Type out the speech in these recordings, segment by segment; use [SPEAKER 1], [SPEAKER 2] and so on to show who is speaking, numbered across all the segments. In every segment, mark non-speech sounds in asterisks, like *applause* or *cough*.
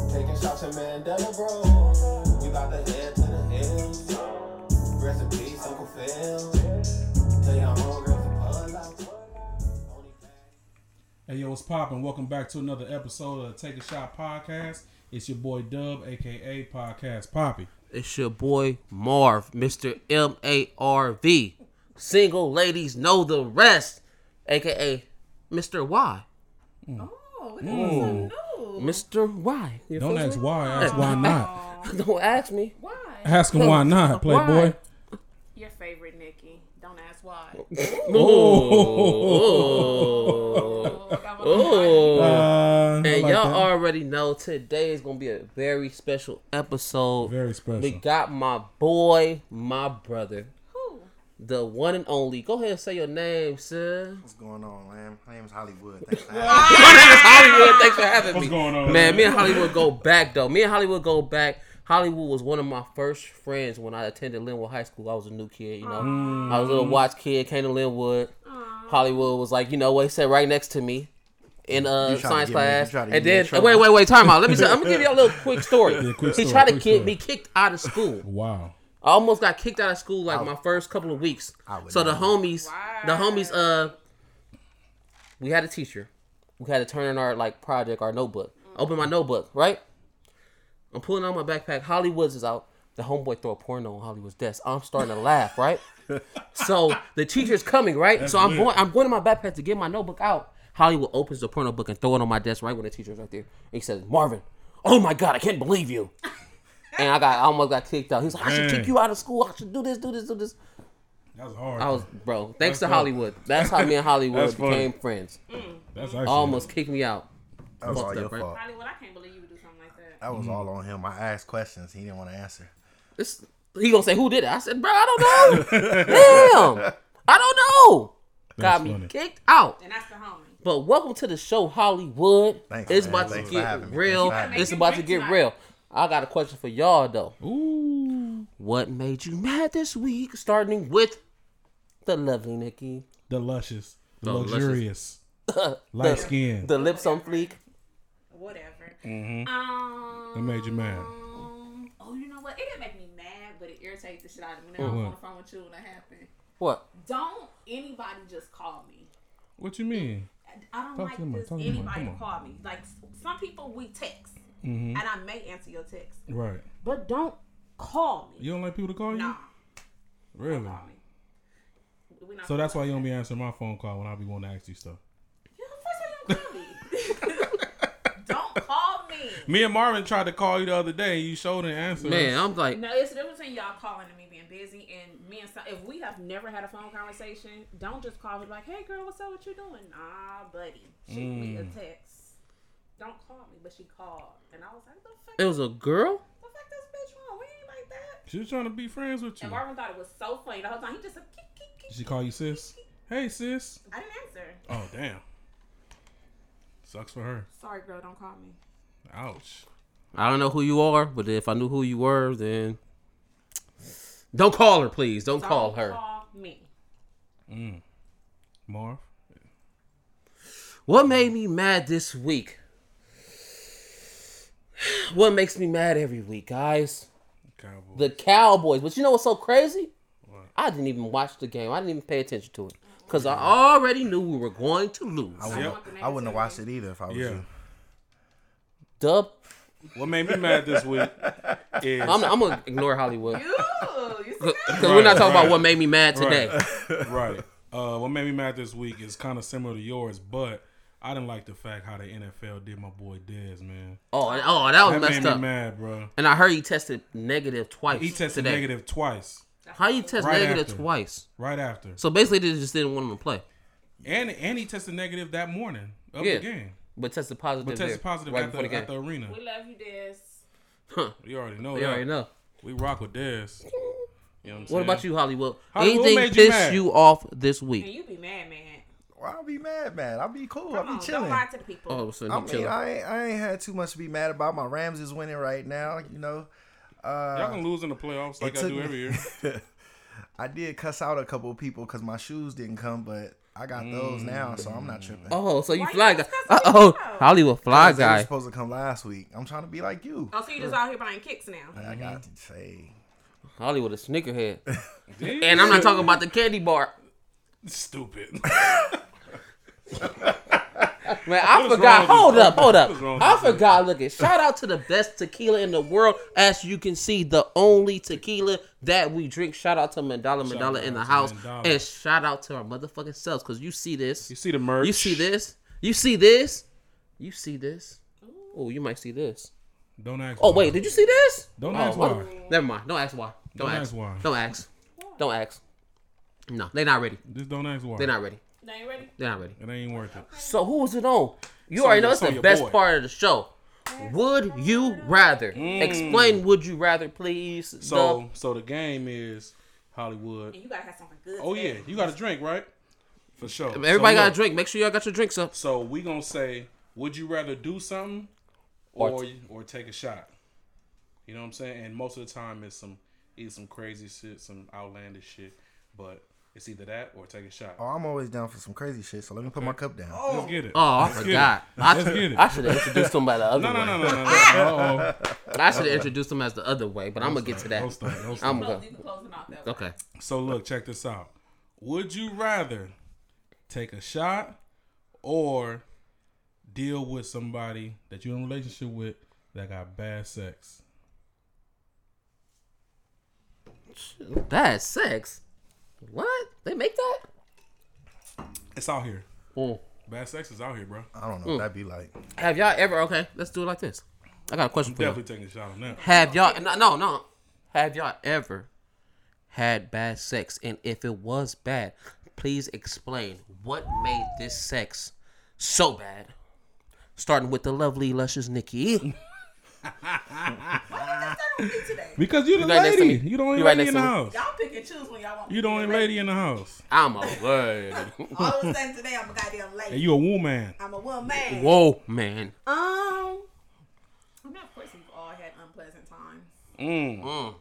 [SPEAKER 1] to Mandela, bro. We about to head to the hills. Rest in peace, Uncle Phil. Tell your homegirls to pull up.
[SPEAKER 2] Hey yo, what's poppin'? Welcome back to another episode of the Take a Shot Podcast. It's your boy Dub, aka Podcast Poppy.
[SPEAKER 3] It's your boy Marv, Mr. M A R V. Single ladies know the rest, aka Mr. Y.
[SPEAKER 4] Oh, we got something
[SPEAKER 2] Hmm.
[SPEAKER 4] new.
[SPEAKER 3] Mr. Y. You
[SPEAKER 2] Don't
[SPEAKER 3] feel
[SPEAKER 2] ask
[SPEAKER 3] me?
[SPEAKER 2] why, ask why not. *laughs*
[SPEAKER 3] *laughs* Don't ask me.
[SPEAKER 4] Why?
[SPEAKER 2] Ask him why not, Playboy.
[SPEAKER 4] Your favorite Nikki. Don't ask
[SPEAKER 2] *laughs*
[SPEAKER 4] why.
[SPEAKER 3] Oh.
[SPEAKER 4] Oh.
[SPEAKER 2] *laughs* Uh, I
[SPEAKER 3] And
[SPEAKER 2] like
[SPEAKER 3] y'all
[SPEAKER 2] that.
[SPEAKER 3] already know today is gonna be a very special episode.
[SPEAKER 2] very special.
[SPEAKER 3] We got my boy, my brother,
[SPEAKER 4] Who?
[SPEAKER 3] the one and only. Go ahead and say your name, sir.
[SPEAKER 5] What's going on, Lamb? My name
[SPEAKER 4] *laughs*
[SPEAKER 5] is Hollywood. Thanks for having me.
[SPEAKER 3] My name is Hollywood. Thanks for having
[SPEAKER 2] What's
[SPEAKER 3] me.
[SPEAKER 2] going on,
[SPEAKER 3] man?
[SPEAKER 2] man?
[SPEAKER 3] Me and Hollywood go back though. Me and Hollywood go back. Hollywood was one of my first friends when I attended Linwood High School. I was a new kid, you know. I was a little watch kid. Came to Linwood. Hollywood was like, you know, what he sat right next to me in uh
[SPEAKER 5] You tried
[SPEAKER 3] science
[SPEAKER 5] to get me- you
[SPEAKER 3] class.
[SPEAKER 5] tried to
[SPEAKER 3] and
[SPEAKER 5] get me in
[SPEAKER 3] then
[SPEAKER 5] trouble.
[SPEAKER 3] wait, wait, wait, time out. Let me.
[SPEAKER 5] *laughs*
[SPEAKER 3] Say, I'm gonna give you a little quick story.
[SPEAKER 2] Yeah, quick
[SPEAKER 3] he
[SPEAKER 2] story,
[SPEAKER 3] tried to
[SPEAKER 2] quick
[SPEAKER 3] kid
[SPEAKER 2] story.
[SPEAKER 3] me kicked out of school.
[SPEAKER 2] Wow.
[SPEAKER 3] I almost got kicked out of school like my first couple of weeks.
[SPEAKER 5] I would
[SPEAKER 3] So the
[SPEAKER 5] not.
[SPEAKER 3] homies, the
[SPEAKER 4] Wow.
[SPEAKER 3] homies, uh, we had a teacher. We had to turn in our like project, our notebook. Open my notebook, right? I'm pulling out my backpack. Hollywood's is out. The homeboy throw a porno on Hollywood's desk. I'm starting to
[SPEAKER 2] *laughs*
[SPEAKER 3] laugh, right? So the teacher's coming, right? so I'm
[SPEAKER 2] lit.
[SPEAKER 3] going. I'm going to my backpack to get my notebook out. Hollywood opens the porno book and throw it on my desk right when the teacher's right there. And he says, "Marvin, oh my God, I can't
[SPEAKER 2] *laughs*
[SPEAKER 3] believe you." And I got I almost got kicked out. He was like, "I should
[SPEAKER 2] Man.
[SPEAKER 3] kick you out of school. I should do this, do this, do this."
[SPEAKER 2] That was hard.
[SPEAKER 3] I was, bro. Thanks to
[SPEAKER 2] funny.
[SPEAKER 3] Hollywood. That's how me and Hollywood
[SPEAKER 2] That's funny.
[SPEAKER 3] became friends.
[SPEAKER 2] That's actually
[SPEAKER 3] Almost kicked me out.
[SPEAKER 5] That was all
[SPEAKER 3] Fucked
[SPEAKER 5] your
[SPEAKER 3] up, right? Mm-hmm.
[SPEAKER 5] fault.
[SPEAKER 4] Hollywood, I can't believe you would do something like that.
[SPEAKER 5] That was all on him. I asked questions. He didn't want to answer.
[SPEAKER 3] This he gonna say who did it? I said, bro, I don't know.
[SPEAKER 2] *laughs*
[SPEAKER 3] Damn, I don't know.
[SPEAKER 2] That's
[SPEAKER 3] got me
[SPEAKER 2] funny.
[SPEAKER 3] kicked out.
[SPEAKER 4] And that's the homie.
[SPEAKER 3] But welcome to the show, Hollywood.
[SPEAKER 5] Thanks,
[SPEAKER 3] it's
[SPEAKER 5] man.
[SPEAKER 3] about
[SPEAKER 5] Thanks
[SPEAKER 3] to
[SPEAKER 5] for
[SPEAKER 3] get
[SPEAKER 5] having me.
[SPEAKER 3] real.
[SPEAKER 5] Thanks for having me.
[SPEAKER 3] It's about to get real. I got a question for y'all though.
[SPEAKER 2] Ooh.
[SPEAKER 3] What made you mad this week? Starting with the lovely Nikki,
[SPEAKER 2] The luscious. The
[SPEAKER 3] The luscious. *laughs*
[SPEAKER 2] luxurious. Light skin.
[SPEAKER 3] the lips on fleek.
[SPEAKER 4] Whatever.
[SPEAKER 2] Mm-hmm.
[SPEAKER 4] Um.
[SPEAKER 2] That made you mad.
[SPEAKER 4] Oh, you know what? It didn't make me mad, but it irritated the shit out of me. Now I was
[SPEAKER 2] What?
[SPEAKER 4] on the phone with you when that happened.
[SPEAKER 3] What?
[SPEAKER 4] Don't anybody just call me.
[SPEAKER 2] What you mean?
[SPEAKER 4] I don't
[SPEAKER 2] Talk
[SPEAKER 4] like
[SPEAKER 2] to him,
[SPEAKER 4] this
[SPEAKER 2] talk to him,
[SPEAKER 4] anybody
[SPEAKER 2] come on. Mm-hmm.
[SPEAKER 4] call me. Like s- some people, we text, and I may answer your text,
[SPEAKER 2] Right.
[SPEAKER 4] but don't call me.
[SPEAKER 2] You don't like people to call you?
[SPEAKER 4] Nah,
[SPEAKER 2] Really?
[SPEAKER 4] call me. We not
[SPEAKER 2] So that's why you don't be answering my phone call when I be wanting to ask you
[SPEAKER 3] *laughs*
[SPEAKER 2] stuff.
[SPEAKER 4] Yeah, First of all, you don't call me. *laughs* don't call me.
[SPEAKER 2] Me and Marvin tried to call you the other day. You showed an answer.
[SPEAKER 3] Man, I'm like,
[SPEAKER 4] No, it's the difference between y'all calling and me being busy, and me and some, if we have never had a phone conversation, don't just call me like, "Hey, girl, what's up? What you doing?" Nah, buddy, shoot me a
[SPEAKER 2] Mm.
[SPEAKER 4] text. Don't call me, but she called, and I was like, "The fuck,
[SPEAKER 3] it was a girl.
[SPEAKER 4] the fuck, this bitch wrong? We ain't like that."
[SPEAKER 2] she was trying to be friends with you.
[SPEAKER 4] And Marvin thought it was so funny the whole time. He just said, "Kick, kick, kick."
[SPEAKER 2] Did she call you sis? Hey sis.
[SPEAKER 4] I didn't answer.
[SPEAKER 2] Oh damn. Sucks for her.
[SPEAKER 4] Sorry, girl, don't call me.
[SPEAKER 2] Ouch.
[SPEAKER 3] I don't know who you are, but if I knew who you were, then don't call her, please. Don't
[SPEAKER 4] Don't
[SPEAKER 3] call her.
[SPEAKER 4] Call me.
[SPEAKER 2] Marv.
[SPEAKER 3] What made me mad this week? *sighs* What makes me mad every week, guys?
[SPEAKER 2] Cowboy.
[SPEAKER 3] The Cowboys. But you know what's so crazy?
[SPEAKER 2] What?
[SPEAKER 3] I didn't even watch the game. I didn't even pay attention to it because I already knew we were going to lose.
[SPEAKER 5] I, wouldn't-
[SPEAKER 2] want
[SPEAKER 4] the
[SPEAKER 5] I wouldn't have
[SPEAKER 4] negativity.
[SPEAKER 5] watched it either if I was
[SPEAKER 2] Yeah.
[SPEAKER 5] you.
[SPEAKER 3] Dub.
[SPEAKER 2] What made me mad this week is
[SPEAKER 3] I'm, I'm gonna ignore Hollywood
[SPEAKER 4] Ew, you see that?
[SPEAKER 2] *laughs*
[SPEAKER 3] because we're not
[SPEAKER 2] Right,
[SPEAKER 3] talking
[SPEAKER 2] right.
[SPEAKER 3] about what made me mad today.
[SPEAKER 2] *laughs* right. Uh, what made me mad this week is kind of similar to yours, but I didn't like the fact how the NFL did my boy Dez, man.
[SPEAKER 3] Oh, and- oh, that was
[SPEAKER 2] That made
[SPEAKER 3] messed
[SPEAKER 2] me
[SPEAKER 3] up.
[SPEAKER 2] mad, bro.
[SPEAKER 3] And I heard he tested negative twice.
[SPEAKER 2] He tested
[SPEAKER 3] today.
[SPEAKER 2] negative twice
[SPEAKER 3] How you test
[SPEAKER 2] Right
[SPEAKER 3] negative
[SPEAKER 2] after.
[SPEAKER 3] twice?
[SPEAKER 2] right after,
[SPEAKER 3] So basically, they just didn't want him to play,
[SPEAKER 2] and and he tested negative that morning of
[SPEAKER 3] Yeah.
[SPEAKER 2] the game,
[SPEAKER 3] but tested positive.
[SPEAKER 2] but tested
[SPEAKER 3] there,
[SPEAKER 2] positive
[SPEAKER 3] right
[SPEAKER 2] at,
[SPEAKER 3] before
[SPEAKER 2] the,
[SPEAKER 3] the game.
[SPEAKER 2] at the arena.
[SPEAKER 4] We love you, Des.
[SPEAKER 3] Huh.
[SPEAKER 2] You already know.
[SPEAKER 3] We
[SPEAKER 2] that.
[SPEAKER 3] already know.
[SPEAKER 2] We rock with Dez. You know what I'm
[SPEAKER 3] What
[SPEAKER 2] saying?
[SPEAKER 3] about you, Hollywood?
[SPEAKER 2] Hollywood, what
[SPEAKER 3] Anything
[SPEAKER 2] made you
[SPEAKER 3] piss
[SPEAKER 2] mad?
[SPEAKER 3] you off this
[SPEAKER 4] And
[SPEAKER 3] week?
[SPEAKER 4] you be mad, man.
[SPEAKER 5] Well, I'll be mad, man. I'll be cool.
[SPEAKER 4] Come
[SPEAKER 5] I'll
[SPEAKER 4] on,
[SPEAKER 5] be
[SPEAKER 4] don't
[SPEAKER 5] chilling.
[SPEAKER 4] lie to the people.
[SPEAKER 3] Oh, so
[SPEAKER 5] I
[SPEAKER 3] you
[SPEAKER 5] mean,
[SPEAKER 3] chill.
[SPEAKER 5] I ain't, I ain't had too much to be mad about. My Rams is winning right now. You know,
[SPEAKER 2] Y'all can lose in the playoffs like I
[SPEAKER 5] took
[SPEAKER 2] do
[SPEAKER 3] *laughs*
[SPEAKER 5] me-
[SPEAKER 2] every year.
[SPEAKER 5] I did cuss out a couple of people because my shoes didn't come, but I got those now, so I'm not tripping.
[SPEAKER 3] Oh, so you
[SPEAKER 4] Why you
[SPEAKER 3] fly guy.
[SPEAKER 4] discussing
[SPEAKER 3] Uh
[SPEAKER 4] this
[SPEAKER 3] oh,
[SPEAKER 4] now?
[SPEAKER 3] Hollywood fly
[SPEAKER 5] They were
[SPEAKER 3] guy.
[SPEAKER 5] supposed to come last week. I'm trying to be like you.
[SPEAKER 4] Oh, so you just out here buying kicks now?
[SPEAKER 5] I got
[SPEAKER 3] Mm-hmm.
[SPEAKER 5] to say,
[SPEAKER 3] Hollywood
[SPEAKER 2] *laughs*
[SPEAKER 3] a snickerhead. And I'm not talking about the candy bar. *laughs*
[SPEAKER 2] stupid.
[SPEAKER 3] Man, I
[SPEAKER 2] What's
[SPEAKER 3] forgot.
[SPEAKER 2] wrong
[SPEAKER 3] Hold
[SPEAKER 2] with you?
[SPEAKER 3] up, hold up.
[SPEAKER 2] What's wrong with
[SPEAKER 3] I
[SPEAKER 2] you?
[SPEAKER 3] forgot. Look at shout out to the best tequila in the world. As you can see, the only tequila that we drink. Shout out to Mandala
[SPEAKER 2] Shout
[SPEAKER 3] Mandala in
[SPEAKER 2] out
[SPEAKER 3] the
[SPEAKER 2] to
[SPEAKER 3] house,
[SPEAKER 2] Mandala.
[SPEAKER 3] and shout out to our motherfucking selves because you see this,
[SPEAKER 2] You see the merch.
[SPEAKER 3] you see this, you see this, you see this. Oh, you might see this.
[SPEAKER 2] Don't ask.
[SPEAKER 3] Oh
[SPEAKER 2] why.
[SPEAKER 3] wait, did you see this?
[SPEAKER 2] Don't
[SPEAKER 3] Oh,
[SPEAKER 2] ask
[SPEAKER 3] why-
[SPEAKER 2] why.
[SPEAKER 3] Never mind. Don't ask why. Don't,
[SPEAKER 2] Don't
[SPEAKER 3] ask.
[SPEAKER 2] ask why.
[SPEAKER 3] Don't ask. Don't ask. No, they're not ready.
[SPEAKER 2] Just don't ask why.
[SPEAKER 3] They're not ready.
[SPEAKER 4] Now you ready?
[SPEAKER 3] They're not ready.
[SPEAKER 2] It ain't worth it.
[SPEAKER 3] So who is it on? You already know
[SPEAKER 2] your-
[SPEAKER 3] that's
[SPEAKER 2] it's on
[SPEAKER 3] the
[SPEAKER 2] your
[SPEAKER 3] best
[SPEAKER 2] boy.
[SPEAKER 3] part of the show. Would you rather? Explain would you rather, please.
[SPEAKER 2] Mm. So so the game is Hollywood.
[SPEAKER 4] And you gotta have something good.
[SPEAKER 2] Oh yeah,
[SPEAKER 4] today.
[SPEAKER 2] you got a drink, right? For sure.
[SPEAKER 3] Duh. everybody
[SPEAKER 2] So,
[SPEAKER 3] got a
[SPEAKER 2] look,
[SPEAKER 3] drink. Make sure y'all got your drinks up.
[SPEAKER 2] So we gonna say, would you rather do something
[SPEAKER 3] Or
[SPEAKER 2] or or, take a shot? You know what I'm saying? And most of the time it's some either some crazy shit, some outlandish shit, but it's either that or take a shot.
[SPEAKER 5] oh, I'm always down for some crazy shit. So let me put my cup down.
[SPEAKER 2] Let's get it.
[SPEAKER 3] Oh, I
[SPEAKER 2] Let's get it.
[SPEAKER 3] forgot.
[SPEAKER 2] *laughs*
[SPEAKER 3] I,
[SPEAKER 2] Let's get it.
[SPEAKER 3] I should have introduced them by the other
[SPEAKER 2] No, no,
[SPEAKER 3] way.
[SPEAKER 2] no, no,
[SPEAKER 3] *laughs*
[SPEAKER 2] no, no. Uh oh.
[SPEAKER 3] I should have introduced them as the other way, but I'm gonna get to
[SPEAKER 2] Don't
[SPEAKER 3] that.
[SPEAKER 2] start. Don't start.
[SPEAKER 3] *laughs* I'm
[SPEAKER 4] Close,
[SPEAKER 3] gonna.
[SPEAKER 4] you can close them out that way.
[SPEAKER 3] Okay.
[SPEAKER 2] So look, check this out. Would you rather take a shot or deal with somebody that you're in a relationship with that got bad sex?
[SPEAKER 3] That's sex. What? They make that?
[SPEAKER 2] It's out here.
[SPEAKER 3] Mm.
[SPEAKER 2] Bad sex is out here, bro.
[SPEAKER 5] I don't know what that'd be like.
[SPEAKER 3] Have y'all ever? Okay, let's do it like this. I got a question for you.
[SPEAKER 2] Definitely taking a shot on that.
[SPEAKER 3] Have y'all no no no? Have y'all ever had bad sex? And if it was bad, please explain what made this sex so bad. Starting with the lovely,
[SPEAKER 2] *laughs*
[SPEAKER 3] luscious Nikki.
[SPEAKER 2] Because you're the
[SPEAKER 3] You right next to
[SPEAKER 2] lady.
[SPEAKER 3] me.
[SPEAKER 2] You the only
[SPEAKER 3] You right
[SPEAKER 2] lady in
[SPEAKER 3] next to
[SPEAKER 2] the
[SPEAKER 3] me.
[SPEAKER 2] house.
[SPEAKER 4] Y'all pick and choose when y'all want.
[SPEAKER 2] You the only lady in the house.
[SPEAKER 3] I'm a word.
[SPEAKER 4] All of a sudden today I'm a goddamn lady.
[SPEAKER 2] And you a woman.
[SPEAKER 4] I'm a woman.
[SPEAKER 3] Whoa, man.
[SPEAKER 4] Um. I mean, of course, we've all had unpleasant times.
[SPEAKER 2] Mm.
[SPEAKER 3] Mm.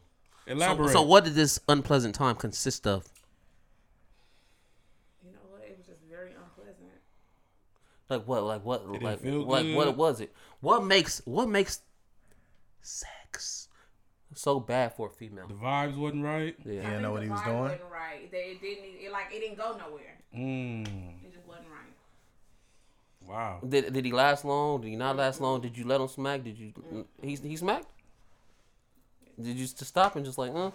[SPEAKER 3] So,
[SPEAKER 2] Elaborate.
[SPEAKER 3] so what did this unpleasant time consist of?
[SPEAKER 4] You know what? It was just very unpleasant.
[SPEAKER 3] Like what? Like what?
[SPEAKER 2] didn't
[SPEAKER 3] Like,
[SPEAKER 2] feel
[SPEAKER 3] like what
[SPEAKER 2] good.
[SPEAKER 3] was it? What makes what makes sex so bad for a female?
[SPEAKER 2] The vibes wasn't right.
[SPEAKER 4] I
[SPEAKER 5] You
[SPEAKER 3] Yeah.
[SPEAKER 5] didn't know what
[SPEAKER 4] think the
[SPEAKER 5] he was
[SPEAKER 4] vibe
[SPEAKER 5] doing.
[SPEAKER 4] wasn't Right. They it didn't. e- It like it didn't go nowhere.
[SPEAKER 2] Mm.
[SPEAKER 4] It just wasn't right.
[SPEAKER 2] Wow.
[SPEAKER 3] Did, did he last long? Did he not last long? Did you let him smack? Did you he he smacked? Did you just stop and just like, uh?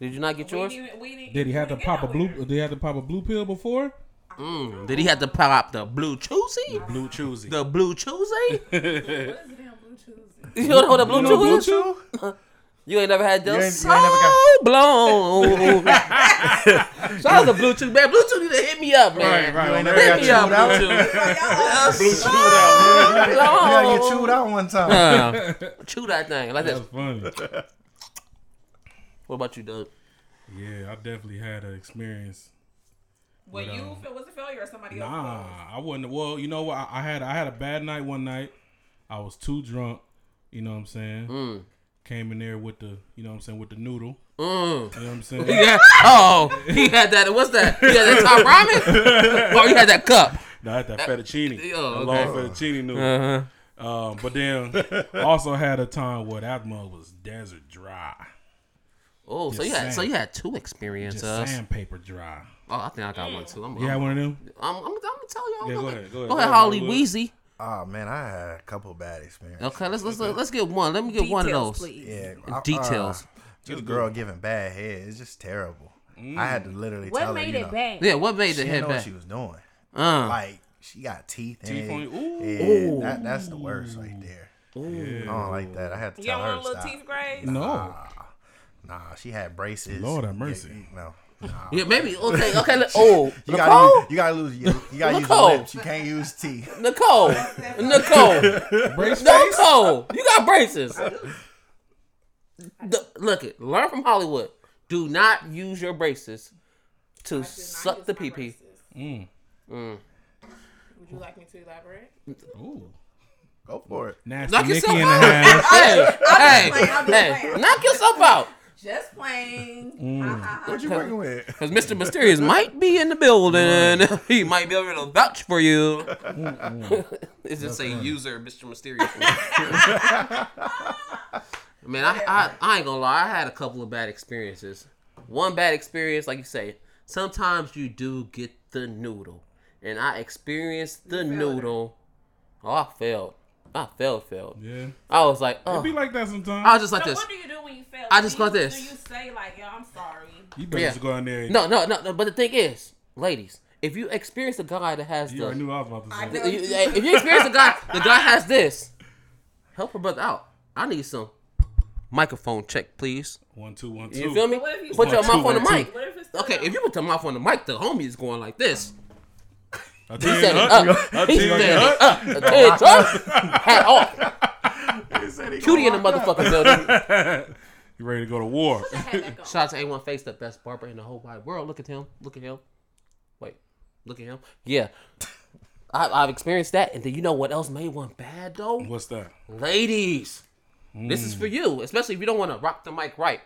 [SPEAKER 3] Did you not get yours?
[SPEAKER 4] We didn't, we didn't,
[SPEAKER 2] Did he have to
[SPEAKER 4] we didn't
[SPEAKER 2] pop a
[SPEAKER 4] get
[SPEAKER 2] blue?
[SPEAKER 4] nowhere.
[SPEAKER 2] Did he have to pop a blue pill before?
[SPEAKER 3] Mm. Did he have to pop the blue choosy?
[SPEAKER 2] Blue choosy.
[SPEAKER 3] The blue choosy?
[SPEAKER 2] you
[SPEAKER 4] What is the damn blue Tuesday?
[SPEAKER 3] *laughs* You don't know what a blue
[SPEAKER 2] know blue
[SPEAKER 3] choosy? is?
[SPEAKER 2] chew?
[SPEAKER 3] You ain't never had
[SPEAKER 5] ain't- you
[SPEAKER 3] those
[SPEAKER 5] ain't
[SPEAKER 3] so
[SPEAKER 5] never
[SPEAKER 3] blown. Shout out to blue chew, man. Blue chew need to hit me up, man.
[SPEAKER 2] Right, right.
[SPEAKER 5] You ain't
[SPEAKER 2] on
[SPEAKER 5] never
[SPEAKER 2] that.
[SPEAKER 5] got
[SPEAKER 3] Hit me up,
[SPEAKER 5] chewed out.
[SPEAKER 3] blue
[SPEAKER 5] *laughs* You
[SPEAKER 3] chew.
[SPEAKER 2] Blue chew out.
[SPEAKER 5] gotta get chewed out one time.
[SPEAKER 3] Uh, chew that thing like
[SPEAKER 2] That's
[SPEAKER 3] that.
[SPEAKER 2] funny.
[SPEAKER 3] What about you, Doug?
[SPEAKER 2] Yeah, I definitely had an experience.
[SPEAKER 4] Well,
[SPEAKER 2] But,
[SPEAKER 4] you
[SPEAKER 2] um,
[SPEAKER 4] feel was a failure or somebody else?
[SPEAKER 2] Nah, I wasn't. Well, you know what? I, I had I had a bad night one night. I was too drunk. You know what I'm saying?
[SPEAKER 3] Mm.
[SPEAKER 2] Came in there with the, you know what I'm saying, with the noodle.
[SPEAKER 3] Mm.
[SPEAKER 2] You know what I'm
[SPEAKER 3] *laughs*
[SPEAKER 2] saying?
[SPEAKER 3] Yeah. Oh, he had that. What's that? He had that top ramen. Oh, he had that cup.
[SPEAKER 2] No, I had that fettuccine, a
[SPEAKER 3] Oh,
[SPEAKER 2] long
[SPEAKER 3] okay.
[SPEAKER 2] fettuccine noodle.
[SPEAKER 3] Uh-huh.
[SPEAKER 2] Um, but then *laughs* also had a time where that mug was desert dry,
[SPEAKER 3] Oh, so
[SPEAKER 2] Just
[SPEAKER 3] you had so
[SPEAKER 2] saying.
[SPEAKER 3] you had two experiences.
[SPEAKER 2] just
[SPEAKER 3] Oh,
[SPEAKER 2] sandpaper dry.
[SPEAKER 3] I think I got one too. I'm,
[SPEAKER 2] You had
[SPEAKER 3] I'm,
[SPEAKER 2] one of them?
[SPEAKER 3] I'm, I'm, I'm gonna tell y'all.
[SPEAKER 2] Yeah,
[SPEAKER 3] go,
[SPEAKER 2] go
[SPEAKER 3] ahead,
[SPEAKER 2] ahead, go ahead,
[SPEAKER 3] go
[SPEAKER 2] go
[SPEAKER 3] ahead,
[SPEAKER 2] ahead,
[SPEAKER 3] Holly
[SPEAKER 2] Hollywood.
[SPEAKER 3] Weezy.
[SPEAKER 5] Oh man, I had a couple bad experiences.
[SPEAKER 3] Okay, let's let's let's get one. Let me get one of those.
[SPEAKER 5] Yeah, I-
[SPEAKER 3] Details.
[SPEAKER 5] Uh, just girl giving bad head. It's just terrible. I had to
[SPEAKER 2] Mm.
[SPEAKER 5] literally
[SPEAKER 4] What
[SPEAKER 5] tell
[SPEAKER 4] made it
[SPEAKER 5] her. You know,
[SPEAKER 4] bad?
[SPEAKER 3] Yeah, what made
[SPEAKER 5] She
[SPEAKER 3] the
[SPEAKER 5] didn't
[SPEAKER 3] head
[SPEAKER 5] know what
[SPEAKER 3] back?
[SPEAKER 5] she was doing.
[SPEAKER 3] Uh,
[SPEAKER 5] Like she got teeth.
[SPEAKER 2] Teeth
[SPEAKER 5] in
[SPEAKER 2] on
[SPEAKER 5] it.
[SPEAKER 2] you. Ooh.
[SPEAKER 5] Yeah, that, that's the worst right there. I don't like that. I had to
[SPEAKER 4] You
[SPEAKER 5] tell
[SPEAKER 4] don't
[SPEAKER 5] her
[SPEAKER 4] want
[SPEAKER 5] to
[SPEAKER 4] a little
[SPEAKER 5] stop.
[SPEAKER 4] teeth grades?
[SPEAKER 2] No,
[SPEAKER 5] Nah, she had braces.
[SPEAKER 2] Lord have
[SPEAKER 5] Yeah,
[SPEAKER 2] mercy.
[SPEAKER 5] you- no. Nah.
[SPEAKER 3] yeah, maybe. Okay, okay. let- Oh,
[SPEAKER 5] You gotta,
[SPEAKER 3] Nicole,
[SPEAKER 5] use, you gotta lose your, you gotta use your
[SPEAKER 3] Nicole.
[SPEAKER 5] lips. You can't use
[SPEAKER 3] *laughs*
[SPEAKER 5] teeth. *laughs*
[SPEAKER 3] Nicole, Nicole.
[SPEAKER 2] brace
[SPEAKER 3] No,
[SPEAKER 2] face.
[SPEAKER 3] Cole, you got braces. The- look it, learn from Hollywood. Do not use your braces to
[SPEAKER 4] Did not
[SPEAKER 3] suck
[SPEAKER 4] use
[SPEAKER 3] the
[SPEAKER 4] my
[SPEAKER 3] pee pee.
[SPEAKER 4] braces.
[SPEAKER 2] Mm.
[SPEAKER 4] Would you like me to elaborate?
[SPEAKER 2] Ooh,
[SPEAKER 5] Go for it.
[SPEAKER 2] nasty
[SPEAKER 3] Knock
[SPEAKER 2] Nikki
[SPEAKER 3] yourself
[SPEAKER 2] in the
[SPEAKER 3] out.
[SPEAKER 2] house.
[SPEAKER 3] *laughs* Hey,
[SPEAKER 4] *laughs*
[SPEAKER 3] hey,
[SPEAKER 4] playing, I'm just
[SPEAKER 3] hey,
[SPEAKER 4] playing.
[SPEAKER 3] knock yourself out.
[SPEAKER 4] Just playing.
[SPEAKER 5] What Mm. you working with?
[SPEAKER 3] Because Mr. Mysterious might be in the building. *laughs* he might be able to vouch for you. it's just a user, Mr. Mysterious. *laughs* Man, I, I, I ain't gonna lie. I had a couple of bad experiences. One bad experience, like you say, sometimes you do get the noodle. And I experienced the noodle. Oh, I failed. I failed, failed.
[SPEAKER 2] Yeah.
[SPEAKER 3] I was like, oh.
[SPEAKER 2] It be like that sometimes.
[SPEAKER 3] I was just like
[SPEAKER 4] so
[SPEAKER 3] this.
[SPEAKER 4] what do you do when you fail?
[SPEAKER 3] I just
[SPEAKER 4] do you,
[SPEAKER 3] got this.
[SPEAKER 4] Do you say like, "Yo, I'm sorry"?
[SPEAKER 2] you better
[SPEAKER 3] yeah.
[SPEAKER 2] just go in there. And,
[SPEAKER 3] No, no, no, no. But the thing is, ladies, if you experience a guy that has
[SPEAKER 2] you
[SPEAKER 3] the,
[SPEAKER 2] already knew I was about to
[SPEAKER 4] I
[SPEAKER 2] say.
[SPEAKER 4] know.
[SPEAKER 3] you- if you experience a guy, the guy has this. Help her brother out. I need some microphone check, please.
[SPEAKER 2] One two one two.
[SPEAKER 3] You feel me?
[SPEAKER 4] What if you
[SPEAKER 3] Put
[SPEAKER 4] say
[SPEAKER 3] your
[SPEAKER 4] no?
[SPEAKER 3] mouth on
[SPEAKER 2] One,
[SPEAKER 3] the
[SPEAKER 2] two,
[SPEAKER 3] mic.
[SPEAKER 4] What if it's
[SPEAKER 3] Okay, if you put your mouth on the mic, the homie is going like this.
[SPEAKER 2] A
[SPEAKER 3] He
[SPEAKER 2] ten
[SPEAKER 3] said it
[SPEAKER 2] hut.
[SPEAKER 3] up. *laughs* He
[SPEAKER 2] ten
[SPEAKER 3] said
[SPEAKER 2] hut.
[SPEAKER 3] it up. A ten up. Hat off. Cutie in the motherfucking building.
[SPEAKER 2] You ready to go to war?
[SPEAKER 4] had that going.
[SPEAKER 3] Shout out to A1 Face, the best barber in the whole wide world. Look at him. Look at him. Wait. Look at him. Yeah. I, I've experienced that. And then you know what else made one bad, though?
[SPEAKER 2] What's that?
[SPEAKER 3] Ladies, this is for
[SPEAKER 2] Mm.
[SPEAKER 3] you, especially if you don't want to rock the mic right.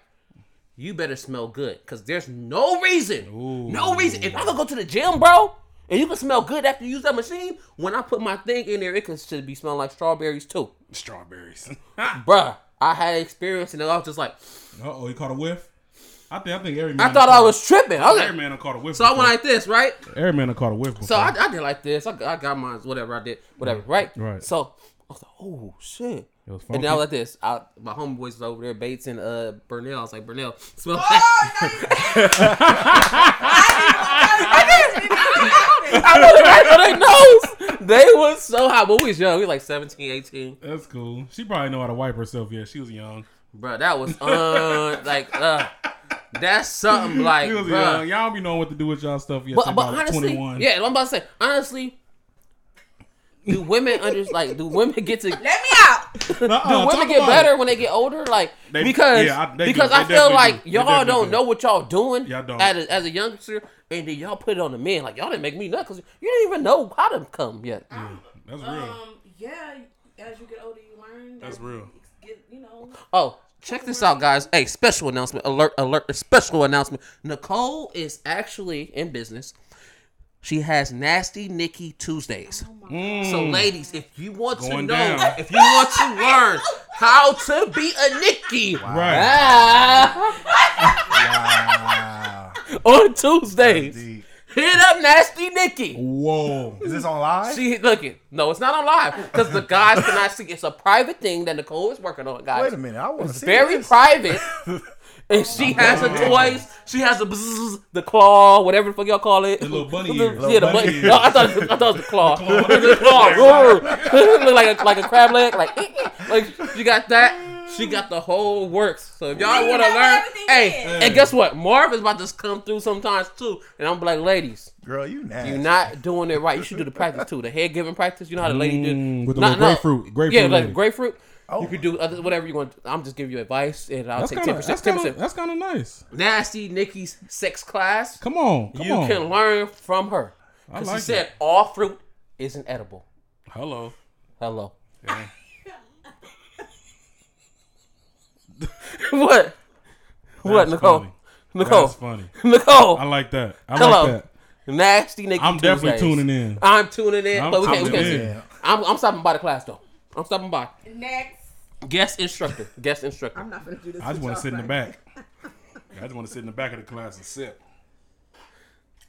[SPEAKER 3] You better smell good because there's no reason. No reason. If I could go to the gym, bro, and you can smell good after you use that machine, when I put my thing in there, it could should be smelling like strawberries, too.
[SPEAKER 2] Strawberries. *laughs*
[SPEAKER 3] Bruh, I had experience and I was just like,
[SPEAKER 2] Uh oh, he caught a whiff. I think I think every man.
[SPEAKER 3] I thought I was tripping. I was
[SPEAKER 2] Every
[SPEAKER 3] like,
[SPEAKER 2] Mm. man done caught a whiff.
[SPEAKER 3] so I went
[SPEAKER 2] before.
[SPEAKER 3] like this, right?
[SPEAKER 2] Every man done caught a whiff. Before.
[SPEAKER 3] So I, I did like this. I, got- I got mine, whatever I did, whatever, right?
[SPEAKER 2] Right.
[SPEAKER 3] So I was like, oh shit.
[SPEAKER 2] It was
[SPEAKER 3] And then I was
[SPEAKER 2] funky.
[SPEAKER 3] like this. I, my homeboys was over there, Bates and uh Burnell. I was like, Burnell, smell
[SPEAKER 4] *laughs* Oh,
[SPEAKER 3] that.
[SPEAKER 4] no, you *laughs* didn't.
[SPEAKER 3] I *laughs* really right on their nose. They was so hot, but we was young. We was like 17, 18.
[SPEAKER 2] That's cool. She probably know how to wipe herself. Yeah, she was young.
[SPEAKER 3] Bruh, that was uh like uh that's something like
[SPEAKER 2] She was
[SPEAKER 3] bruh.
[SPEAKER 2] young. Y'all don't be knowing what to do with y'all stuff yet.
[SPEAKER 3] But,
[SPEAKER 2] till
[SPEAKER 3] but
[SPEAKER 2] about
[SPEAKER 3] honestly,
[SPEAKER 2] 21.
[SPEAKER 3] yeah, I'm about to say honestly. Do women under like do women get to
[SPEAKER 4] Let me out.
[SPEAKER 2] Nuh-uh,
[SPEAKER 3] do
[SPEAKER 2] talk
[SPEAKER 3] women get
[SPEAKER 2] about
[SPEAKER 3] better
[SPEAKER 2] it.
[SPEAKER 3] when they get older? Like
[SPEAKER 2] They-
[SPEAKER 3] because
[SPEAKER 2] yeah, I- they do.
[SPEAKER 3] because
[SPEAKER 2] They
[SPEAKER 3] I feel
[SPEAKER 2] definitely
[SPEAKER 3] like
[SPEAKER 2] do. They
[SPEAKER 3] y'all
[SPEAKER 2] definitely
[SPEAKER 3] don't
[SPEAKER 2] do.
[SPEAKER 3] know what y'all doing.
[SPEAKER 2] Y'all don't.
[SPEAKER 3] As a, as a youngster, and then y'all put it on the men. Like y'all didn't make me nut because you didn't even know how to come yet.
[SPEAKER 2] That's real.
[SPEAKER 4] Um, yeah. As you get older, you learn.
[SPEAKER 2] That's
[SPEAKER 4] and
[SPEAKER 2] real.
[SPEAKER 4] Get, you know,
[SPEAKER 3] Oh, check this out, guys! Hey, special announcement! Alert! Alert! Special announcement! Nicole is actually in business. She has Nasty Nikki Tuesdays. So, ladies, if you want to
[SPEAKER 2] Mm. Going
[SPEAKER 3] know,
[SPEAKER 2] down.
[SPEAKER 3] if you want to learn how to be a Nikki
[SPEAKER 2] Right.
[SPEAKER 3] ah,
[SPEAKER 5] Wow.
[SPEAKER 3] on Tuesdays,
[SPEAKER 5] Deep.
[SPEAKER 3] hit up Nasty Nikki.
[SPEAKER 2] Whoa.
[SPEAKER 5] Is this on live?
[SPEAKER 3] She look it. No, it's not on live because the guys cannot see. It's a private thing that Nicole is working on, guys.
[SPEAKER 5] Wait a minute. I want to see
[SPEAKER 3] very
[SPEAKER 5] this.
[SPEAKER 3] private. And she has her toys. She has the bzzz, the claw, whatever the fuck y'all call it. The
[SPEAKER 2] little bunny ears.
[SPEAKER 3] yeah, the
[SPEAKER 2] Little bunny
[SPEAKER 3] bunny. *laughs*
[SPEAKER 2] ears.
[SPEAKER 3] No, I thought I thought it was the claw. *laughs* The claw. *laughs* Look like a like a crab leg. Like *laughs* like she got that. She got the whole works. So if y'all
[SPEAKER 4] We
[SPEAKER 3] want to
[SPEAKER 4] know
[SPEAKER 3] learn,
[SPEAKER 4] everything
[SPEAKER 3] hey,
[SPEAKER 4] is.
[SPEAKER 3] and guess what? Marv is about to come through sometimes too. And I'm like, ladies,
[SPEAKER 5] Girl, you nasty.
[SPEAKER 3] you're not doing it right. You should do the practice too. The head giving practice. You know how the lady
[SPEAKER 2] Mm,
[SPEAKER 3] did
[SPEAKER 2] with the little
[SPEAKER 3] Not- not-
[SPEAKER 2] grapefruit- grapefruit
[SPEAKER 3] Yeah, like
[SPEAKER 2] lady.
[SPEAKER 3] grapefruit.
[SPEAKER 5] Oh
[SPEAKER 3] You could do other, whatever you want. I'm just giving you advice, and I'll
[SPEAKER 2] That's
[SPEAKER 3] take
[SPEAKER 2] kind
[SPEAKER 3] ten
[SPEAKER 2] of
[SPEAKER 3] percent.
[SPEAKER 2] that's
[SPEAKER 3] Ten
[SPEAKER 2] kind of
[SPEAKER 3] percent.
[SPEAKER 2] that's kind of nice.
[SPEAKER 3] Nasty Nikki's sex class.
[SPEAKER 2] Come on, come
[SPEAKER 3] you
[SPEAKER 2] on.
[SPEAKER 3] can learn from her because
[SPEAKER 2] like
[SPEAKER 3] she said
[SPEAKER 2] it.
[SPEAKER 3] all fruit isn't edible.
[SPEAKER 2] Hello.
[SPEAKER 3] Hello.
[SPEAKER 2] Yeah.
[SPEAKER 3] *laughs* what? what,
[SPEAKER 2] That's
[SPEAKER 3] Nicole?
[SPEAKER 2] funny.
[SPEAKER 3] Nicole.
[SPEAKER 2] That's funny.
[SPEAKER 3] Nicole.
[SPEAKER 2] I like that. I
[SPEAKER 3] Hello.
[SPEAKER 2] like that.
[SPEAKER 3] Nasty Nikki.
[SPEAKER 2] I'm definitely
[SPEAKER 3] Tuesdays.
[SPEAKER 2] tuning in.
[SPEAKER 3] I'm tuning in,
[SPEAKER 2] I'm
[SPEAKER 3] but we can't. We
[SPEAKER 2] tuning
[SPEAKER 3] can't see.
[SPEAKER 2] in.
[SPEAKER 5] Yeah.
[SPEAKER 3] I'm, I'm stopping by the class though. I'm stopping by.
[SPEAKER 4] next.
[SPEAKER 3] Guest instructor. Guest instructor.
[SPEAKER 4] I'm not gonna do this.
[SPEAKER 2] I just
[SPEAKER 4] with
[SPEAKER 2] want
[SPEAKER 4] y'all,
[SPEAKER 2] to sit in the
[SPEAKER 4] son.
[SPEAKER 2] back. I just want to sit in the back of the class and sip.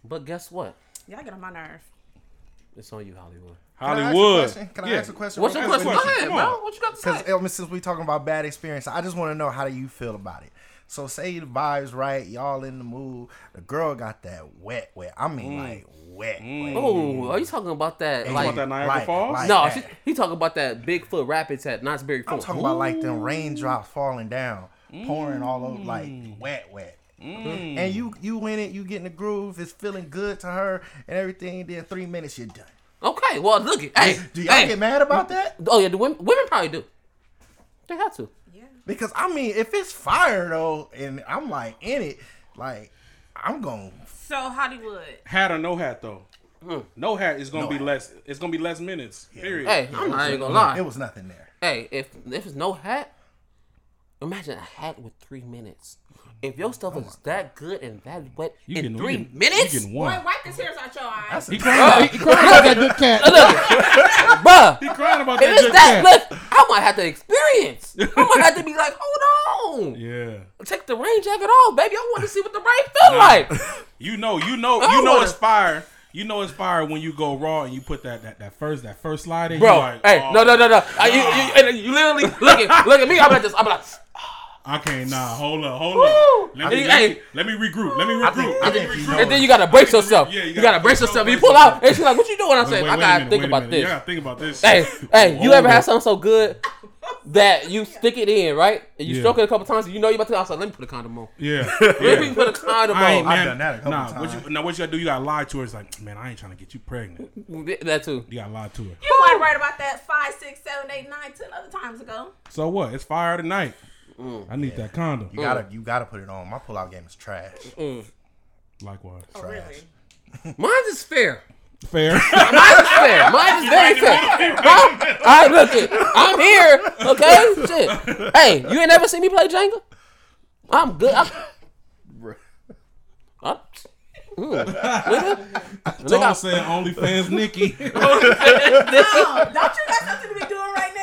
[SPEAKER 3] But guess what?
[SPEAKER 4] Y'all get on my nerve.
[SPEAKER 3] It's on you, Hollywood.
[SPEAKER 5] Can I ask a
[SPEAKER 2] Hollywood.
[SPEAKER 5] question? Can I
[SPEAKER 2] Yeah.
[SPEAKER 5] ask a question?
[SPEAKER 3] What's your
[SPEAKER 5] real
[SPEAKER 2] Ask a
[SPEAKER 5] quick?
[SPEAKER 3] question? Go
[SPEAKER 2] question.
[SPEAKER 3] ahead,
[SPEAKER 2] Come
[SPEAKER 3] bro.
[SPEAKER 2] on.
[SPEAKER 3] What you got to say?
[SPEAKER 5] Because since we talking about bad experience, I just want to know how do you feel about it. So say the vibes right, y'all in the mood. The girl got that wet, wet. I mean, like wet. wet.
[SPEAKER 3] Mm. Oh, are you talking about that? Like,
[SPEAKER 2] about that Niagara Falls?
[SPEAKER 3] no,
[SPEAKER 5] that.
[SPEAKER 3] she, he talking about that Bigfoot rapids at Knott's Berry Farm.
[SPEAKER 5] I'm talking about like them raindrops falling down, pouring all over, like
[SPEAKER 3] Mm.
[SPEAKER 5] wet, wet. And you you in it, you get in the groove. It's feeling good to her and everything. Then three minutes, you're done.
[SPEAKER 3] okay, well look it. Hey,
[SPEAKER 5] Do y'all
[SPEAKER 3] hey.
[SPEAKER 5] get mad about that?
[SPEAKER 3] Oh yeah, the women, women probably do. They have to.
[SPEAKER 4] Yeah.
[SPEAKER 5] Because I mean, if it's fire though, and I'm like in it, like I'm gonna
[SPEAKER 4] So Hollywood.
[SPEAKER 2] Hat or no hat though.
[SPEAKER 3] Hmm.
[SPEAKER 2] No hat is gonna
[SPEAKER 5] No
[SPEAKER 2] be
[SPEAKER 5] hat.
[SPEAKER 2] less. It's gonna be less minutes. Period.
[SPEAKER 3] Hey, I'm not even gonna lie.
[SPEAKER 5] It was nothing there.
[SPEAKER 3] hey, if if it's no hat, Imagine a hat with three minutes. If your stuff is that good and that wet
[SPEAKER 2] You
[SPEAKER 3] in
[SPEAKER 2] getting- you
[SPEAKER 3] three
[SPEAKER 2] getting-
[SPEAKER 3] minutes,
[SPEAKER 2] You getting
[SPEAKER 4] Boy,
[SPEAKER 2] one.
[SPEAKER 4] wipe the tears out your eyes.
[SPEAKER 2] He
[SPEAKER 6] He
[SPEAKER 2] crying,
[SPEAKER 6] crying about that good cat.
[SPEAKER 3] look, bruh,
[SPEAKER 2] he crying about
[SPEAKER 3] if
[SPEAKER 2] that
[SPEAKER 3] it's
[SPEAKER 2] good
[SPEAKER 3] that
[SPEAKER 2] cat.
[SPEAKER 3] look, I might have to experience.
[SPEAKER 2] *laughs*
[SPEAKER 3] I might have to be like, hold on,
[SPEAKER 2] Yeah.
[SPEAKER 3] take the rain jacket off, baby. I want to see what the rain feel like.
[SPEAKER 2] *laughs* You know, you know,
[SPEAKER 3] I
[SPEAKER 2] you know
[SPEAKER 3] wanna-
[SPEAKER 2] it's fire. You know it's fire when you go raw and you put that that, that first that first slide in.
[SPEAKER 3] Bro,
[SPEAKER 2] you like,
[SPEAKER 3] hey,
[SPEAKER 2] oh,
[SPEAKER 3] no, no, no, no. I, you, you, you literally look at look at me. I'm like this. I'm like,
[SPEAKER 2] I can't. Nah, hold up, hold up. Let me,
[SPEAKER 3] Hey,
[SPEAKER 2] let, me,
[SPEAKER 3] hey.
[SPEAKER 2] let me regroup. Let me regroup.
[SPEAKER 5] I think- I
[SPEAKER 2] let me
[SPEAKER 5] think you
[SPEAKER 2] regroup.
[SPEAKER 5] know
[SPEAKER 3] and then you gotta brace yourself.
[SPEAKER 2] Yeah,
[SPEAKER 3] you, gotta, brace yourself. You pull out, and she's like, "What you doing?" I
[SPEAKER 2] Wait,
[SPEAKER 3] said,
[SPEAKER 2] wait,
[SPEAKER 3] "I
[SPEAKER 2] wait a
[SPEAKER 3] gotta
[SPEAKER 2] minute,
[SPEAKER 3] think
[SPEAKER 2] wait a
[SPEAKER 3] about
[SPEAKER 2] minute.
[SPEAKER 3] this."
[SPEAKER 2] You gotta think about this.
[SPEAKER 3] hey, hey, you
[SPEAKER 2] Hold
[SPEAKER 3] ever
[SPEAKER 2] up.
[SPEAKER 3] had something so good that *laughs* you stick it in, right? And you
[SPEAKER 2] Yeah.
[SPEAKER 3] stroke it a couple times, and you know you about to. I was like, let me put a condom on.
[SPEAKER 2] Yeah.
[SPEAKER 3] *laughs* Let
[SPEAKER 2] yeah.
[SPEAKER 3] me put a condom
[SPEAKER 2] I ain't
[SPEAKER 3] on.
[SPEAKER 5] I've
[SPEAKER 2] man.
[SPEAKER 5] done that a couple
[SPEAKER 2] nah, What
[SPEAKER 5] times.
[SPEAKER 2] you, now what you gotta do? You gotta lie to her. It's like, man, I ain't trying to get you pregnant.
[SPEAKER 3] That too.
[SPEAKER 2] You gotta lie to her.
[SPEAKER 4] You weren't right about that five, six, seven, eight, nine, ten other times ago.
[SPEAKER 2] So what? It's fire tonight.
[SPEAKER 3] Mm.
[SPEAKER 2] I need that condom.
[SPEAKER 5] You gotta, you gotta put it on. My pullout game is *laughs* trash.
[SPEAKER 2] Likewise.
[SPEAKER 4] Oh, really?
[SPEAKER 3] Mine is fair. *laughs*
[SPEAKER 2] Fair.
[SPEAKER 3] Mine is fair. Mine is very fair. Huh? I look it. I'm here. Okay. Shit. Hey, you ain't never seen me play Jenga. I'm good. I'm, I'm,
[SPEAKER 2] *laughs* Don't say OnlyFans
[SPEAKER 3] *laughs*
[SPEAKER 2] Nikki.
[SPEAKER 4] Oh, don't you got something to be doing right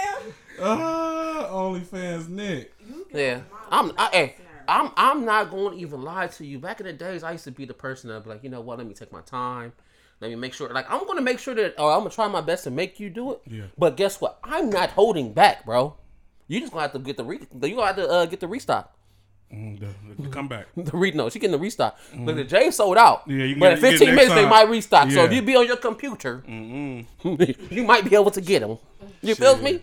[SPEAKER 4] now?
[SPEAKER 2] uh, OnlyFans Nick.
[SPEAKER 3] Yeah, I'm. I, hey, I'm. I'm not going to even lie to you. Back in the days, I used to be the person that be like, you know what? Let me take my time. Let me make sure. Like, I'm going to make sure that, or I'm going to try my best to make you do it.
[SPEAKER 2] Yeah.
[SPEAKER 3] But guess what? I'm not holding back, bro. You just gonna have to get the re. You gonna have to uh, get the restock.
[SPEAKER 2] Mm, the, the comeback.
[SPEAKER 3] The re. No, she getting the restock. Look, the J sold out.
[SPEAKER 2] Mm-hmm. Yeah, you can
[SPEAKER 3] but
[SPEAKER 2] get-
[SPEAKER 3] in
[SPEAKER 2] you get
[SPEAKER 3] 15
[SPEAKER 2] next
[SPEAKER 3] minutes they
[SPEAKER 2] time.
[SPEAKER 3] might restock. So if
[SPEAKER 2] Yeah. Mm-hmm.
[SPEAKER 3] you be on your computer, *laughs* you might be able to get them. You feel me?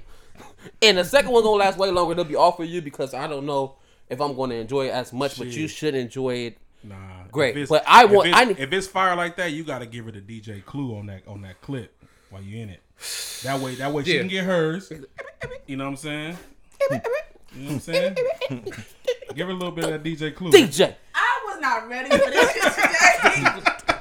[SPEAKER 3] And the second one gonna last way longer. They'll be offered you because I don't know if I'm gonna enjoy it as much, but you
[SPEAKER 2] Shit.
[SPEAKER 3] should enjoy it.
[SPEAKER 2] Nah. if
[SPEAKER 3] Great,
[SPEAKER 2] it's-
[SPEAKER 3] but I want-
[SPEAKER 2] If it's,
[SPEAKER 3] I need-
[SPEAKER 2] if it's fire like that, you gotta give her the DJ clue on that on that clip while you in it. That way, that way she
[SPEAKER 3] Yeah.
[SPEAKER 2] can get hers. You know what I'm
[SPEAKER 3] *laughs*
[SPEAKER 2] saying? You know what I'm saying? give her a little bit of that DJ clue.
[SPEAKER 3] DJ,
[SPEAKER 4] I was not ready for this shit
[SPEAKER 2] *laughs*
[SPEAKER 4] *laughs* today.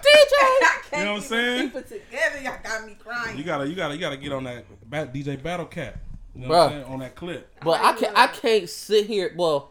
[SPEAKER 3] DJ,
[SPEAKER 4] I can't
[SPEAKER 2] You know what I'm
[SPEAKER 4] even
[SPEAKER 2] saying?
[SPEAKER 4] keep it together. Y'all got me crying. *laughs*
[SPEAKER 2] You gotta, you gotta, you gotta get on that bat, DJ Battle Cat. You know
[SPEAKER 3] Bruh.
[SPEAKER 2] what I'm saying? On that clip.
[SPEAKER 3] but I can't. I can't sit here. Well,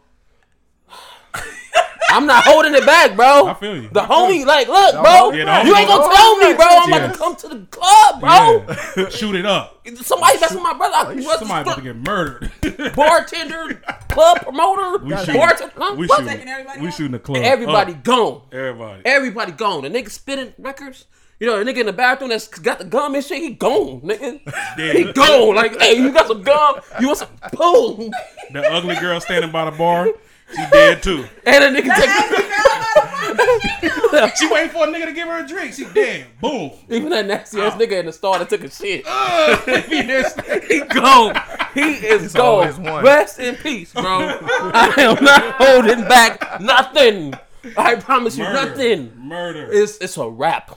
[SPEAKER 3] *sighs* I'm not holding it back, bro.
[SPEAKER 2] I feel you.
[SPEAKER 3] The
[SPEAKER 2] I feel
[SPEAKER 3] homie, like, look, bro,
[SPEAKER 2] Yeah, the
[SPEAKER 3] you
[SPEAKER 2] homie-
[SPEAKER 3] ain't gonna
[SPEAKER 5] the
[SPEAKER 3] tell me,
[SPEAKER 5] homie
[SPEAKER 3] bro. I'm
[SPEAKER 2] Yeah.
[SPEAKER 3] about to come to the club, bro.
[SPEAKER 2] Yeah.
[SPEAKER 3] *laughs*
[SPEAKER 2] Shoot it up.
[SPEAKER 3] Somebody that's my brother. I was
[SPEAKER 2] Oh, Somebody about to get murdered. *laughs*
[SPEAKER 3] *laughs* bartender, club promoter,
[SPEAKER 2] we shooting.
[SPEAKER 3] bartender. huh?
[SPEAKER 2] We
[SPEAKER 3] What?
[SPEAKER 2] shooting.
[SPEAKER 4] Taking everybody
[SPEAKER 2] We
[SPEAKER 4] out?
[SPEAKER 2] shooting the club.
[SPEAKER 3] Everybody
[SPEAKER 2] up.
[SPEAKER 3] gone.
[SPEAKER 2] Everybody.
[SPEAKER 3] Everybody gone. The nigga spitting records. You know, the nigga in the bathroom that's got the gum and shit, he gone,
[SPEAKER 2] *laughs*
[SPEAKER 3] nigga.
[SPEAKER 2] Dead.
[SPEAKER 3] He gone. Like, hey, you got some gum? You want some? Boom.
[SPEAKER 2] The ugly girl standing by the bar, she dead too.
[SPEAKER 3] And a nigga
[SPEAKER 4] Ask
[SPEAKER 3] take
[SPEAKER 4] me, girl, about the
[SPEAKER 3] *laughs*
[SPEAKER 2] She waiting for a nigga to give her a drink. She dead. Boom.
[SPEAKER 3] even that nasty ass nigga in the store that took a shit.
[SPEAKER 2] Be
[SPEAKER 3] *laughs*
[SPEAKER 2] there standing.
[SPEAKER 3] He gone. He is
[SPEAKER 5] always
[SPEAKER 3] gone.
[SPEAKER 5] one.
[SPEAKER 3] Rest in peace, bro. I am not holding back nothing. I promise you,
[SPEAKER 2] Murder.
[SPEAKER 3] *laughs* nothing.
[SPEAKER 2] Murder.
[SPEAKER 3] It's it's a wrap.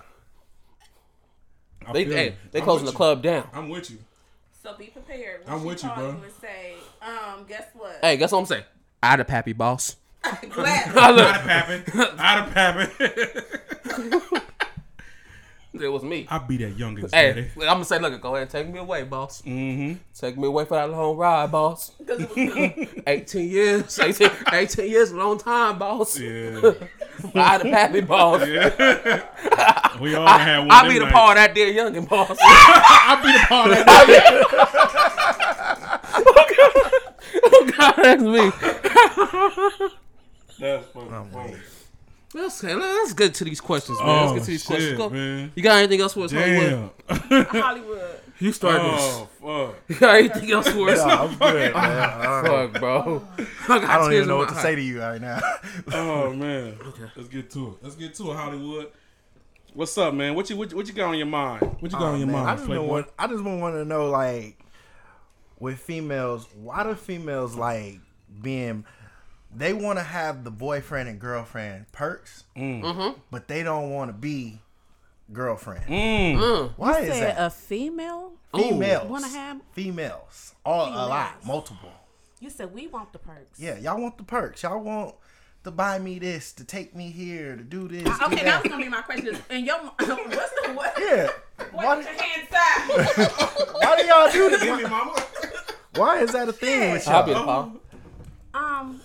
[SPEAKER 2] I
[SPEAKER 3] They
[SPEAKER 2] feel
[SPEAKER 3] hey,
[SPEAKER 2] you.
[SPEAKER 3] they
[SPEAKER 2] I'm
[SPEAKER 3] closing the
[SPEAKER 2] with you.
[SPEAKER 3] club down.
[SPEAKER 2] I'm with you.
[SPEAKER 4] So be prepared. When
[SPEAKER 2] I'm
[SPEAKER 4] she
[SPEAKER 2] with you,
[SPEAKER 4] call
[SPEAKER 2] bro.
[SPEAKER 4] and say, um, guess what?
[SPEAKER 3] Hey, guess what I'm saying? I the pappy boss.
[SPEAKER 4] *laughs* Glad. *laughs*
[SPEAKER 3] I
[SPEAKER 2] I'd
[SPEAKER 3] look,
[SPEAKER 2] have happened. I'd have
[SPEAKER 3] *laughs*
[SPEAKER 2] happened.
[SPEAKER 3] it was me.
[SPEAKER 2] I be that youngest,
[SPEAKER 3] Hey, *laughs*
[SPEAKER 2] daddy.
[SPEAKER 3] I'm gonna say, look, go ahead and take me away, boss.
[SPEAKER 2] Mm-hmm.
[SPEAKER 3] Take me away for that long ride, boss.
[SPEAKER 4] 'Cause it *laughs* was good.
[SPEAKER 3] 18 years, 18, 18 years, a long time, boss.
[SPEAKER 2] Yeah.
[SPEAKER 3] I the pappy boss.
[SPEAKER 2] We all had one.
[SPEAKER 3] I
[SPEAKER 2] them
[SPEAKER 3] be the
[SPEAKER 2] nights. *laughs*
[SPEAKER 3] paw that dear youngin, *laughs* boss.
[SPEAKER 2] I be the paw that
[SPEAKER 3] *laughs*
[SPEAKER 2] night.
[SPEAKER 3] oh God, that's me.
[SPEAKER 2] That's fucking funny.
[SPEAKER 5] wait.
[SPEAKER 3] Let's, let's get to these questions, man. let's
[SPEAKER 2] Oh,
[SPEAKER 3] get to these questions.
[SPEAKER 2] shit,
[SPEAKER 3] Go.
[SPEAKER 2] man.
[SPEAKER 3] You got anything else for us, Hollywood?
[SPEAKER 2] Damn.
[SPEAKER 4] Hollywood.
[SPEAKER 3] You start
[SPEAKER 2] *laughs* oh, fuck.
[SPEAKER 3] this. *laughs* You got anything else for us?
[SPEAKER 5] Nah, I'm *laughs* good, man. I don't-
[SPEAKER 3] *laughs* Fuck, *laughs* bro. I, got
[SPEAKER 5] I don't
[SPEAKER 3] tears
[SPEAKER 5] even
[SPEAKER 3] in
[SPEAKER 5] know
[SPEAKER 3] my
[SPEAKER 5] what to
[SPEAKER 3] eye.
[SPEAKER 5] say to you right now.
[SPEAKER 2] Oh, man. Let's get to it. Let's get to it, Hollywood. What's up, man? What you what you, what you got on your mind? What you got on your
[SPEAKER 5] Oh, Man, I
[SPEAKER 2] mind,
[SPEAKER 5] just been
[SPEAKER 2] Flake boy?
[SPEAKER 5] want, I just been wanting to know like with females, why do females like being they want to have the boyfriend and girlfriend perks,
[SPEAKER 2] Mm.
[SPEAKER 5] but they don't want to be girlfriend.
[SPEAKER 2] Mm.
[SPEAKER 5] Why is that?
[SPEAKER 4] a female?
[SPEAKER 5] females
[SPEAKER 4] Wanna have-
[SPEAKER 5] females all a lot
[SPEAKER 4] Females.
[SPEAKER 5] multiple.
[SPEAKER 4] You said we want the perks.
[SPEAKER 5] Yeah, y'all want the perks. Y'all want to buy me this, to take me here, to do this. do
[SPEAKER 4] Ah, Okay, that
[SPEAKER 5] that.
[SPEAKER 4] was gonna be my question. And your *laughs* what's the what?
[SPEAKER 5] yeah.
[SPEAKER 4] What
[SPEAKER 5] Why,
[SPEAKER 4] is your hand
[SPEAKER 5] *laughs*
[SPEAKER 4] side?
[SPEAKER 5] why do y'all do this?
[SPEAKER 4] *laughs*
[SPEAKER 2] Give me, mama.
[SPEAKER 5] Why is that a thing with
[SPEAKER 3] I'll be
[SPEAKER 5] y'all?
[SPEAKER 3] the paw.
[SPEAKER 4] Um,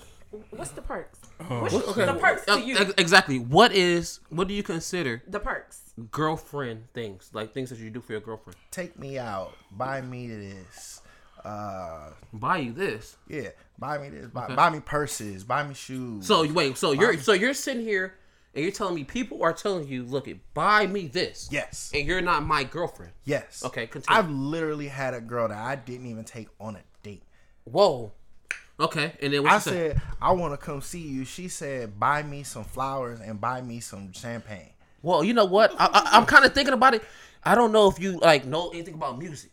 [SPEAKER 4] What's the perks?
[SPEAKER 2] Oh,
[SPEAKER 4] What's
[SPEAKER 2] shit.
[SPEAKER 4] the perks to you?
[SPEAKER 3] Ex- Exactly. What is what do you consider
[SPEAKER 4] The perks.
[SPEAKER 3] girlfriend things? Like things that you do for your girlfriend.
[SPEAKER 5] Take me out. Buy me this. Uh,
[SPEAKER 3] Buy you this.
[SPEAKER 5] yeah. Buy me this. Buy, buy me purses. Buy me shoes.
[SPEAKER 3] So you- wait, so you're so you're sitting here and you're telling me people are telling you, look it, buy me this.
[SPEAKER 5] yes,
[SPEAKER 3] And you're not my girlfriend.
[SPEAKER 5] yes.
[SPEAKER 3] Okay, continue.
[SPEAKER 5] I've literally had a girl that I didn't even take on a date.
[SPEAKER 3] Whoa. Okay. And then what
[SPEAKER 5] I
[SPEAKER 3] you say?
[SPEAKER 5] said I want to come see you. She said, "Buy me some flowers and buy me some champagne."
[SPEAKER 3] Well, you know what? I, I, I'm kind of thinking about it. I don't know if you like know anything about music,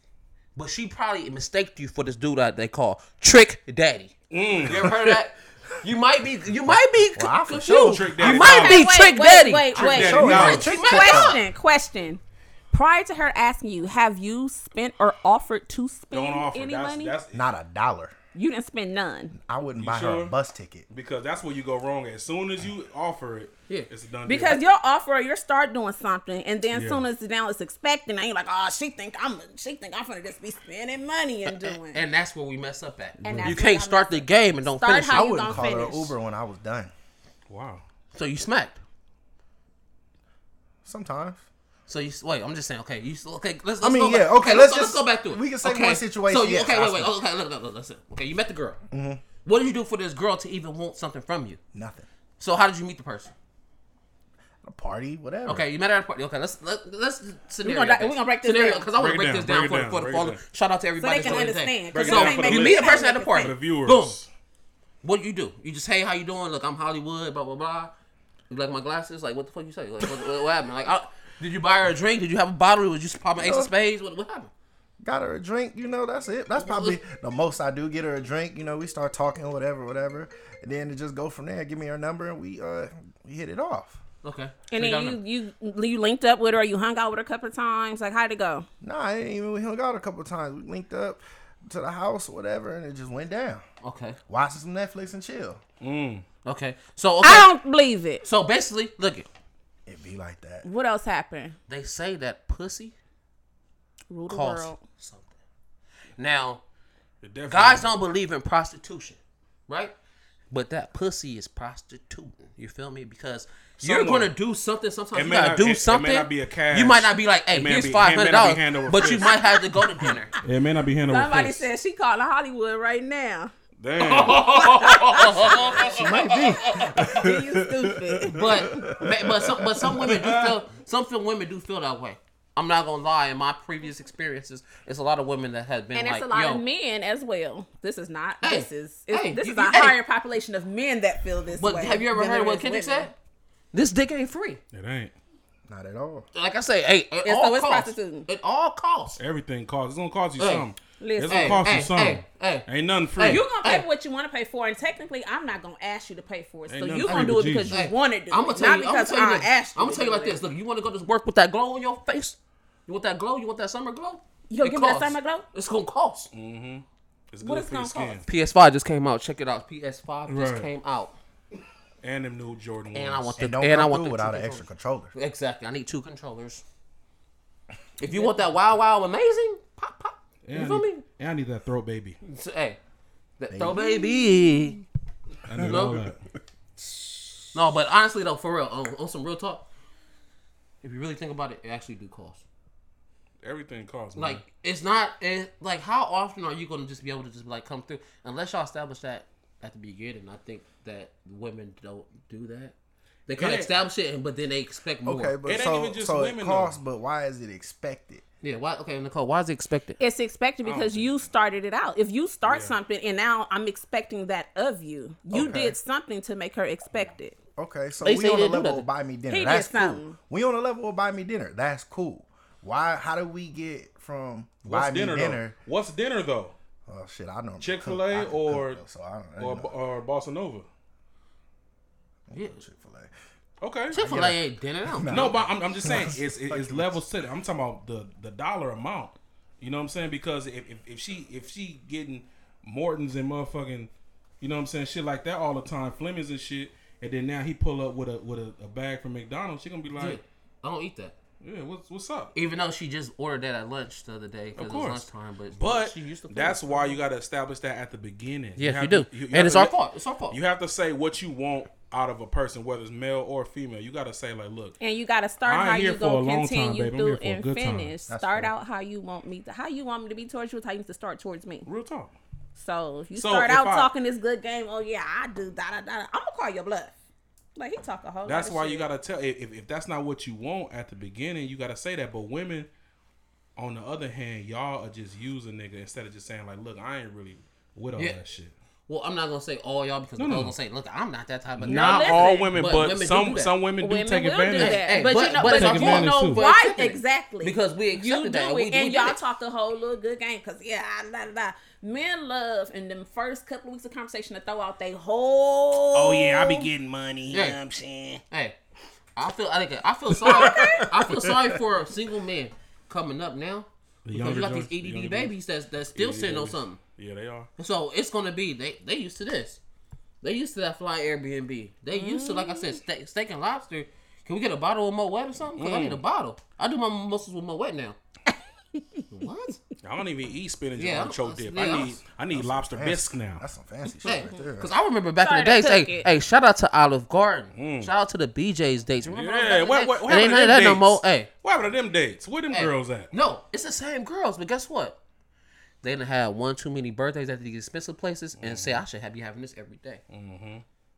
[SPEAKER 3] but she probably mistaked you for this dude that they call Trick Daddy. You ever heard of that? You might be, you might be
[SPEAKER 5] Mm. Well, I for
[SPEAKER 3] confused.
[SPEAKER 5] sure
[SPEAKER 2] Trick
[SPEAKER 3] you
[SPEAKER 2] Daddy
[SPEAKER 3] might
[SPEAKER 2] now.
[SPEAKER 3] be
[SPEAKER 2] Hey,
[SPEAKER 3] Trick Daddy.
[SPEAKER 4] Wait, wait,
[SPEAKER 2] Daddy,
[SPEAKER 4] wait.
[SPEAKER 2] no.
[SPEAKER 5] Daddy, trick daddy.
[SPEAKER 4] Question, question. Prior to her asking you, have you spent or offered to spend
[SPEAKER 2] Don't offer.
[SPEAKER 4] any
[SPEAKER 2] that's,
[SPEAKER 4] money?
[SPEAKER 2] that's it.
[SPEAKER 5] Not a dollar.
[SPEAKER 4] you didn't spend none
[SPEAKER 5] I wouldn't buy her
[SPEAKER 2] sure?
[SPEAKER 5] a bus ticket.
[SPEAKER 2] because that's where you go wrong. As soon as you offer it,
[SPEAKER 3] Yeah.
[SPEAKER 2] it's a done
[SPEAKER 4] because
[SPEAKER 2] deal.
[SPEAKER 4] you'll offer, you'll start doing something, and then
[SPEAKER 2] Yeah.
[SPEAKER 4] as soon as now it's expecting, and you're like, oh, she think I'm, she think I'm gonna just be spending money and doing.
[SPEAKER 3] And that's where we mess up at.
[SPEAKER 4] And
[SPEAKER 3] you
[SPEAKER 4] that's
[SPEAKER 3] can't
[SPEAKER 4] what I
[SPEAKER 3] start the game and don't
[SPEAKER 4] Start
[SPEAKER 3] finish
[SPEAKER 4] how
[SPEAKER 5] I
[SPEAKER 3] it.
[SPEAKER 4] you- gonna
[SPEAKER 5] wouldn't call her
[SPEAKER 4] finish?
[SPEAKER 5] an Uber when I was done.
[SPEAKER 2] wow.
[SPEAKER 3] So you smacked.
[SPEAKER 5] Sometimes.
[SPEAKER 3] So you wait. I'm just saying. Okay, you okay? Let's. let's
[SPEAKER 5] I mean,
[SPEAKER 3] go
[SPEAKER 5] yeah,
[SPEAKER 3] Back,
[SPEAKER 5] okay, let's
[SPEAKER 3] go-
[SPEAKER 5] just-
[SPEAKER 3] go back to it.
[SPEAKER 5] we can say
[SPEAKER 3] okay.
[SPEAKER 5] one situation,
[SPEAKER 3] So you,
[SPEAKER 5] yeah,
[SPEAKER 3] okay,
[SPEAKER 5] that's
[SPEAKER 3] wait, wait.
[SPEAKER 5] fine.
[SPEAKER 3] Okay, look, look, look, listen. Okay, you met the girl.
[SPEAKER 5] Mm-hmm.
[SPEAKER 3] What do you do for this girl to even want something from you?
[SPEAKER 5] Nothing.
[SPEAKER 3] So how did you meet the person?
[SPEAKER 5] A party, whatever.
[SPEAKER 3] Okay, you met her at a party. Okay, let's let, let's scenario.
[SPEAKER 4] gonna-
[SPEAKER 3] this.
[SPEAKER 4] we gonna break this
[SPEAKER 3] scenario
[SPEAKER 4] down.
[SPEAKER 3] because I want to
[SPEAKER 2] Break it
[SPEAKER 3] break this
[SPEAKER 2] down,
[SPEAKER 3] down
[SPEAKER 2] break
[SPEAKER 3] for
[SPEAKER 2] it
[SPEAKER 3] the- for the
[SPEAKER 2] down,
[SPEAKER 3] follow.
[SPEAKER 2] break it
[SPEAKER 3] Shout out to
[SPEAKER 4] so
[SPEAKER 3] everybody.
[SPEAKER 4] they can
[SPEAKER 3] that's doing their thing.
[SPEAKER 4] understand. 'cause
[SPEAKER 2] Break it
[SPEAKER 4] they
[SPEAKER 2] down
[SPEAKER 4] make
[SPEAKER 2] for
[SPEAKER 4] me
[SPEAKER 2] the
[SPEAKER 3] You
[SPEAKER 4] understand.
[SPEAKER 3] meet a person at the party.
[SPEAKER 2] For the viewers.
[SPEAKER 3] Boom. What do you do? You just hey, how you doing? Look, I'm Hollywood. Blah blah blah. You like my glasses? Like what the fuck you say? Like what, what, what happened? Like I, did you buy her a drink? Did you have a bottle? Was you just popping Ace of Spades? What, what happened?
[SPEAKER 5] Got her a drink, you know, that's it. That's probably the most I do. Get her a drink, you know, we start talking, whatever, whatever. And then it just go from there. Give me her number and we uh we hit it off.
[SPEAKER 3] Okay.
[SPEAKER 4] And
[SPEAKER 3] So y'all know.
[SPEAKER 4] then you, you you linked up with her, you hung out with her a couple of times. Like, how'd it go?
[SPEAKER 5] Nah, I didn't even we hung out a couple of times. We linked up to the house, whatever, and it just went down.
[SPEAKER 3] Okay.
[SPEAKER 5] Watching some Netflix and chill.
[SPEAKER 3] Okay. So okay.
[SPEAKER 4] I don't believe it.
[SPEAKER 3] So basically, look it.
[SPEAKER 5] It be like that.
[SPEAKER 4] What else happened?
[SPEAKER 3] They say that pussy
[SPEAKER 4] Rule the
[SPEAKER 3] costs
[SPEAKER 4] world.
[SPEAKER 3] something. Now,
[SPEAKER 2] It definitely-
[SPEAKER 3] guys don't believe in prostitution, right? But that pussy is prostituting. You feel me? Because you're
[SPEAKER 2] Someone.
[SPEAKER 3] gonna do something. Sometimes
[SPEAKER 2] It
[SPEAKER 3] you
[SPEAKER 2] may
[SPEAKER 3] gotta
[SPEAKER 2] not- it- it
[SPEAKER 3] do
[SPEAKER 2] may
[SPEAKER 3] something.
[SPEAKER 2] not be a cash.
[SPEAKER 3] You might not be like, hey,
[SPEAKER 2] It may
[SPEAKER 3] here's
[SPEAKER 2] be- it
[SPEAKER 3] five
[SPEAKER 2] may
[SPEAKER 3] hundred
[SPEAKER 2] not be hand
[SPEAKER 3] dollars,
[SPEAKER 2] over
[SPEAKER 3] but you
[SPEAKER 2] fist.
[SPEAKER 3] might have to go to
[SPEAKER 2] *laughs*
[SPEAKER 3] dinner.
[SPEAKER 2] It may not be handled.
[SPEAKER 4] Somebody
[SPEAKER 2] with
[SPEAKER 4] said she called Hollywood
[SPEAKER 3] *laughs*
[SPEAKER 4] right now.
[SPEAKER 2] "Damn,
[SPEAKER 4] You stupid.
[SPEAKER 3] but but some but some women do feel some feel women do feel that way. I'm not gonna lie. In my previous experiences, it's a lot of women that have been
[SPEAKER 4] And
[SPEAKER 3] like,
[SPEAKER 4] it's a lot
[SPEAKER 3] yo,
[SPEAKER 4] of men as well. This is not.
[SPEAKER 3] Hey,
[SPEAKER 4] this is. it's-
[SPEAKER 3] hey,
[SPEAKER 4] this
[SPEAKER 3] you-
[SPEAKER 4] is
[SPEAKER 3] you-
[SPEAKER 4] a
[SPEAKER 3] hey.
[SPEAKER 4] higher population of men that feel this
[SPEAKER 3] But
[SPEAKER 4] way.
[SPEAKER 3] have you ever
[SPEAKER 4] than
[SPEAKER 3] heard
[SPEAKER 4] there
[SPEAKER 3] what
[SPEAKER 4] is
[SPEAKER 3] Kendrick
[SPEAKER 4] women.
[SPEAKER 3] said? This dick ain't free.
[SPEAKER 2] it ain't."
[SPEAKER 5] Not at all.
[SPEAKER 3] Like I say, hey, at
[SPEAKER 4] And so
[SPEAKER 3] all
[SPEAKER 4] it's
[SPEAKER 3] costs.
[SPEAKER 4] prostituting.
[SPEAKER 3] At all costs.
[SPEAKER 2] Everything costs. It's gonna cost you
[SPEAKER 3] Hey,
[SPEAKER 2] something.
[SPEAKER 4] listen.
[SPEAKER 2] it's gonna
[SPEAKER 4] Hey,
[SPEAKER 2] cost
[SPEAKER 3] hey,
[SPEAKER 2] you something.
[SPEAKER 3] hey, hey.
[SPEAKER 2] Ain't nothing free.
[SPEAKER 4] You're gonna pay
[SPEAKER 3] Hey.
[SPEAKER 4] for what you want to pay for, and technically, I'm not gonna ask you to pay for it.
[SPEAKER 2] Ain't
[SPEAKER 4] so
[SPEAKER 2] nothing
[SPEAKER 4] you're
[SPEAKER 2] free
[SPEAKER 4] gonna do
[SPEAKER 2] but
[SPEAKER 4] it because
[SPEAKER 2] Jesus.
[SPEAKER 4] you wanted to,
[SPEAKER 3] I'm gonna tell
[SPEAKER 4] not
[SPEAKER 3] you. I'm gonna
[SPEAKER 4] because
[SPEAKER 3] tell you.
[SPEAKER 4] I
[SPEAKER 3] this.
[SPEAKER 4] asked you.
[SPEAKER 3] I'm gonna
[SPEAKER 4] to
[SPEAKER 3] tell you
[SPEAKER 4] do
[SPEAKER 3] like
[SPEAKER 4] it.
[SPEAKER 3] this. Look, you want to go to work with that glow on your face? You want that glow? You want that summer glow?
[SPEAKER 4] Yo,
[SPEAKER 3] It
[SPEAKER 4] give me that
[SPEAKER 3] costs.
[SPEAKER 4] summer glow?
[SPEAKER 3] It's gonna cost.
[SPEAKER 2] it's
[SPEAKER 4] what
[SPEAKER 2] good
[SPEAKER 4] it's
[SPEAKER 2] for your
[SPEAKER 4] gonna
[SPEAKER 2] skin.
[SPEAKER 4] cost?
[SPEAKER 3] PS5 just came out. Check it out. PS5 just
[SPEAKER 2] Right.
[SPEAKER 3] came out,
[SPEAKER 2] And them new Jordan ones.
[SPEAKER 3] and I want the
[SPEAKER 5] And don't
[SPEAKER 3] and
[SPEAKER 5] come
[SPEAKER 3] I want
[SPEAKER 5] through
[SPEAKER 3] the
[SPEAKER 5] without
[SPEAKER 3] two
[SPEAKER 5] an extra
[SPEAKER 3] controllers.
[SPEAKER 5] controller.
[SPEAKER 3] Exactly. I need two controllers. If you want that wow wow amazing, pop pop.
[SPEAKER 2] And
[SPEAKER 3] You
[SPEAKER 2] I
[SPEAKER 3] feel
[SPEAKER 2] need-
[SPEAKER 3] me?
[SPEAKER 2] And I need that throat baby.
[SPEAKER 3] So, hey, that throw baby.
[SPEAKER 2] I need
[SPEAKER 3] know?
[SPEAKER 2] all that.
[SPEAKER 5] *laughs*
[SPEAKER 3] No, but honestly though, for real, on, on some real talk, if you really think about it, it actually do cost.
[SPEAKER 2] Everything costs.
[SPEAKER 3] Like
[SPEAKER 2] Like
[SPEAKER 3] it's not it, like how often are you gonna just be able to just like come through unless y'all establish that at the beginning. I think that women don't do that. They kind
[SPEAKER 2] Yeah.
[SPEAKER 3] of establish it, and but then they expect more.
[SPEAKER 5] Okay, but
[SPEAKER 2] It ain't
[SPEAKER 5] so,
[SPEAKER 2] even just
[SPEAKER 5] so
[SPEAKER 2] women,
[SPEAKER 5] it
[SPEAKER 2] though.
[SPEAKER 5] costs, but why is it expected?
[SPEAKER 3] yeah, why? Okay, Nicole, why is it expected?
[SPEAKER 4] It's expected because you started it out. If you start something and now I'm expecting that of you, you
[SPEAKER 5] Okay.
[SPEAKER 4] did something to make her expect it.
[SPEAKER 5] Okay, so
[SPEAKER 3] They
[SPEAKER 5] we
[SPEAKER 3] say
[SPEAKER 5] on
[SPEAKER 3] they
[SPEAKER 5] a
[SPEAKER 3] do
[SPEAKER 5] level
[SPEAKER 3] that.
[SPEAKER 5] of buy me dinner.
[SPEAKER 4] He did
[SPEAKER 5] That's cool.
[SPEAKER 4] something.
[SPEAKER 5] We on a level of buy me dinner. That's cool. Why? How do we get from
[SPEAKER 2] what's
[SPEAKER 5] buy
[SPEAKER 2] dinner,
[SPEAKER 5] me dinner?
[SPEAKER 2] though? What's dinner though?
[SPEAKER 5] Oh shit, I know
[SPEAKER 2] Chick Fil A or
[SPEAKER 5] so I don't
[SPEAKER 2] or
[SPEAKER 5] know.
[SPEAKER 2] or Bossa Nova?
[SPEAKER 3] Yeah.
[SPEAKER 5] Chick Fil A.
[SPEAKER 2] Okay.
[SPEAKER 3] Chick Fil A ain't dinner out.
[SPEAKER 2] No, but I'm, I'm just
[SPEAKER 5] *laughs*
[SPEAKER 2] saying it's it- it's level set. I'm talking about the the dollar amount. You know what I'm saying? Because if, if, if she if she getting Mortons and motherfucking, you know what I'm saying, shit like that all the time, Flemings and shit, and then now he pull up with a with a, a bag from McDonald's, she gonna be like,
[SPEAKER 3] I don't eat that.
[SPEAKER 2] Yeah, what's what's up?
[SPEAKER 3] Even though she just ordered that at lunch the other day
[SPEAKER 2] Of
[SPEAKER 3] because it was
[SPEAKER 2] course.
[SPEAKER 3] lunchtime, but
[SPEAKER 2] But
[SPEAKER 3] she used to food.
[SPEAKER 2] that's why you got to establish that at the beginning.
[SPEAKER 3] yes,
[SPEAKER 2] have
[SPEAKER 3] you do,
[SPEAKER 2] to- you have
[SPEAKER 3] and it's
[SPEAKER 2] to
[SPEAKER 3] our
[SPEAKER 2] let-
[SPEAKER 3] fault. It's our fault.
[SPEAKER 2] You have to say what you want out of a person, whether it's male or female. You got to say like, look,
[SPEAKER 4] And you gotta start
[SPEAKER 2] I'm
[SPEAKER 4] how
[SPEAKER 2] here
[SPEAKER 4] you
[SPEAKER 2] for a
[SPEAKER 4] gonna
[SPEAKER 2] long time,
[SPEAKER 4] continue
[SPEAKER 2] babe. I'm
[SPEAKER 4] through
[SPEAKER 2] here for a
[SPEAKER 4] and
[SPEAKER 2] good time.
[SPEAKER 4] finish.
[SPEAKER 5] That's
[SPEAKER 4] start
[SPEAKER 5] fair.
[SPEAKER 4] out how you want me to how you want me to be towards you is how you need to start towards me.
[SPEAKER 2] real talk.
[SPEAKER 4] So if you
[SPEAKER 2] So
[SPEAKER 4] start
[SPEAKER 2] if
[SPEAKER 4] out
[SPEAKER 2] I-
[SPEAKER 4] talking this good game, oh yeah, I do da da da. da, I'm gonna call your bluff. Like he talk a whole.
[SPEAKER 2] That's
[SPEAKER 4] lot of
[SPEAKER 2] why
[SPEAKER 4] shit.
[SPEAKER 2] you gotta tell if, if if that's not what you want at the beginning, you gotta say that. But women, on the other hand, y'all are just using nigga instead of just saying like, look, I ain't really with all
[SPEAKER 3] Yeah.
[SPEAKER 2] that shit.
[SPEAKER 3] well, I'm not gonna say all y'all because
[SPEAKER 2] No,
[SPEAKER 3] I'm
[SPEAKER 2] no,
[SPEAKER 3] gonna
[SPEAKER 2] no.
[SPEAKER 3] say, look, I'm not that type of
[SPEAKER 2] Not
[SPEAKER 4] listen,
[SPEAKER 2] all women,
[SPEAKER 3] but
[SPEAKER 2] but,
[SPEAKER 3] women do do
[SPEAKER 2] some
[SPEAKER 3] that.
[SPEAKER 2] some women do
[SPEAKER 4] Women
[SPEAKER 2] take
[SPEAKER 4] will
[SPEAKER 2] advantage.
[SPEAKER 4] do that,
[SPEAKER 3] Hey,
[SPEAKER 4] but,
[SPEAKER 3] but-
[SPEAKER 4] you know,
[SPEAKER 3] but
[SPEAKER 4] but,
[SPEAKER 2] take
[SPEAKER 4] you
[SPEAKER 2] advantage
[SPEAKER 4] know
[SPEAKER 2] too.
[SPEAKER 3] We're
[SPEAKER 4] why
[SPEAKER 3] accepting it.
[SPEAKER 4] exactly
[SPEAKER 3] Because we
[SPEAKER 4] you do
[SPEAKER 3] accepted that, and we-
[SPEAKER 4] it, and
[SPEAKER 3] we did
[SPEAKER 4] y'all
[SPEAKER 3] it.
[SPEAKER 4] talk a whole little good game. Cause yeah, da da da. Men love in them first couple of weeks of conversation to throw out they whole.
[SPEAKER 6] Oh yeah, I be getting money. You
[SPEAKER 3] Yeah.
[SPEAKER 6] know what I'm saying?
[SPEAKER 3] Hey, I feel I think I feel sorry. I feel sorry for a single man coming up now because
[SPEAKER 2] younger
[SPEAKER 3] you got
[SPEAKER 2] joints, the
[SPEAKER 3] these
[SPEAKER 2] younger E
[SPEAKER 3] ADD babies that's that's still sitting on
[SPEAKER 2] babies.
[SPEAKER 3] something.
[SPEAKER 2] Yeah, they are.
[SPEAKER 3] So it's gonna be they they used to this. They used to that fly Airbnb. They used to like I
[SPEAKER 4] Mm.
[SPEAKER 3] said steak, steak and lobster. Can we get a bottle of Moet or something?
[SPEAKER 4] Mm.
[SPEAKER 3] 'Cause I need a bottle. I do my mimosas with Moet now. what?
[SPEAKER 2] I don't even eat spinach
[SPEAKER 3] Yeah,
[SPEAKER 2] and artichoke
[SPEAKER 3] that's-
[SPEAKER 2] dip.
[SPEAKER 3] yeah,
[SPEAKER 2] I need
[SPEAKER 3] that's-
[SPEAKER 2] I need lobster bisque now.
[SPEAKER 5] That's some fancy
[SPEAKER 3] Hey,
[SPEAKER 5] shit right there.
[SPEAKER 3] because I remember back in the
[SPEAKER 4] Mm-hmm. Sorry
[SPEAKER 3] days.
[SPEAKER 4] to
[SPEAKER 3] Hey,
[SPEAKER 4] cook it.
[SPEAKER 3] hey, shout out to Olive Garden. Shout out to the BJ's dates. Remember those back
[SPEAKER 2] Mm. Yeah,
[SPEAKER 3] in the
[SPEAKER 2] what
[SPEAKER 3] day?
[SPEAKER 2] what, what
[SPEAKER 3] It ain't
[SPEAKER 2] happened
[SPEAKER 3] none
[SPEAKER 2] to them
[SPEAKER 3] of that
[SPEAKER 2] dates?
[SPEAKER 3] no more. Hey,
[SPEAKER 2] What happened to them dates? Where them
[SPEAKER 3] Hey,
[SPEAKER 2] girls at?
[SPEAKER 3] No, it's the same girls, but guess what? They didn't have one too many birthdays at these expensive places
[SPEAKER 2] Mm-hmm.
[SPEAKER 3] and say I should have you having this every day.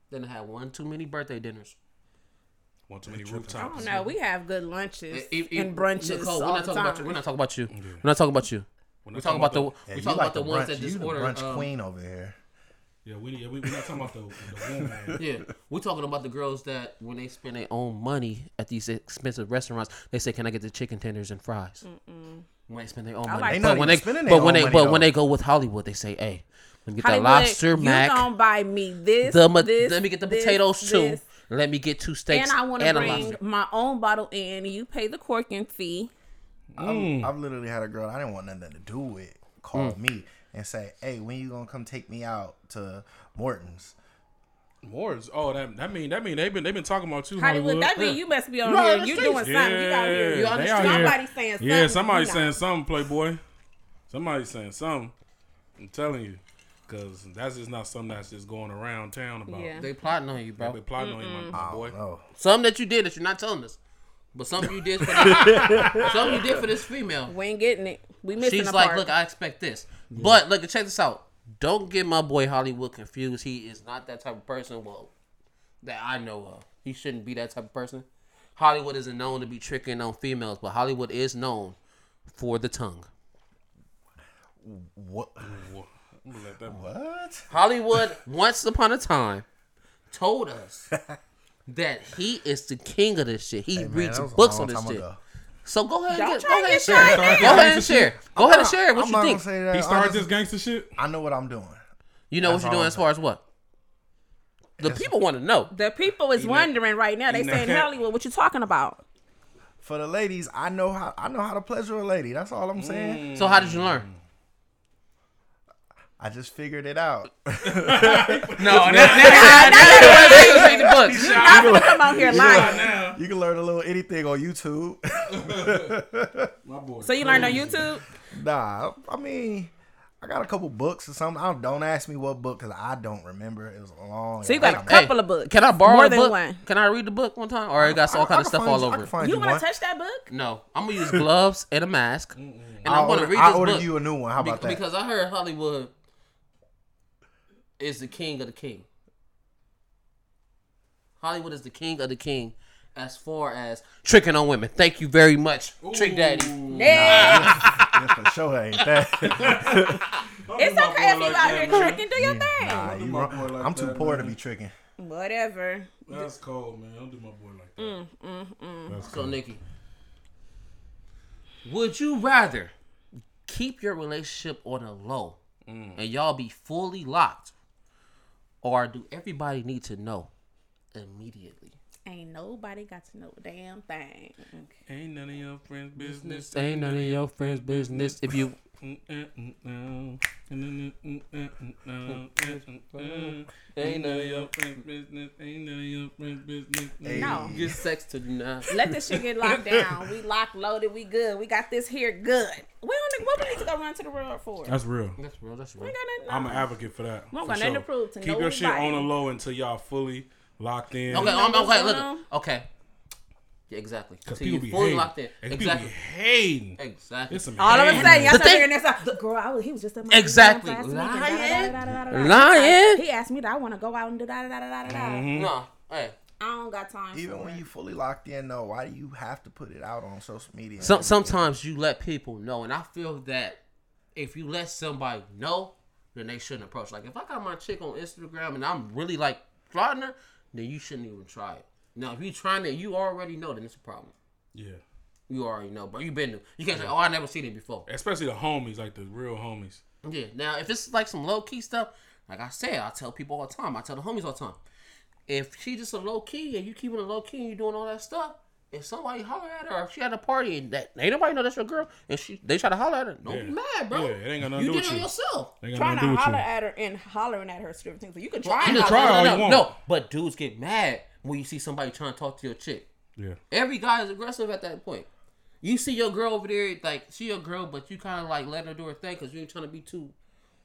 [SPEAKER 3] Then I had one too many birthday dinners.
[SPEAKER 2] One too many
[SPEAKER 4] I
[SPEAKER 2] rooftops.
[SPEAKER 4] don't know. We have good lunches
[SPEAKER 3] E- e- e-
[SPEAKER 4] and brunches
[SPEAKER 3] Nicole,
[SPEAKER 4] all
[SPEAKER 3] we're not
[SPEAKER 4] the
[SPEAKER 3] talking
[SPEAKER 4] time.
[SPEAKER 3] about you. We're not talking about you. We're not talking about you. We're talking about the
[SPEAKER 5] Yeah,
[SPEAKER 3] we're
[SPEAKER 5] you
[SPEAKER 3] talking
[SPEAKER 5] like
[SPEAKER 3] about the ones
[SPEAKER 5] brunch-
[SPEAKER 3] that
[SPEAKER 5] you
[SPEAKER 3] just
[SPEAKER 5] the
[SPEAKER 3] ordered.
[SPEAKER 5] brunch
[SPEAKER 3] um,
[SPEAKER 5] queen over here.
[SPEAKER 2] Yeah, we yeah, we, we're not talking about the, the woman.
[SPEAKER 3] Yeah, we're talking about the girls that when they spend their own money at these expensive restaurants, they say, "Can I get the chicken tenders and fries?" When they spend their own money,
[SPEAKER 4] like
[SPEAKER 5] that.
[SPEAKER 3] but when
[SPEAKER 5] They not
[SPEAKER 3] they
[SPEAKER 5] even spending their
[SPEAKER 3] but when
[SPEAKER 5] own
[SPEAKER 3] they
[SPEAKER 5] money,
[SPEAKER 3] but
[SPEAKER 5] though.
[SPEAKER 3] when they go with Hollywood, they say, "Hey, let me get
[SPEAKER 4] Hollywood,
[SPEAKER 3] that lobster
[SPEAKER 4] you
[SPEAKER 3] mac."
[SPEAKER 4] gonna buy me this,
[SPEAKER 3] the ma-
[SPEAKER 4] this,
[SPEAKER 3] let me get the
[SPEAKER 4] this,
[SPEAKER 3] potatoes too.
[SPEAKER 4] this.
[SPEAKER 3] Let me get two steaks
[SPEAKER 4] And I want to
[SPEAKER 3] a
[SPEAKER 4] bring
[SPEAKER 3] lobster.
[SPEAKER 4] my own bottle in, and you pay the corking fee.
[SPEAKER 2] Mm.
[SPEAKER 5] I've, I've literally had a girl I didn't want nothing to do with call me and say, "Hey, when you gonna come take me out to Morton's?"
[SPEAKER 2] Morris. Oh, that that mean that mean they've been they've been talking about you
[SPEAKER 4] Hollywood,
[SPEAKER 2] Hollywood.
[SPEAKER 4] that mean you must be on
[SPEAKER 3] You out
[SPEAKER 4] here.
[SPEAKER 3] in the
[SPEAKER 4] You
[SPEAKER 3] streets.
[SPEAKER 4] doing something. You out here.
[SPEAKER 2] Yeah,
[SPEAKER 4] You
[SPEAKER 2] they
[SPEAKER 4] on the
[SPEAKER 2] out
[SPEAKER 4] street.
[SPEAKER 2] here.
[SPEAKER 4] Somebody saying something.
[SPEAKER 2] Yeah, somebody's
[SPEAKER 4] you know.
[SPEAKER 2] saying something, Playboy. Somebody's saying something. I'm telling you, because that's just not something that's just going around town about.
[SPEAKER 4] Yeah.
[SPEAKER 3] They plotting on you,
[SPEAKER 2] I've been
[SPEAKER 3] bro.
[SPEAKER 2] plotting on you, my, my boy.
[SPEAKER 5] Oh,
[SPEAKER 3] Something that you did that you're not telling us, but something you did. For this, something you did for this female.
[SPEAKER 4] We ain't getting it. We missing
[SPEAKER 3] She's
[SPEAKER 4] a
[SPEAKER 3] like,
[SPEAKER 4] part.
[SPEAKER 3] look, I expect this, but look, check this out. Don't get my boy Hollywood confused. He is not that type of person. Well, that I know of, he shouldn't be that type of person. Hollywood isn't known to be tricking on females, but Hollywood is known for the tongue.
[SPEAKER 5] what?
[SPEAKER 2] Wha- I'm gonna let that
[SPEAKER 5] What? *laughs*
[SPEAKER 3] Hollywood once upon a time told us that he is the king of this shit. He
[SPEAKER 5] Man,
[SPEAKER 3] reads
[SPEAKER 5] that was a
[SPEAKER 3] books
[SPEAKER 5] long
[SPEAKER 3] on this
[SPEAKER 5] time
[SPEAKER 3] shit.
[SPEAKER 5] ago.
[SPEAKER 3] So go ahead,
[SPEAKER 4] Don't
[SPEAKER 3] and get, go
[SPEAKER 4] try to
[SPEAKER 3] ahead and
[SPEAKER 4] get
[SPEAKER 3] share.
[SPEAKER 4] shady.
[SPEAKER 3] Go ahead and share. Go ahead and share what
[SPEAKER 5] I'm
[SPEAKER 3] you
[SPEAKER 5] not
[SPEAKER 3] think.
[SPEAKER 5] gonna say that.
[SPEAKER 2] he started
[SPEAKER 5] I,
[SPEAKER 2] this
[SPEAKER 5] just,
[SPEAKER 2] gangster shit.
[SPEAKER 5] I know what I'm doing.
[SPEAKER 3] You know what you're
[SPEAKER 5] all
[SPEAKER 3] doing
[SPEAKER 5] I'm
[SPEAKER 3] as far as what? The people want to know.
[SPEAKER 4] the people is wondering right now. They
[SPEAKER 2] eating
[SPEAKER 4] saying
[SPEAKER 2] that cat.
[SPEAKER 4] Hollywood, what you talking
[SPEAKER 5] *laughs*
[SPEAKER 4] about?
[SPEAKER 5] For the ladies, I know how I know how to pleasure a lady. That's all I'm saying.
[SPEAKER 3] So how did you learn?
[SPEAKER 4] Mm.
[SPEAKER 5] I just figured it out.
[SPEAKER 3] No,
[SPEAKER 5] *laughs*
[SPEAKER 2] *laughs*
[SPEAKER 3] now that
[SPEAKER 5] *laughs*
[SPEAKER 3] reading books.
[SPEAKER 4] I'm gonna come out here lying.
[SPEAKER 5] you can learn a little anything on YouTube. *laughs*
[SPEAKER 2] My boy.
[SPEAKER 4] So you learned on YouTube?
[SPEAKER 5] Nah, I mean, I got a couple books or something. I don't, don't ask me what book because I don't remember. It was a long.
[SPEAKER 4] So you got a
[SPEAKER 5] time ago.
[SPEAKER 4] couple of books.
[SPEAKER 3] Can I borrow
[SPEAKER 4] More
[SPEAKER 3] a
[SPEAKER 4] than
[SPEAKER 3] book?
[SPEAKER 4] one.
[SPEAKER 3] Can I read the book one time? Or it got all
[SPEAKER 5] I
[SPEAKER 3] kind
[SPEAKER 5] can
[SPEAKER 3] of stuff
[SPEAKER 5] find
[SPEAKER 3] all
[SPEAKER 5] you- I
[SPEAKER 3] over.
[SPEAKER 5] can
[SPEAKER 3] it?
[SPEAKER 5] find
[SPEAKER 4] You want
[SPEAKER 5] one.
[SPEAKER 4] to touch that book?
[SPEAKER 3] No, I'm gonna use gloves and a mask, and
[SPEAKER 5] I'll
[SPEAKER 3] I'm gonna
[SPEAKER 5] order-
[SPEAKER 3] read
[SPEAKER 5] I'll
[SPEAKER 3] this
[SPEAKER 5] order
[SPEAKER 3] book
[SPEAKER 5] you a new one. How
[SPEAKER 3] be-
[SPEAKER 5] about that?
[SPEAKER 3] because I heard Hollywood is the king of the king. Hollywood is the king of the king as far as tricking on women. Thank you very much, Trick Daddy.
[SPEAKER 4] Yeah.
[SPEAKER 5] That's for sure
[SPEAKER 3] *laughs*
[SPEAKER 5] ain't that.
[SPEAKER 4] It's okay if you out here tricking. Do your thing.
[SPEAKER 5] Nah,
[SPEAKER 2] do
[SPEAKER 5] you
[SPEAKER 2] my
[SPEAKER 5] wrong.
[SPEAKER 2] boy like
[SPEAKER 5] I'm too
[SPEAKER 2] that,
[SPEAKER 5] poor to
[SPEAKER 2] man.
[SPEAKER 5] be tricking.
[SPEAKER 4] Whatever.
[SPEAKER 2] That's cold, man. Don't do my boy
[SPEAKER 4] Mm.
[SPEAKER 2] like that. That's
[SPEAKER 3] So
[SPEAKER 2] cold.
[SPEAKER 3] Nikki, would you rather keep your relationship on a low and y'all be fully locked, or do everybody need to know immediately?
[SPEAKER 4] Ain't nobody got to know a damn thing.
[SPEAKER 2] Ain't none of your friends' business.
[SPEAKER 3] *laughs* Ain't none of your friends' business if you
[SPEAKER 2] Ain't none of your friend's business. Ain't none of your friend's business.
[SPEAKER 4] No.
[SPEAKER 3] Good sex to now.
[SPEAKER 4] Let this shit get
[SPEAKER 5] *laughs*
[SPEAKER 4] locked down. We locked, loaded. We good. We got this here good. We don't. What we need to go run to the road for?
[SPEAKER 2] That's real.
[SPEAKER 3] That's real. That's
[SPEAKER 4] We
[SPEAKER 3] real.
[SPEAKER 4] ain't got nothing-
[SPEAKER 2] I'm an advocate for that.
[SPEAKER 4] We don't
[SPEAKER 2] for
[SPEAKER 4] got nothing to prove to
[SPEAKER 2] Keep your shit
[SPEAKER 4] nobody.
[SPEAKER 2] on the low until y'all fully locked in.
[SPEAKER 3] Okay,
[SPEAKER 4] know
[SPEAKER 3] I'm,
[SPEAKER 4] what's
[SPEAKER 3] um, okay,
[SPEAKER 4] going
[SPEAKER 3] look.
[SPEAKER 4] on?
[SPEAKER 3] Okay. Yeah, exactly.
[SPEAKER 2] Because
[SPEAKER 3] So
[SPEAKER 2] people
[SPEAKER 3] you
[SPEAKER 2] be
[SPEAKER 3] fully
[SPEAKER 2] hating.
[SPEAKER 3] locked in.
[SPEAKER 2] And People
[SPEAKER 3] Exactly.
[SPEAKER 2] be hating.
[SPEAKER 3] Exactly.
[SPEAKER 2] It's some
[SPEAKER 4] All of a
[SPEAKER 2] hating.
[SPEAKER 4] sudden, y'all
[SPEAKER 3] The
[SPEAKER 4] start
[SPEAKER 3] thing-
[SPEAKER 4] hearing that stuff. Girl, I was, he was just in my
[SPEAKER 3] Exactly.
[SPEAKER 4] damn class week
[SPEAKER 3] Lying.
[SPEAKER 4] and da, da, da, da, da, da, da.
[SPEAKER 3] Lying.
[SPEAKER 4] He asked me that I want to go out and do da da da da da da.
[SPEAKER 2] Mhm.
[SPEAKER 3] No. Hey.
[SPEAKER 4] I don't got time.
[SPEAKER 5] Even
[SPEAKER 4] for
[SPEAKER 5] when
[SPEAKER 4] it.
[SPEAKER 5] you fully locked in, though, why do you have to put it out on social media?
[SPEAKER 3] Some, sometimes you let people know, and I feel that if you let somebody know, then they shouldn't approach. Like if I got my chick on Instagram and I'm really like flirting her, then you shouldn't even try it. Now if you trying it, you already know, then it's a problem.
[SPEAKER 2] Yeah.
[SPEAKER 3] You already know, but you been there. You can't say, "Oh, I never seen it before."
[SPEAKER 2] Especially the homies, like the real homies.
[SPEAKER 3] Yeah. Now, if it's like some low key stuff, like I said, I tell people all the time. I tell the homies all the time. If she just a low key and you keeping it low key and you doing all that stuff, if somebody holler at her, or if she at a party and that ain't nobody know that's your girl, and she they try to holler at her, don't be
[SPEAKER 2] Yeah.
[SPEAKER 3] mad, bro.
[SPEAKER 2] Yeah, it ain't got nothing
[SPEAKER 3] you
[SPEAKER 2] to do
[SPEAKER 3] did
[SPEAKER 2] with
[SPEAKER 3] it
[SPEAKER 2] you.
[SPEAKER 3] yourself.
[SPEAKER 2] They got
[SPEAKER 4] trying
[SPEAKER 2] nothing
[SPEAKER 4] to
[SPEAKER 2] do with you.
[SPEAKER 4] holler at her and hollering at her is two different things. But you can
[SPEAKER 3] I
[SPEAKER 4] try.
[SPEAKER 2] You
[SPEAKER 4] it.
[SPEAKER 2] can try
[SPEAKER 3] no,
[SPEAKER 2] all
[SPEAKER 3] no,
[SPEAKER 2] you
[SPEAKER 3] no,
[SPEAKER 2] want.
[SPEAKER 3] no, but dudes get mad when you see somebody trying to talk to your chick.
[SPEAKER 2] Yeah.
[SPEAKER 3] Every guy is aggressive at that point. You see your girl over there, like she your girl, but you kind of like let her do her thing because you ain't trying to be too.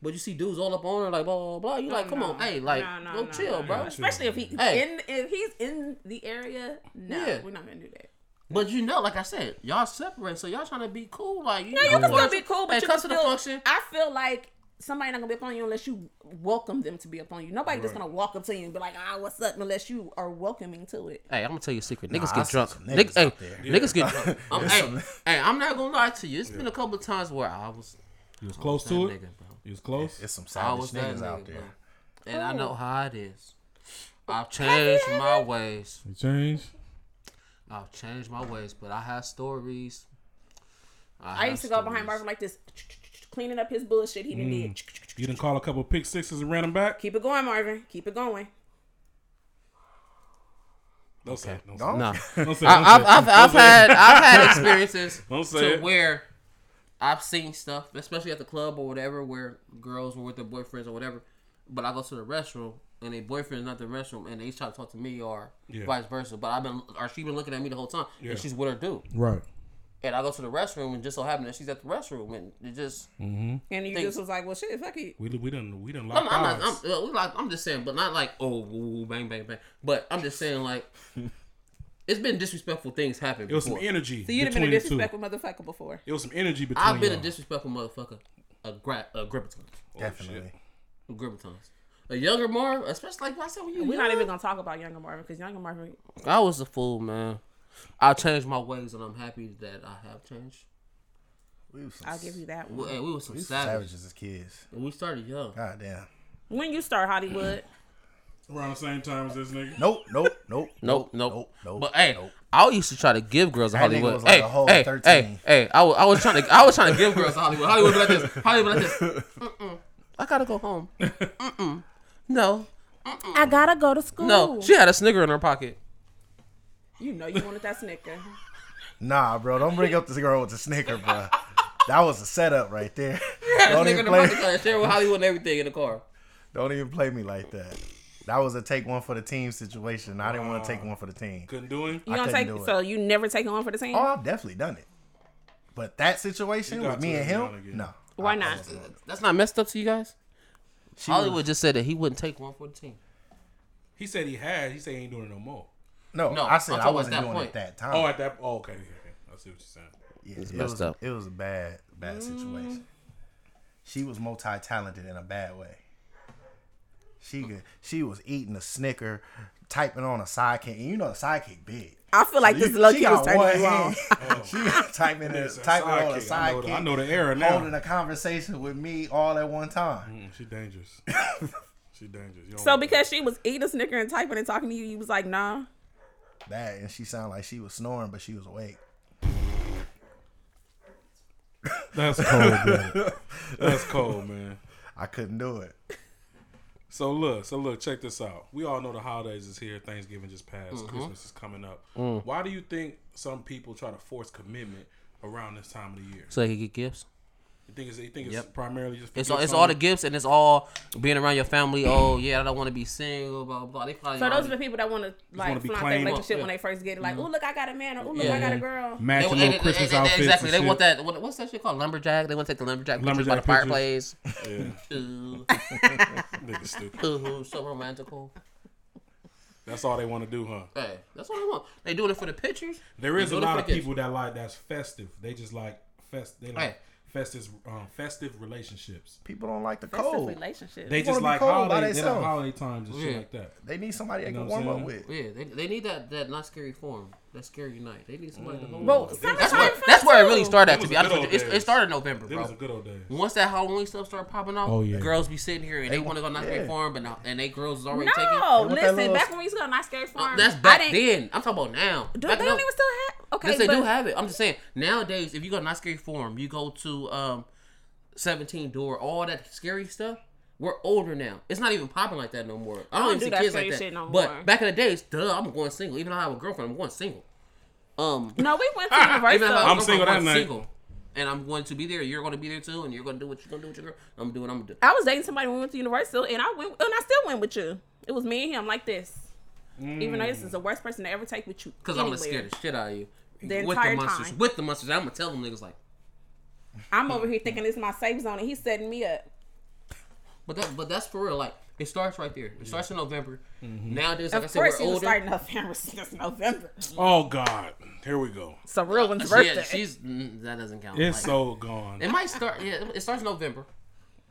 [SPEAKER 3] But you see dudes all up on her, like blah blah blah. You like, come
[SPEAKER 4] Oh, no.
[SPEAKER 3] on, hey, like,
[SPEAKER 4] No, no,
[SPEAKER 3] go
[SPEAKER 4] no,
[SPEAKER 3] chill,
[SPEAKER 4] no,
[SPEAKER 3] bro.
[SPEAKER 4] no. Especially if he
[SPEAKER 3] Hey.
[SPEAKER 4] in if he's in the area. No,
[SPEAKER 3] Yeah.
[SPEAKER 4] we're not gonna do that.
[SPEAKER 3] But you know, like I said, y'all separate, so y'all trying to be cool, like you.
[SPEAKER 4] No,
[SPEAKER 3] know,
[SPEAKER 4] you can still
[SPEAKER 3] function-
[SPEAKER 4] be cool,
[SPEAKER 3] Hey,
[SPEAKER 4] but you
[SPEAKER 3] come
[SPEAKER 4] can
[SPEAKER 3] to
[SPEAKER 4] still.
[SPEAKER 3] the function.
[SPEAKER 4] I feel like somebody not gonna be upon you unless you welcome them to be upon you. Nobody just
[SPEAKER 2] Right.
[SPEAKER 4] gonna walk up to you and be like, ah, what's up? Unless you are welcoming to it.
[SPEAKER 3] Hey, I'm gonna tell you a secret. Niggas
[SPEAKER 5] I
[SPEAKER 3] get
[SPEAKER 5] see
[SPEAKER 3] drunk.
[SPEAKER 5] some niggas
[SPEAKER 3] Niggas, hey,
[SPEAKER 5] out there.
[SPEAKER 3] niggas get drunk. I'm,
[SPEAKER 5] There's
[SPEAKER 3] hey,
[SPEAKER 5] some-
[SPEAKER 3] hey, I'm not gonna lie to you. It's been a couple of times where I was
[SPEAKER 2] You was close
[SPEAKER 3] that
[SPEAKER 2] to it.
[SPEAKER 3] nigga, bro.
[SPEAKER 2] You was close.
[SPEAKER 5] It's some
[SPEAKER 3] I
[SPEAKER 5] savage
[SPEAKER 3] was that
[SPEAKER 5] niggas out
[SPEAKER 3] nigga,
[SPEAKER 5] there.
[SPEAKER 3] bro. and I know how it is. I've changed my ways.
[SPEAKER 2] You changed.
[SPEAKER 3] I've changed my ways, but I have stories.
[SPEAKER 4] I
[SPEAKER 3] have
[SPEAKER 4] used to go behind
[SPEAKER 3] stories.
[SPEAKER 4] Marvin like this, cleaning up his bullshit he done did.
[SPEAKER 2] You didn't call a couple pick sixes and ran them back.
[SPEAKER 4] Keep it going, Marvin. Keep it going.
[SPEAKER 2] Don't say. it, Don't say. it.
[SPEAKER 5] Don't-
[SPEAKER 3] No,
[SPEAKER 2] Don't say. it, don't
[SPEAKER 3] I, *laughs* I've,
[SPEAKER 2] say it.
[SPEAKER 3] I've, I've had I've *laughs* had experiences
[SPEAKER 2] Don't say
[SPEAKER 3] to
[SPEAKER 2] it.
[SPEAKER 3] where I've seen stuff, especially at the club or whatever, where girls were with their boyfriends or whatever. But I go to the restroom and their boyfriend's not the restroom, and they try to talk to me or
[SPEAKER 2] Yeah.
[SPEAKER 3] vice versa. But I've been or she been looking at me the whole time,
[SPEAKER 2] Yeah.
[SPEAKER 3] and she's with her dude.
[SPEAKER 2] Right.
[SPEAKER 3] And I go to the restroom, and just so happened that she's at the restroom, and it just
[SPEAKER 4] And you
[SPEAKER 3] Thanks.
[SPEAKER 4] just was like, well, shit, fuck it.
[SPEAKER 2] We we done we done
[SPEAKER 3] I'm,
[SPEAKER 2] locked
[SPEAKER 3] I'm,
[SPEAKER 2] eyes.
[SPEAKER 3] not, I'm, uh, we like, I'm just saying, but not like oh ooh, bang bang bang. But I'm just saying
[SPEAKER 5] *laughs*
[SPEAKER 3] like it's been disrespectful things happen.
[SPEAKER 2] it was some
[SPEAKER 3] before.
[SPEAKER 2] energy
[SPEAKER 4] So you'd have been a
[SPEAKER 2] between the two.
[SPEAKER 4] disrespectful motherfucker before.
[SPEAKER 2] It was some energy between.
[SPEAKER 3] I've been a
[SPEAKER 2] y'all.
[SPEAKER 3] disrespectful motherfucker a, gra- a grip of times,
[SPEAKER 5] Definitely.
[SPEAKER 3] a grip of times. A younger Marv, especially like I said when you
[SPEAKER 4] We're not
[SPEAKER 3] young,
[SPEAKER 4] even gonna talk about younger Marvin because younger Marvin.
[SPEAKER 3] I was a fool, man. I changed my ways, and I'm happy that I have changed.
[SPEAKER 5] We was some
[SPEAKER 4] I'll give you that
[SPEAKER 3] We,
[SPEAKER 4] one.
[SPEAKER 3] hey, we were some
[SPEAKER 5] we was some
[SPEAKER 3] savages.
[SPEAKER 5] savages as kids.
[SPEAKER 3] and We started young.
[SPEAKER 5] God damn.
[SPEAKER 4] When you start Hollywood,
[SPEAKER 2] around the same time as this nigga.
[SPEAKER 5] Nope, nope, nope,
[SPEAKER 3] Nope, nope,
[SPEAKER 5] nope, nope.
[SPEAKER 3] But hey,
[SPEAKER 5] nope.
[SPEAKER 3] I used to try to give girls a
[SPEAKER 5] That nigga
[SPEAKER 3] Hollywood.
[SPEAKER 5] was like
[SPEAKER 3] hey,
[SPEAKER 5] a whole
[SPEAKER 3] hey,
[SPEAKER 5] 13.
[SPEAKER 3] hey, hey, I was, I was trying to, I was trying to give girls a Hollywood. Hollywood be like this. Hollywood be like this. Mm-mm. I gotta go home. Mm-mm. No,
[SPEAKER 4] I gotta go to school.
[SPEAKER 3] no. She had a snicker in her pocket.
[SPEAKER 4] you know you wanted that snicker.
[SPEAKER 5] Nah, bro, don't bring up this girl with the snicker, bro. That was a setup
[SPEAKER 4] *laughs*
[SPEAKER 5] right there.
[SPEAKER 3] Had a
[SPEAKER 5] Don't
[SPEAKER 3] snicker
[SPEAKER 5] even
[SPEAKER 3] in her
[SPEAKER 5] play.
[SPEAKER 3] pocket. trying to Share with Hollywood and everything in the car.
[SPEAKER 5] Don't even play me like that. That was a take one for the team situation. I didn't want to take one for the team.
[SPEAKER 2] Couldn't do it.
[SPEAKER 4] You don't
[SPEAKER 5] couldn't
[SPEAKER 4] take
[SPEAKER 5] do it.
[SPEAKER 4] so you never taking one for the team.
[SPEAKER 5] Oh, I've definitely done it. But that situation
[SPEAKER 2] You got
[SPEAKER 5] with me
[SPEAKER 2] to
[SPEAKER 5] and
[SPEAKER 2] every now and
[SPEAKER 5] him,
[SPEAKER 2] again.
[SPEAKER 5] no.
[SPEAKER 4] Why
[SPEAKER 5] I- I
[SPEAKER 4] not?
[SPEAKER 5] wasn't.
[SPEAKER 3] That's not messed up to you guys.
[SPEAKER 5] She
[SPEAKER 3] Hollywood
[SPEAKER 5] was-
[SPEAKER 3] just said that he wouldn't take one for the team.
[SPEAKER 2] He said he had. He said he ain't doing it no more.
[SPEAKER 5] no,
[SPEAKER 3] No,
[SPEAKER 5] I said
[SPEAKER 3] I'm
[SPEAKER 5] I
[SPEAKER 3] talking
[SPEAKER 5] wasn't
[SPEAKER 3] about that
[SPEAKER 5] doing
[SPEAKER 3] point.
[SPEAKER 5] it that time.
[SPEAKER 2] Oh, at that. Oh, okay. okay, okay. I see what you're saying.
[SPEAKER 5] Yeah,
[SPEAKER 3] It's
[SPEAKER 5] it
[SPEAKER 3] messed
[SPEAKER 5] was,
[SPEAKER 3] up.
[SPEAKER 5] It was a bad, bad situation. She was multi-talented in a bad way. She could, she was eating a Snicker, typing on a sidekick, and you know the
[SPEAKER 3] *laughs*
[SPEAKER 5] sidekick big.
[SPEAKER 4] I feel like
[SPEAKER 5] You-
[SPEAKER 4] this low
[SPEAKER 5] she
[SPEAKER 4] key was
[SPEAKER 5] got
[SPEAKER 4] turning
[SPEAKER 5] one
[SPEAKER 4] you on.
[SPEAKER 5] hand. *laughs* she was typing, in,
[SPEAKER 2] It's a
[SPEAKER 5] typing on a
[SPEAKER 2] sidekick. I know the-
[SPEAKER 5] sidekick,
[SPEAKER 2] I know the era now.
[SPEAKER 5] holding a conversation with me all at one time.
[SPEAKER 2] Mm, she dangerous. she dangerous. You don't
[SPEAKER 4] So
[SPEAKER 2] want
[SPEAKER 4] because she was eating a snicker and typing and talking to you, you was like, nah.
[SPEAKER 5] That and she sounded like she was snoring, but she was awake.
[SPEAKER 2] that. that's cold. man. That's cold, man.
[SPEAKER 5] I couldn't do it.
[SPEAKER 2] So look, so look, check this out. We all know the holidays is here. Thanksgiving just passed. Christmas is coming up. Why do you think some people try to force commitment around this time of the year?
[SPEAKER 3] So they could get gifts.
[SPEAKER 2] You think it's you think it's
[SPEAKER 3] Yep.
[SPEAKER 2] primarily just for
[SPEAKER 3] It's
[SPEAKER 2] your
[SPEAKER 3] all, it's
[SPEAKER 2] son?
[SPEAKER 3] all the gifts and it's all being around your family. Oh yeah, I don't want to be single. Blah blah. blah. They probably
[SPEAKER 4] So those are the
[SPEAKER 3] already-
[SPEAKER 4] people that want to
[SPEAKER 2] wanna
[SPEAKER 4] like
[SPEAKER 2] be
[SPEAKER 4] flaunt their
[SPEAKER 2] claimed.
[SPEAKER 4] relationship when
[SPEAKER 3] Yeah. Mm-hmm.
[SPEAKER 4] they first get it. Like, oh look, I got a man, or oh look,
[SPEAKER 3] Yeah.
[SPEAKER 4] I got a girl.
[SPEAKER 2] matching
[SPEAKER 3] they,
[SPEAKER 2] little
[SPEAKER 3] they-
[SPEAKER 2] Christmas
[SPEAKER 3] they- they-
[SPEAKER 2] outfits.
[SPEAKER 3] exactly.
[SPEAKER 2] and
[SPEAKER 3] They want *laughs*
[SPEAKER 2] shit.
[SPEAKER 3] that. What, what's that shit called? Lumberjack. They want to take the lumberjack, pictures by the
[SPEAKER 2] Lumberjack
[SPEAKER 3] fireplace. Ooh,
[SPEAKER 2] Yeah, *laughs* nigga stupid.
[SPEAKER 3] ooh, *laughs* so romantical.
[SPEAKER 2] That's all they want to do, huh?
[SPEAKER 3] Hey, that's what I want. They doing it for the pictures.
[SPEAKER 2] There is
[SPEAKER 3] They
[SPEAKER 2] a
[SPEAKER 3] doing it
[SPEAKER 2] lot
[SPEAKER 3] for
[SPEAKER 2] of
[SPEAKER 3] the gifts.
[SPEAKER 2] people that like that's festive. They just like fest. They like
[SPEAKER 3] Right.
[SPEAKER 2] festive, um, festive relationships.
[SPEAKER 5] People don't like the
[SPEAKER 4] That's a
[SPEAKER 5] cold.
[SPEAKER 4] relationship.
[SPEAKER 2] They
[SPEAKER 5] wanna
[SPEAKER 2] just
[SPEAKER 5] be
[SPEAKER 2] like
[SPEAKER 5] cold by
[SPEAKER 2] holiday, they like
[SPEAKER 5] theyself.
[SPEAKER 2] holiday times and shit
[SPEAKER 3] Yeah.
[SPEAKER 2] like that.
[SPEAKER 5] They need somebody they
[SPEAKER 2] You know
[SPEAKER 5] can
[SPEAKER 2] what I'm
[SPEAKER 5] warm up
[SPEAKER 2] saying?
[SPEAKER 5] with.
[SPEAKER 3] Yeah, they, they need that that not scary form. That scary night. They need somebody to hold.
[SPEAKER 4] Bro,
[SPEAKER 3] them.
[SPEAKER 4] summertime
[SPEAKER 3] that's where
[SPEAKER 4] fun
[SPEAKER 3] that's where it really
[SPEAKER 4] too.
[SPEAKER 3] started. At,
[SPEAKER 2] Mm. It
[SPEAKER 3] to
[SPEAKER 2] was
[SPEAKER 3] be
[SPEAKER 2] a
[SPEAKER 3] honest
[SPEAKER 2] good
[SPEAKER 3] with
[SPEAKER 2] old
[SPEAKER 3] you, it, it
[SPEAKER 2] days.
[SPEAKER 3] started in November,
[SPEAKER 2] It
[SPEAKER 3] bro.
[SPEAKER 2] was a good old day.
[SPEAKER 3] Once that Halloween stuff started popping off,
[SPEAKER 2] Oh, yeah.
[SPEAKER 3] girls be sitting here and they, want to go not scary
[SPEAKER 5] yeah.
[SPEAKER 3] form, but now and they girls is already taking.
[SPEAKER 4] No,
[SPEAKER 5] They want that
[SPEAKER 4] listen.
[SPEAKER 5] little-
[SPEAKER 4] Back when we used to go to Not Scary Farm,
[SPEAKER 3] Oh, that's
[SPEAKER 4] I
[SPEAKER 3] back
[SPEAKER 4] didn't.
[SPEAKER 3] then. I'm talking about now.
[SPEAKER 4] Do, they
[SPEAKER 3] Back
[SPEAKER 4] don't
[SPEAKER 3] then-
[SPEAKER 4] even still have. Okay,
[SPEAKER 3] Yes, they
[SPEAKER 4] but
[SPEAKER 3] do have it. I'm just saying nowadays, if you go to not scary form, you go to um, 17 door, all that scary stuff. We're older now. It's not even popping like that no more. I don't,
[SPEAKER 4] don't
[SPEAKER 3] even
[SPEAKER 4] do
[SPEAKER 3] see
[SPEAKER 4] that
[SPEAKER 3] kids
[SPEAKER 4] scary
[SPEAKER 3] like that.
[SPEAKER 4] shit no
[SPEAKER 3] but
[SPEAKER 4] more.
[SPEAKER 3] back in the days, duh, I'm going single. Even though I have a girlfriend, I'm going single. Um,
[SPEAKER 4] No, we
[SPEAKER 3] *laughs*
[SPEAKER 4] went to
[SPEAKER 3] even though I have a
[SPEAKER 4] Universal.
[SPEAKER 2] I'm single
[SPEAKER 3] girlfriend, I'm
[SPEAKER 2] that night.
[SPEAKER 3] Single. And I'm going to be there. You're going to be there too. And you're going to do what you're going to do with your girl. I'm doing. I'm gonna do.
[SPEAKER 4] I was dating somebody when we went to Universal, and I went, and I still went with you. It was me and him, like this. Even though this is the worst person to ever take with you,
[SPEAKER 3] Because I'm gonna
[SPEAKER 4] anywhere.
[SPEAKER 3] scare the shit out of you.
[SPEAKER 4] The
[SPEAKER 3] with the
[SPEAKER 4] entire
[SPEAKER 3] monsters.
[SPEAKER 4] time.
[SPEAKER 3] With the monsters. I'm gonna tell them niggas like.
[SPEAKER 4] I'm
[SPEAKER 3] Mm.
[SPEAKER 4] over here thinking this is my safe zone, and he's setting me up.
[SPEAKER 3] But that, but that's for real. Like it starts right there. It starts in November.
[SPEAKER 2] Mm-hmm.
[SPEAKER 3] Nowadays, like
[SPEAKER 4] Of
[SPEAKER 3] I said,
[SPEAKER 4] course,
[SPEAKER 3] we're
[SPEAKER 4] he was
[SPEAKER 3] older.
[SPEAKER 4] starting *laughs* November since November.
[SPEAKER 2] Oh God, here we go.
[SPEAKER 4] So real *laughs* one's
[SPEAKER 3] She-
[SPEAKER 4] birthday.
[SPEAKER 3] *laughs* yeah, she's mm, that doesn't count.
[SPEAKER 2] It's
[SPEAKER 3] Like,
[SPEAKER 2] so gone.
[SPEAKER 3] it might start. Yeah, it starts November.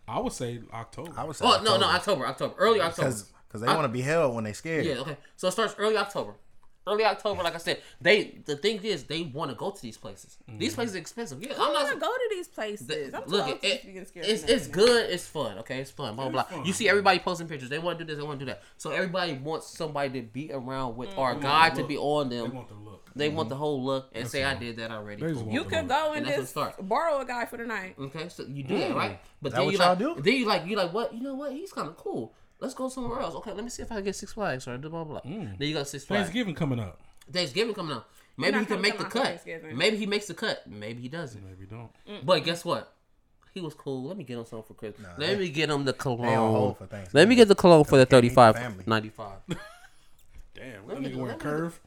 [SPEAKER 2] I would say October.
[SPEAKER 5] I would say
[SPEAKER 3] Oh no, no, October, October, early October.
[SPEAKER 5] because they want to be held when they scared.
[SPEAKER 3] Yeah, okay. So it starts early October. Early October, like I said, they the thing is they want to go to these places.
[SPEAKER 2] Mm-hmm.
[SPEAKER 3] These places are expensive. Yeah, I'm
[SPEAKER 4] I'm
[SPEAKER 3] not.
[SPEAKER 4] gonna go to these places.
[SPEAKER 3] The,
[SPEAKER 4] I'm
[SPEAKER 3] look, it,
[SPEAKER 4] too old to
[SPEAKER 3] it,
[SPEAKER 4] be getting scared
[SPEAKER 3] it's
[SPEAKER 4] of nothing.
[SPEAKER 3] it's good. It's fun. Okay, it's fun. Blah blah.
[SPEAKER 2] It's
[SPEAKER 3] blah.
[SPEAKER 2] fun.
[SPEAKER 3] You see everybody posting pictures. They want to do this. They want to do that. So everybody wants somebody to be around
[SPEAKER 4] Mm.
[SPEAKER 3] with or a guy to
[SPEAKER 2] look.
[SPEAKER 3] be on
[SPEAKER 2] they
[SPEAKER 3] them.
[SPEAKER 2] want the look.
[SPEAKER 3] They
[SPEAKER 5] Mm-hmm.
[SPEAKER 3] want the whole look and say, "I did that already."
[SPEAKER 2] They just
[SPEAKER 3] Cool.
[SPEAKER 2] want
[SPEAKER 4] You
[SPEAKER 2] the
[SPEAKER 4] could
[SPEAKER 2] look.
[SPEAKER 4] go and
[SPEAKER 3] And that's what
[SPEAKER 4] just
[SPEAKER 3] starts.
[SPEAKER 4] borrow a guy for the night.
[SPEAKER 3] Okay, so you do that, right? But
[SPEAKER 5] Mm. That
[SPEAKER 3] then
[SPEAKER 5] what
[SPEAKER 3] you
[SPEAKER 5] y'all
[SPEAKER 3] like,
[SPEAKER 5] do?
[SPEAKER 3] then you like, you like, what? You know what? He's kind of cool. Let's go somewhere else. Okay, let me see if I can get Six Flags or blah blah. blah.
[SPEAKER 5] Mm.
[SPEAKER 3] Then you got Six Flags. Thanksgiving,
[SPEAKER 2] Thanksgiving coming up.
[SPEAKER 3] coming up. Maybe
[SPEAKER 4] not
[SPEAKER 3] he can
[SPEAKER 4] coming
[SPEAKER 3] make
[SPEAKER 4] to
[SPEAKER 3] the
[SPEAKER 4] my
[SPEAKER 3] cut.
[SPEAKER 4] Thanksgiving.
[SPEAKER 3] Maybe he makes the cut. Maybe he doesn't.
[SPEAKER 2] Maybe don't.
[SPEAKER 3] But guess what? He was cool. Let me get him something for Christmas. let me get him the cologne.
[SPEAKER 5] hold for Thanksgiving.
[SPEAKER 3] Let me get the cologne for the
[SPEAKER 5] can't eat the
[SPEAKER 3] thirty-five
[SPEAKER 5] family. *laughs*
[SPEAKER 3] ninety-five.
[SPEAKER 2] Damn,
[SPEAKER 3] Let
[SPEAKER 2] that
[SPEAKER 3] me-
[SPEAKER 2] nigga wearing
[SPEAKER 3] let me-
[SPEAKER 2] curve.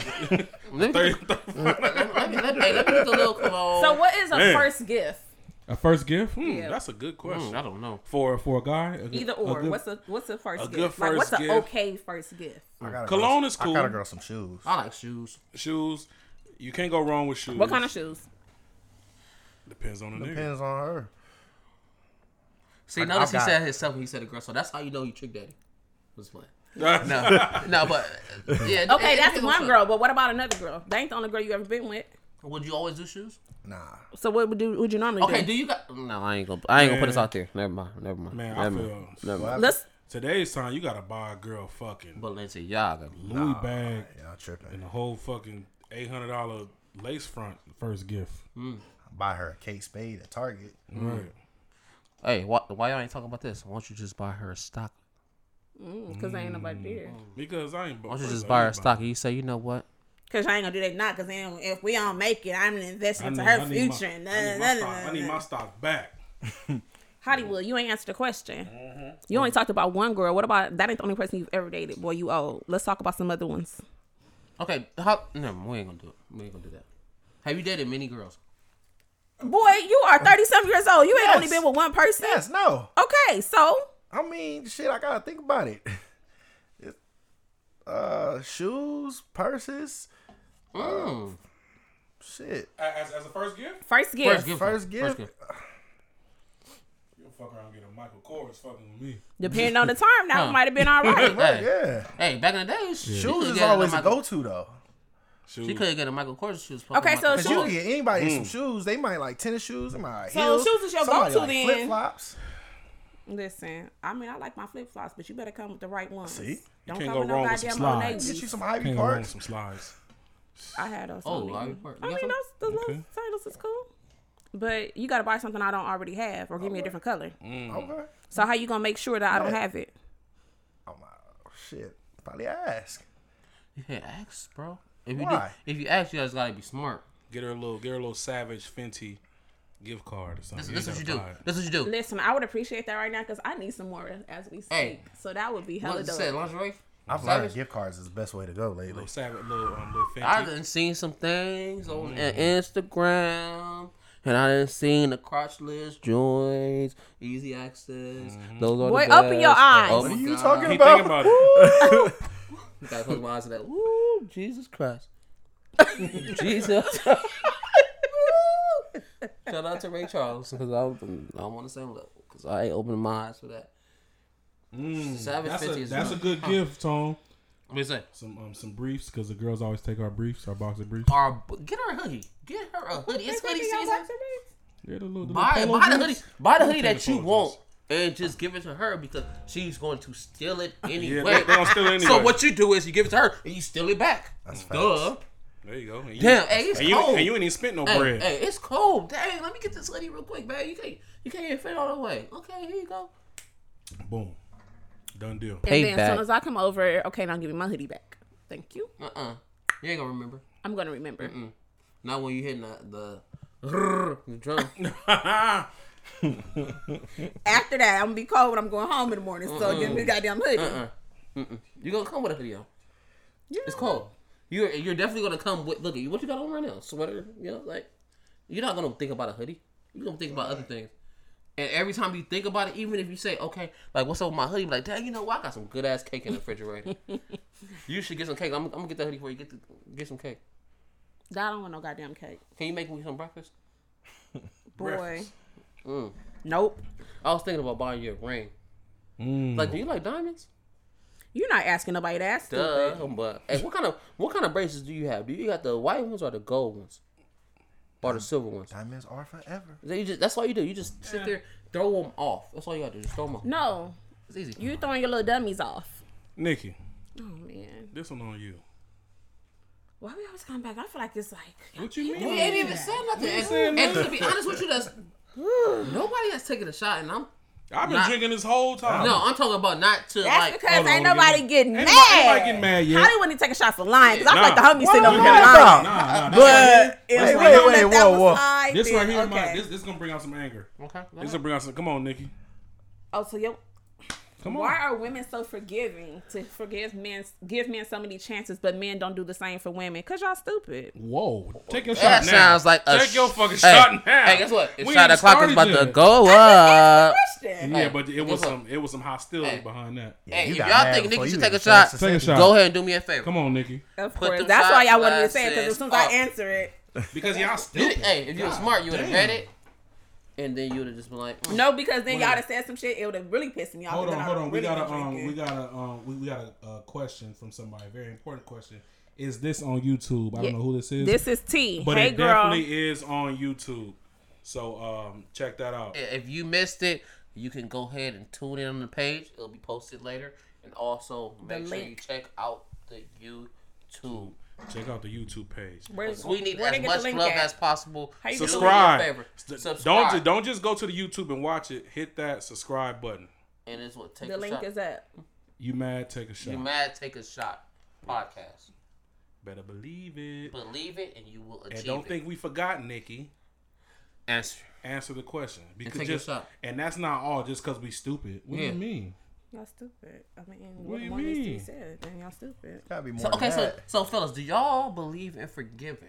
[SPEAKER 3] let me,
[SPEAKER 2] Thirty-
[SPEAKER 3] let, me, let, me, let me get the little cologne.
[SPEAKER 4] So what is a
[SPEAKER 2] Man.
[SPEAKER 4] first gift?
[SPEAKER 2] *laughs* A first gift? Hmm,
[SPEAKER 4] Yeah.
[SPEAKER 2] That's a good question.
[SPEAKER 3] Mm, I don't know.
[SPEAKER 2] For for a guy, a good-
[SPEAKER 4] Either
[SPEAKER 2] a
[SPEAKER 4] or.
[SPEAKER 2] good-
[SPEAKER 4] what's a what's a first
[SPEAKER 2] a
[SPEAKER 4] gift?
[SPEAKER 2] good
[SPEAKER 4] like what's
[SPEAKER 2] first
[SPEAKER 4] an
[SPEAKER 2] gift.
[SPEAKER 4] okay first gift?
[SPEAKER 5] I gotta
[SPEAKER 2] Cologne
[SPEAKER 5] grow-
[SPEAKER 2] is
[SPEAKER 5] I gotta
[SPEAKER 2] cool.
[SPEAKER 5] grow some shoes.
[SPEAKER 3] I like shoes.
[SPEAKER 2] shoes? You can't go wrong with shoes.
[SPEAKER 4] What kind of shoes?
[SPEAKER 2] Depends on the nigga.
[SPEAKER 5] Depends on her.
[SPEAKER 3] See,
[SPEAKER 5] I-
[SPEAKER 3] notice
[SPEAKER 5] I
[SPEAKER 3] he
[SPEAKER 5] got
[SPEAKER 3] said
[SPEAKER 5] it.
[SPEAKER 3] himself when he said a girl. So that's how you know he tricked daddy.
[SPEAKER 2] *laughs*
[SPEAKER 3] Was playing.
[SPEAKER 2] No.
[SPEAKER 3] No, no, but
[SPEAKER 5] *laughs*
[SPEAKER 3] yeah. it-
[SPEAKER 4] Okay,
[SPEAKER 3] it
[SPEAKER 4] that's
[SPEAKER 3] depends on
[SPEAKER 4] one
[SPEAKER 3] some-
[SPEAKER 4] girl. But what about another girl? They ain't the only girl you ever been with.
[SPEAKER 3] Would you always do shoes?
[SPEAKER 5] Nah,
[SPEAKER 4] So what would do? Would you normally
[SPEAKER 3] Okay,
[SPEAKER 4] do?
[SPEAKER 3] do you got? No, I ain't gonna. I ain't gonna put this
[SPEAKER 2] Man.
[SPEAKER 3] out there. Never mind. Never mind.
[SPEAKER 2] Man, I
[SPEAKER 3] never
[SPEAKER 2] feel-
[SPEAKER 3] mind. Never mind.
[SPEAKER 5] Well,
[SPEAKER 4] Let's.
[SPEAKER 2] Today's time, you gotta buy a girl fucking
[SPEAKER 3] Balenciaga.
[SPEAKER 2] Louis bag
[SPEAKER 5] y'all
[SPEAKER 2] and
[SPEAKER 5] tripping.
[SPEAKER 2] a whole fucking eight hundred dollar lace front first gift.
[SPEAKER 5] Buy her a Kate Spade at Target.
[SPEAKER 2] Right.
[SPEAKER 3] Hey, why, why y'all ain't talking about this? Why don't you just buy her a stock?
[SPEAKER 4] Because I ain't nobody there.
[SPEAKER 2] Because I ain't.
[SPEAKER 3] Why don't you just buy her a stock? And you say, you know what?
[SPEAKER 4] Because I ain't going to do that not. Because if we don't make it, I'm an
[SPEAKER 2] I
[SPEAKER 4] investment
[SPEAKER 2] need,
[SPEAKER 4] to
[SPEAKER 2] I
[SPEAKER 4] her
[SPEAKER 2] need
[SPEAKER 4] future.
[SPEAKER 2] My,
[SPEAKER 4] and
[SPEAKER 2] I,
[SPEAKER 4] da-
[SPEAKER 2] need my stock,
[SPEAKER 4] da- da- da-
[SPEAKER 2] I need
[SPEAKER 4] da-
[SPEAKER 2] my
[SPEAKER 4] da.
[SPEAKER 2] stock back.
[SPEAKER 4] Hollywood, you ain't answered the question. You only talked about one girl. What about that? Ain't the only person you've ever dated. Boy, you old. Let's talk about some other ones.
[SPEAKER 3] Okay, how? No, we ain't gonna do it. We ain't gonna do that. Have you dated many girls?
[SPEAKER 4] Boy, you are 30 something years old. You ain't
[SPEAKER 5] Yes.
[SPEAKER 4] only been with one person.
[SPEAKER 5] Yes, no.
[SPEAKER 4] Okay, so
[SPEAKER 5] I mean, shit. I gotta think about it. *laughs* It- Uh, shoes, purses,
[SPEAKER 3] Mm.
[SPEAKER 5] shit.
[SPEAKER 2] As, as a first gift,
[SPEAKER 4] first gift.
[SPEAKER 5] First gift.
[SPEAKER 2] you fuck around and get a Michael Kors fucking with me.
[SPEAKER 4] Depending on the time, that
[SPEAKER 3] Huh.
[SPEAKER 4] might have been
[SPEAKER 3] *laughs*
[SPEAKER 4] all right.
[SPEAKER 3] Hey,
[SPEAKER 5] Yeah,
[SPEAKER 3] hey, back in the day,
[SPEAKER 5] shoes is always a
[SPEAKER 3] Michael,
[SPEAKER 5] go-to though.
[SPEAKER 2] Shoes.
[SPEAKER 3] She could have got a Michael Kors shoes.
[SPEAKER 4] Okay, so
[SPEAKER 5] Cause
[SPEAKER 4] shoes-
[SPEAKER 5] you can get anybody
[SPEAKER 2] Mm.
[SPEAKER 5] some shoes. They might like tennis shoes. They might like
[SPEAKER 4] So
[SPEAKER 5] heels.
[SPEAKER 4] shoes is your
[SPEAKER 5] Somebody
[SPEAKER 4] go-to
[SPEAKER 5] like
[SPEAKER 4] then.
[SPEAKER 5] Flip flops.
[SPEAKER 4] Listen, I mean, I like my flip flops, but you better come with the right ones.
[SPEAKER 5] See?
[SPEAKER 4] Don't
[SPEAKER 2] Can't
[SPEAKER 4] come
[SPEAKER 2] go
[SPEAKER 4] with no
[SPEAKER 2] wrong with some
[SPEAKER 4] goddamn Old
[SPEAKER 2] slides.
[SPEAKER 5] Get you
[SPEAKER 4] Navy.
[SPEAKER 5] some Ivy
[SPEAKER 2] Can't go wrong with
[SPEAKER 5] Parks.
[SPEAKER 2] some slides.
[SPEAKER 4] I had those.
[SPEAKER 3] Oh,
[SPEAKER 4] on me.
[SPEAKER 3] Ivy Park. You
[SPEAKER 4] I
[SPEAKER 3] got
[SPEAKER 4] mean,
[SPEAKER 3] some?
[SPEAKER 4] those, those little
[SPEAKER 2] Okay.
[SPEAKER 4] sandals is cool. But you got to buy something I don't already have or give me a different color.
[SPEAKER 5] Okay.
[SPEAKER 4] So how you going to make sure that I don't
[SPEAKER 5] Yeah.
[SPEAKER 4] have it?
[SPEAKER 5] Oh my shit. Probably ask.
[SPEAKER 3] You can't ask, bro. If you do,
[SPEAKER 5] Why?
[SPEAKER 3] if you ask, you guys gotta be smart.
[SPEAKER 2] Get her a little, get her a little Savage Fenty gift card or something.
[SPEAKER 3] This, this is what you
[SPEAKER 2] ain't
[SPEAKER 3] do.
[SPEAKER 2] gotta buy it.
[SPEAKER 3] This is what you do.
[SPEAKER 4] Listen, I would appreciate that right now because I need some more as we speak.
[SPEAKER 3] Hey.
[SPEAKER 4] So that would be hella
[SPEAKER 3] What you said,
[SPEAKER 4] dope.
[SPEAKER 3] lingerie?
[SPEAKER 5] I've
[SPEAKER 3] Savage?
[SPEAKER 5] learned gift cards is the best way to go lately.
[SPEAKER 2] Little savage, little, um, little fancy.
[SPEAKER 3] I done seen some things on a- Instagram, and I done seen the crotchless joints, easy access. Those are
[SPEAKER 4] Boy,
[SPEAKER 3] the best.
[SPEAKER 4] open your eyes.
[SPEAKER 3] Oh
[SPEAKER 5] What
[SPEAKER 3] my
[SPEAKER 5] are you
[SPEAKER 3] God.
[SPEAKER 5] talking
[SPEAKER 2] He
[SPEAKER 5] about?
[SPEAKER 2] think about it.
[SPEAKER 3] You gotta close my eyes to that. Woo, Jesus Christ. Jesus. *laughs* Shout out to Ray Charles because I, open- I don't want to say because I ain't opening my eyes for that.
[SPEAKER 2] Mm,
[SPEAKER 3] Savage
[SPEAKER 2] that's,
[SPEAKER 3] Fenty
[SPEAKER 2] a,
[SPEAKER 3] is
[SPEAKER 2] that's a
[SPEAKER 3] good.
[SPEAKER 2] good gift, Tone.
[SPEAKER 3] What you say?
[SPEAKER 2] Some um, some briefs because the girls always take our briefs, our box of briefs.
[SPEAKER 3] Our, get her a hoodie. Get her a hoodie. It's hoodie season.
[SPEAKER 2] Yeah, the little, the little
[SPEAKER 3] Buy,
[SPEAKER 2] polo
[SPEAKER 3] buy the hoodie.
[SPEAKER 2] joints.
[SPEAKER 3] Buy the
[SPEAKER 2] Who
[SPEAKER 3] hoodie
[SPEAKER 2] take
[SPEAKER 3] that
[SPEAKER 2] the
[SPEAKER 3] you
[SPEAKER 2] photos?
[SPEAKER 3] want and just give it to her because she's going to steal it
[SPEAKER 2] *laughs*
[SPEAKER 3] anyway.
[SPEAKER 2] Yeah, they- they gonna steal it
[SPEAKER 3] So
[SPEAKER 2] anyway.
[SPEAKER 3] what you do is you give it to her and you steal it back.
[SPEAKER 5] That's
[SPEAKER 3] Duh.
[SPEAKER 2] There you go. And you,
[SPEAKER 3] Damn, hey, it's
[SPEAKER 2] and you,
[SPEAKER 3] cold.
[SPEAKER 2] and you ain't even spent no
[SPEAKER 3] Hey,
[SPEAKER 2] bread.
[SPEAKER 3] hey, it's cold. Dang, let me get this hoodie real quick, man. You can't, you can't even fit all the way. Okay, here you go.
[SPEAKER 2] Boom, done deal.
[SPEAKER 4] And then as
[SPEAKER 3] Payback.
[SPEAKER 4] soon as I come over, okay, now give me my hoodie back. Thank you.
[SPEAKER 3] Uh uh You ain't gonna remember.
[SPEAKER 4] I'm gonna remember.
[SPEAKER 3] Not when you hitting the the, the drum.
[SPEAKER 4] After that, I'm gonna be cold when I'm going home in the morning. So give me the goddamn hoodie.
[SPEAKER 3] You gonna come with a hoodie on?
[SPEAKER 4] You
[SPEAKER 3] It's
[SPEAKER 4] know
[SPEAKER 3] cold. You're you're definitely gonna come with. Look at you. What you got on right now? Sweater. You know, like you're not gonna think about a hoodie. You're gonna think about other things. And every time you think about it, even if you say, "Okay, like what's up with my hoodie?" Like, dang, you know what? I got some good ass cake in the refrigerator. you should get some cake. I'm, I'm gonna get that hoodie for you. Get the, get some cake.
[SPEAKER 4] I don't want no goddamn cake.
[SPEAKER 3] Can you make me some breakfast?
[SPEAKER 4] Boy.
[SPEAKER 2] Breakfast.
[SPEAKER 3] Mm.
[SPEAKER 4] Nope.
[SPEAKER 3] I was thinking about buying you a ring.
[SPEAKER 2] Mm.
[SPEAKER 3] Like, do you like diamonds?
[SPEAKER 4] You're not asking nobody to ask.
[SPEAKER 3] Duh.
[SPEAKER 4] stupid.
[SPEAKER 3] But hey, what kind of what kind of bracelets do you have? Do you got the white ones or the gold ones, or the silver ones?
[SPEAKER 5] Diamonds are forever.
[SPEAKER 3] That you just, that's all you do. You just sit there, throw them off. That's all you gotta do. Just throw them off.
[SPEAKER 4] No,
[SPEAKER 3] It's easy.
[SPEAKER 4] you're throwing your little dummies off.
[SPEAKER 2] Nikki,
[SPEAKER 4] Oh man,
[SPEAKER 2] this one on you.
[SPEAKER 4] why we always come back? I feel like it's like
[SPEAKER 2] What you mean?
[SPEAKER 3] we ain't even said nothing. And,
[SPEAKER 2] saying
[SPEAKER 3] and to be honest with you, that's nobody has taken a shot. And I'm
[SPEAKER 2] I've been
[SPEAKER 3] Not-
[SPEAKER 2] drinking this whole time.
[SPEAKER 3] no, I'm talking about not to
[SPEAKER 4] that's
[SPEAKER 3] like.
[SPEAKER 4] because
[SPEAKER 2] hold on,
[SPEAKER 4] ain't
[SPEAKER 2] hold on,
[SPEAKER 4] nobody
[SPEAKER 2] give me-
[SPEAKER 4] getting
[SPEAKER 2] Ain't
[SPEAKER 4] mad.
[SPEAKER 2] nobody- ain't nobody getting mad yet.
[SPEAKER 4] How they want to take a shot for lying? Because I
[SPEAKER 2] Nah.
[SPEAKER 4] feel like the homie sitting
[SPEAKER 5] What
[SPEAKER 4] over
[SPEAKER 5] you
[SPEAKER 4] here
[SPEAKER 5] mad
[SPEAKER 4] lying. *laughs*
[SPEAKER 5] about?
[SPEAKER 2] Nah, nah, nah.
[SPEAKER 5] But
[SPEAKER 4] If
[SPEAKER 5] wait,
[SPEAKER 4] we known
[SPEAKER 5] wait,
[SPEAKER 4] that
[SPEAKER 5] wait,
[SPEAKER 4] that
[SPEAKER 5] whoa,
[SPEAKER 4] was
[SPEAKER 5] whoa.
[SPEAKER 4] lied,
[SPEAKER 2] This
[SPEAKER 4] then
[SPEAKER 2] right here,
[SPEAKER 4] okay.
[SPEAKER 2] my, this, this gonna bring out some anger.
[SPEAKER 3] Okay.
[SPEAKER 2] This gonna bring out some. Come on, Nikki.
[SPEAKER 4] oh, so yo,
[SPEAKER 2] Come
[SPEAKER 4] why
[SPEAKER 2] on.
[SPEAKER 4] are women so forgiving to forgive men, give men so many chances, but men don't do the same for women? Cause y'all stupid.
[SPEAKER 2] Whoa, take your
[SPEAKER 3] That
[SPEAKER 2] shot now.
[SPEAKER 3] sounds like a
[SPEAKER 2] take your
[SPEAKER 3] sh-
[SPEAKER 2] fucking
[SPEAKER 3] hey,
[SPEAKER 2] shot now.
[SPEAKER 3] Hey, guess what?
[SPEAKER 2] We
[SPEAKER 3] It's
[SPEAKER 2] ain't
[SPEAKER 3] shot
[SPEAKER 2] even
[SPEAKER 3] o'clock is about
[SPEAKER 2] started
[SPEAKER 3] to
[SPEAKER 2] yet.
[SPEAKER 3] go up.
[SPEAKER 4] Question.
[SPEAKER 2] Yeah,
[SPEAKER 3] Hey,
[SPEAKER 2] but it
[SPEAKER 3] guess
[SPEAKER 2] was
[SPEAKER 3] what?
[SPEAKER 2] some it was some hostility
[SPEAKER 3] Hey.
[SPEAKER 2] behind that.
[SPEAKER 3] Hey,
[SPEAKER 5] you
[SPEAKER 3] if
[SPEAKER 5] got
[SPEAKER 3] y'all
[SPEAKER 5] mad
[SPEAKER 3] think Nikki
[SPEAKER 5] before
[SPEAKER 3] should
[SPEAKER 5] you
[SPEAKER 3] take a
[SPEAKER 5] even
[SPEAKER 3] shot,
[SPEAKER 5] said
[SPEAKER 2] Take a shot.
[SPEAKER 3] go ahead and do me a favor.
[SPEAKER 2] Come on, Nikki.
[SPEAKER 4] Of
[SPEAKER 3] Put
[SPEAKER 4] course.
[SPEAKER 3] them
[SPEAKER 4] That's why y'all wanted to
[SPEAKER 3] side
[SPEAKER 4] say it. Because as soon as
[SPEAKER 3] up.
[SPEAKER 4] I answer it,
[SPEAKER 2] Because y'all
[SPEAKER 3] You-
[SPEAKER 2] stupid.
[SPEAKER 3] *laughs* hey, if you were smart, you would have read it, and then you would have just been like, mm.
[SPEAKER 4] no, because then
[SPEAKER 2] Wait.
[SPEAKER 4] y'all would have said some shit. It would have really pissed me off.
[SPEAKER 2] Hold
[SPEAKER 4] because
[SPEAKER 2] on,
[SPEAKER 4] then I
[SPEAKER 2] hold
[SPEAKER 4] would've
[SPEAKER 2] on. We
[SPEAKER 4] really
[SPEAKER 2] got a
[SPEAKER 4] been
[SPEAKER 2] um,
[SPEAKER 4] drinking.
[SPEAKER 2] we got a um, we, we got a uh, question from somebody. Very important question. Is this on YouTube? I
[SPEAKER 4] Yeah.
[SPEAKER 2] don't know who this is,
[SPEAKER 4] This is T.
[SPEAKER 2] but
[SPEAKER 4] hey,
[SPEAKER 2] it
[SPEAKER 4] girl.
[SPEAKER 2] definitely is on YouTube. So um, check that out.
[SPEAKER 3] if you missed it, you can go ahead and tune in on the page. It'll be posted later. And also make sure you
[SPEAKER 4] link.
[SPEAKER 3] check out the YouTube.
[SPEAKER 2] Check out the YouTube page.
[SPEAKER 4] Where's,
[SPEAKER 3] We need
[SPEAKER 4] where they
[SPEAKER 3] as
[SPEAKER 4] get the
[SPEAKER 3] much
[SPEAKER 4] link
[SPEAKER 3] love
[SPEAKER 4] at?
[SPEAKER 3] as possible.
[SPEAKER 4] How you
[SPEAKER 3] Do me a
[SPEAKER 2] Subscribe.
[SPEAKER 3] favor.
[SPEAKER 2] Don't
[SPEAKER 3] Subscribe.
[SPEAKER 2] ju- don't just go to the YouTube and watch it. Hit that subscribe button.
[SPEAKER 3] And it's what take
[SPEAKER 4] The
[SPEAKER 3] a
[SPEAKER 4] link
[SPEAKER 3] shot.
[SPEAKER 4] is up.
[SPEAKER 2] You mad? Take a shot.
[SPEAKER 3] You mad? Take a shot. Podcast.
[SPEAKER 2] Better believe it.
[SPEAKER 3] Believe it, and you will achieve
[SPEAKER 2] And don't
[SPEAKER 3] it.
[SPEAKER 2] think we forgot, Nikki.
[SPEAKER 3] Answer.
[SPEAKER 2] Answer the question because
[SPEAKER 3] take a
[SPEAKER 2] just
[SPEAKER 3] shot.
[SPEAKER 2] and that's not all. Just because we stupid. What
[SPEAKER 3] Yeah.
[SPEAKER 2] do you mean?
[SPEAKER 4] Y'all stupid. I mean,
[SPEAKER 2] What
[SPEAKER 4] what
[SPEAKER 2] do you
[SPEAKER 4] more needs to be
[SPEAKER 2] mean?
[SPEAKER 4] said? Then y'all stupid.
[SPEAKER 5] Gotta be more
[SPEAKER 3] So,
[SPEAKER 5] than
[SPEAKER 3] okay, so
[SPEAKER 5] that.
[SPEAKER 3] so fellas, do y'all believe in forgiving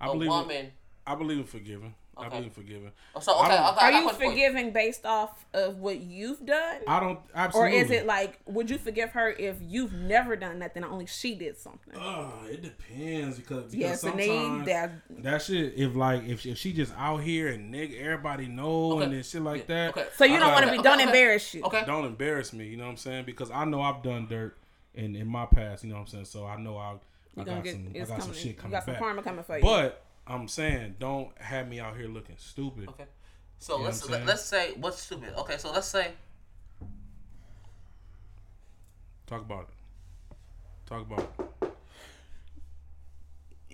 [SPEAKER 2] I
[SPEAKER 3] a
[SPEAKER 2] believe.
[SPEAKER 3] woman?
[SPEAKER 2] I believe in forgiving. I
[SPEAKER 3] Okay. Oh,
[SPEAKER 2] believe in forgiving.
[SPEAKER 3] So okay,
[SPEAKER 2] I don't-
[SPEAKER 3] okay, I
[SPEAKER 4] Are
[SPEAKER 3] got
[SPEAKER 4] you
[SPEAKER 3] one for
[SPEAKER 4] forgiving based off of what you've done?
[SPEAKER 2] I don't.
[SPEAKER 4] Or
[SPEAKER 2] Absolutely.
[SPEAKER 4] is it like, would you forgive her if you've never done nothing, only she did something?
[SPEAKER 2] Uh, it depends because, because
[SPEAKER 4] yes, and then
[SPEAKER 2] sometimes
[SPEAKER 4] that.
[SPEAKER 2] that shit. If like if she, if she just out here and nigga everybody know
[SPEAKER 3] Okay.
[SPEAKER 2] and then shit like that.
[SPEAKER 3] Yeah, okay.
[SPEAKER 4] So you
[SPEAKER 2] don't wanna
[SPEAKER 4] be- don't embarrass you.
[SPEAKER 2] *laughs*
[SPEAKER 3] Okay.
[SPEAKER 2] Don't embarrass me. You know what I'm saying? Because I know I've done dirt in in my past. You know what I'm saying? So I know I I
[SPEAKER 4] gonna
[SPEAKER 2] got
[SPEAKER 4] get-
[SPEAKER 2] some I
[SPEAKER 4] it's
[SPEAKER 2] got some
[SPEAKER 4] coming-
[SPEAKER 2] shit
[SPEAKER 4] you
[SPEAKER 2] coming
[SPEAKER 4] got some
[SPEAKER 2] back.
[SPEAKER 4] karma coming for you.
[SPEAKER 2] But I'm saying don't have me out here looking stupid.
[SPEAKER 3] Okay. So
[SPEAKER 2] know
[SPEAKER 3] let's
[SPEAKER 2] what I'm
[SPEAKER 3] let,
[SPEAKER 2] saying?
[SPEAKER 3] let's say what's stupid. Okay, so let's say
[SPEAKER 2] Talk about it. Talk about it.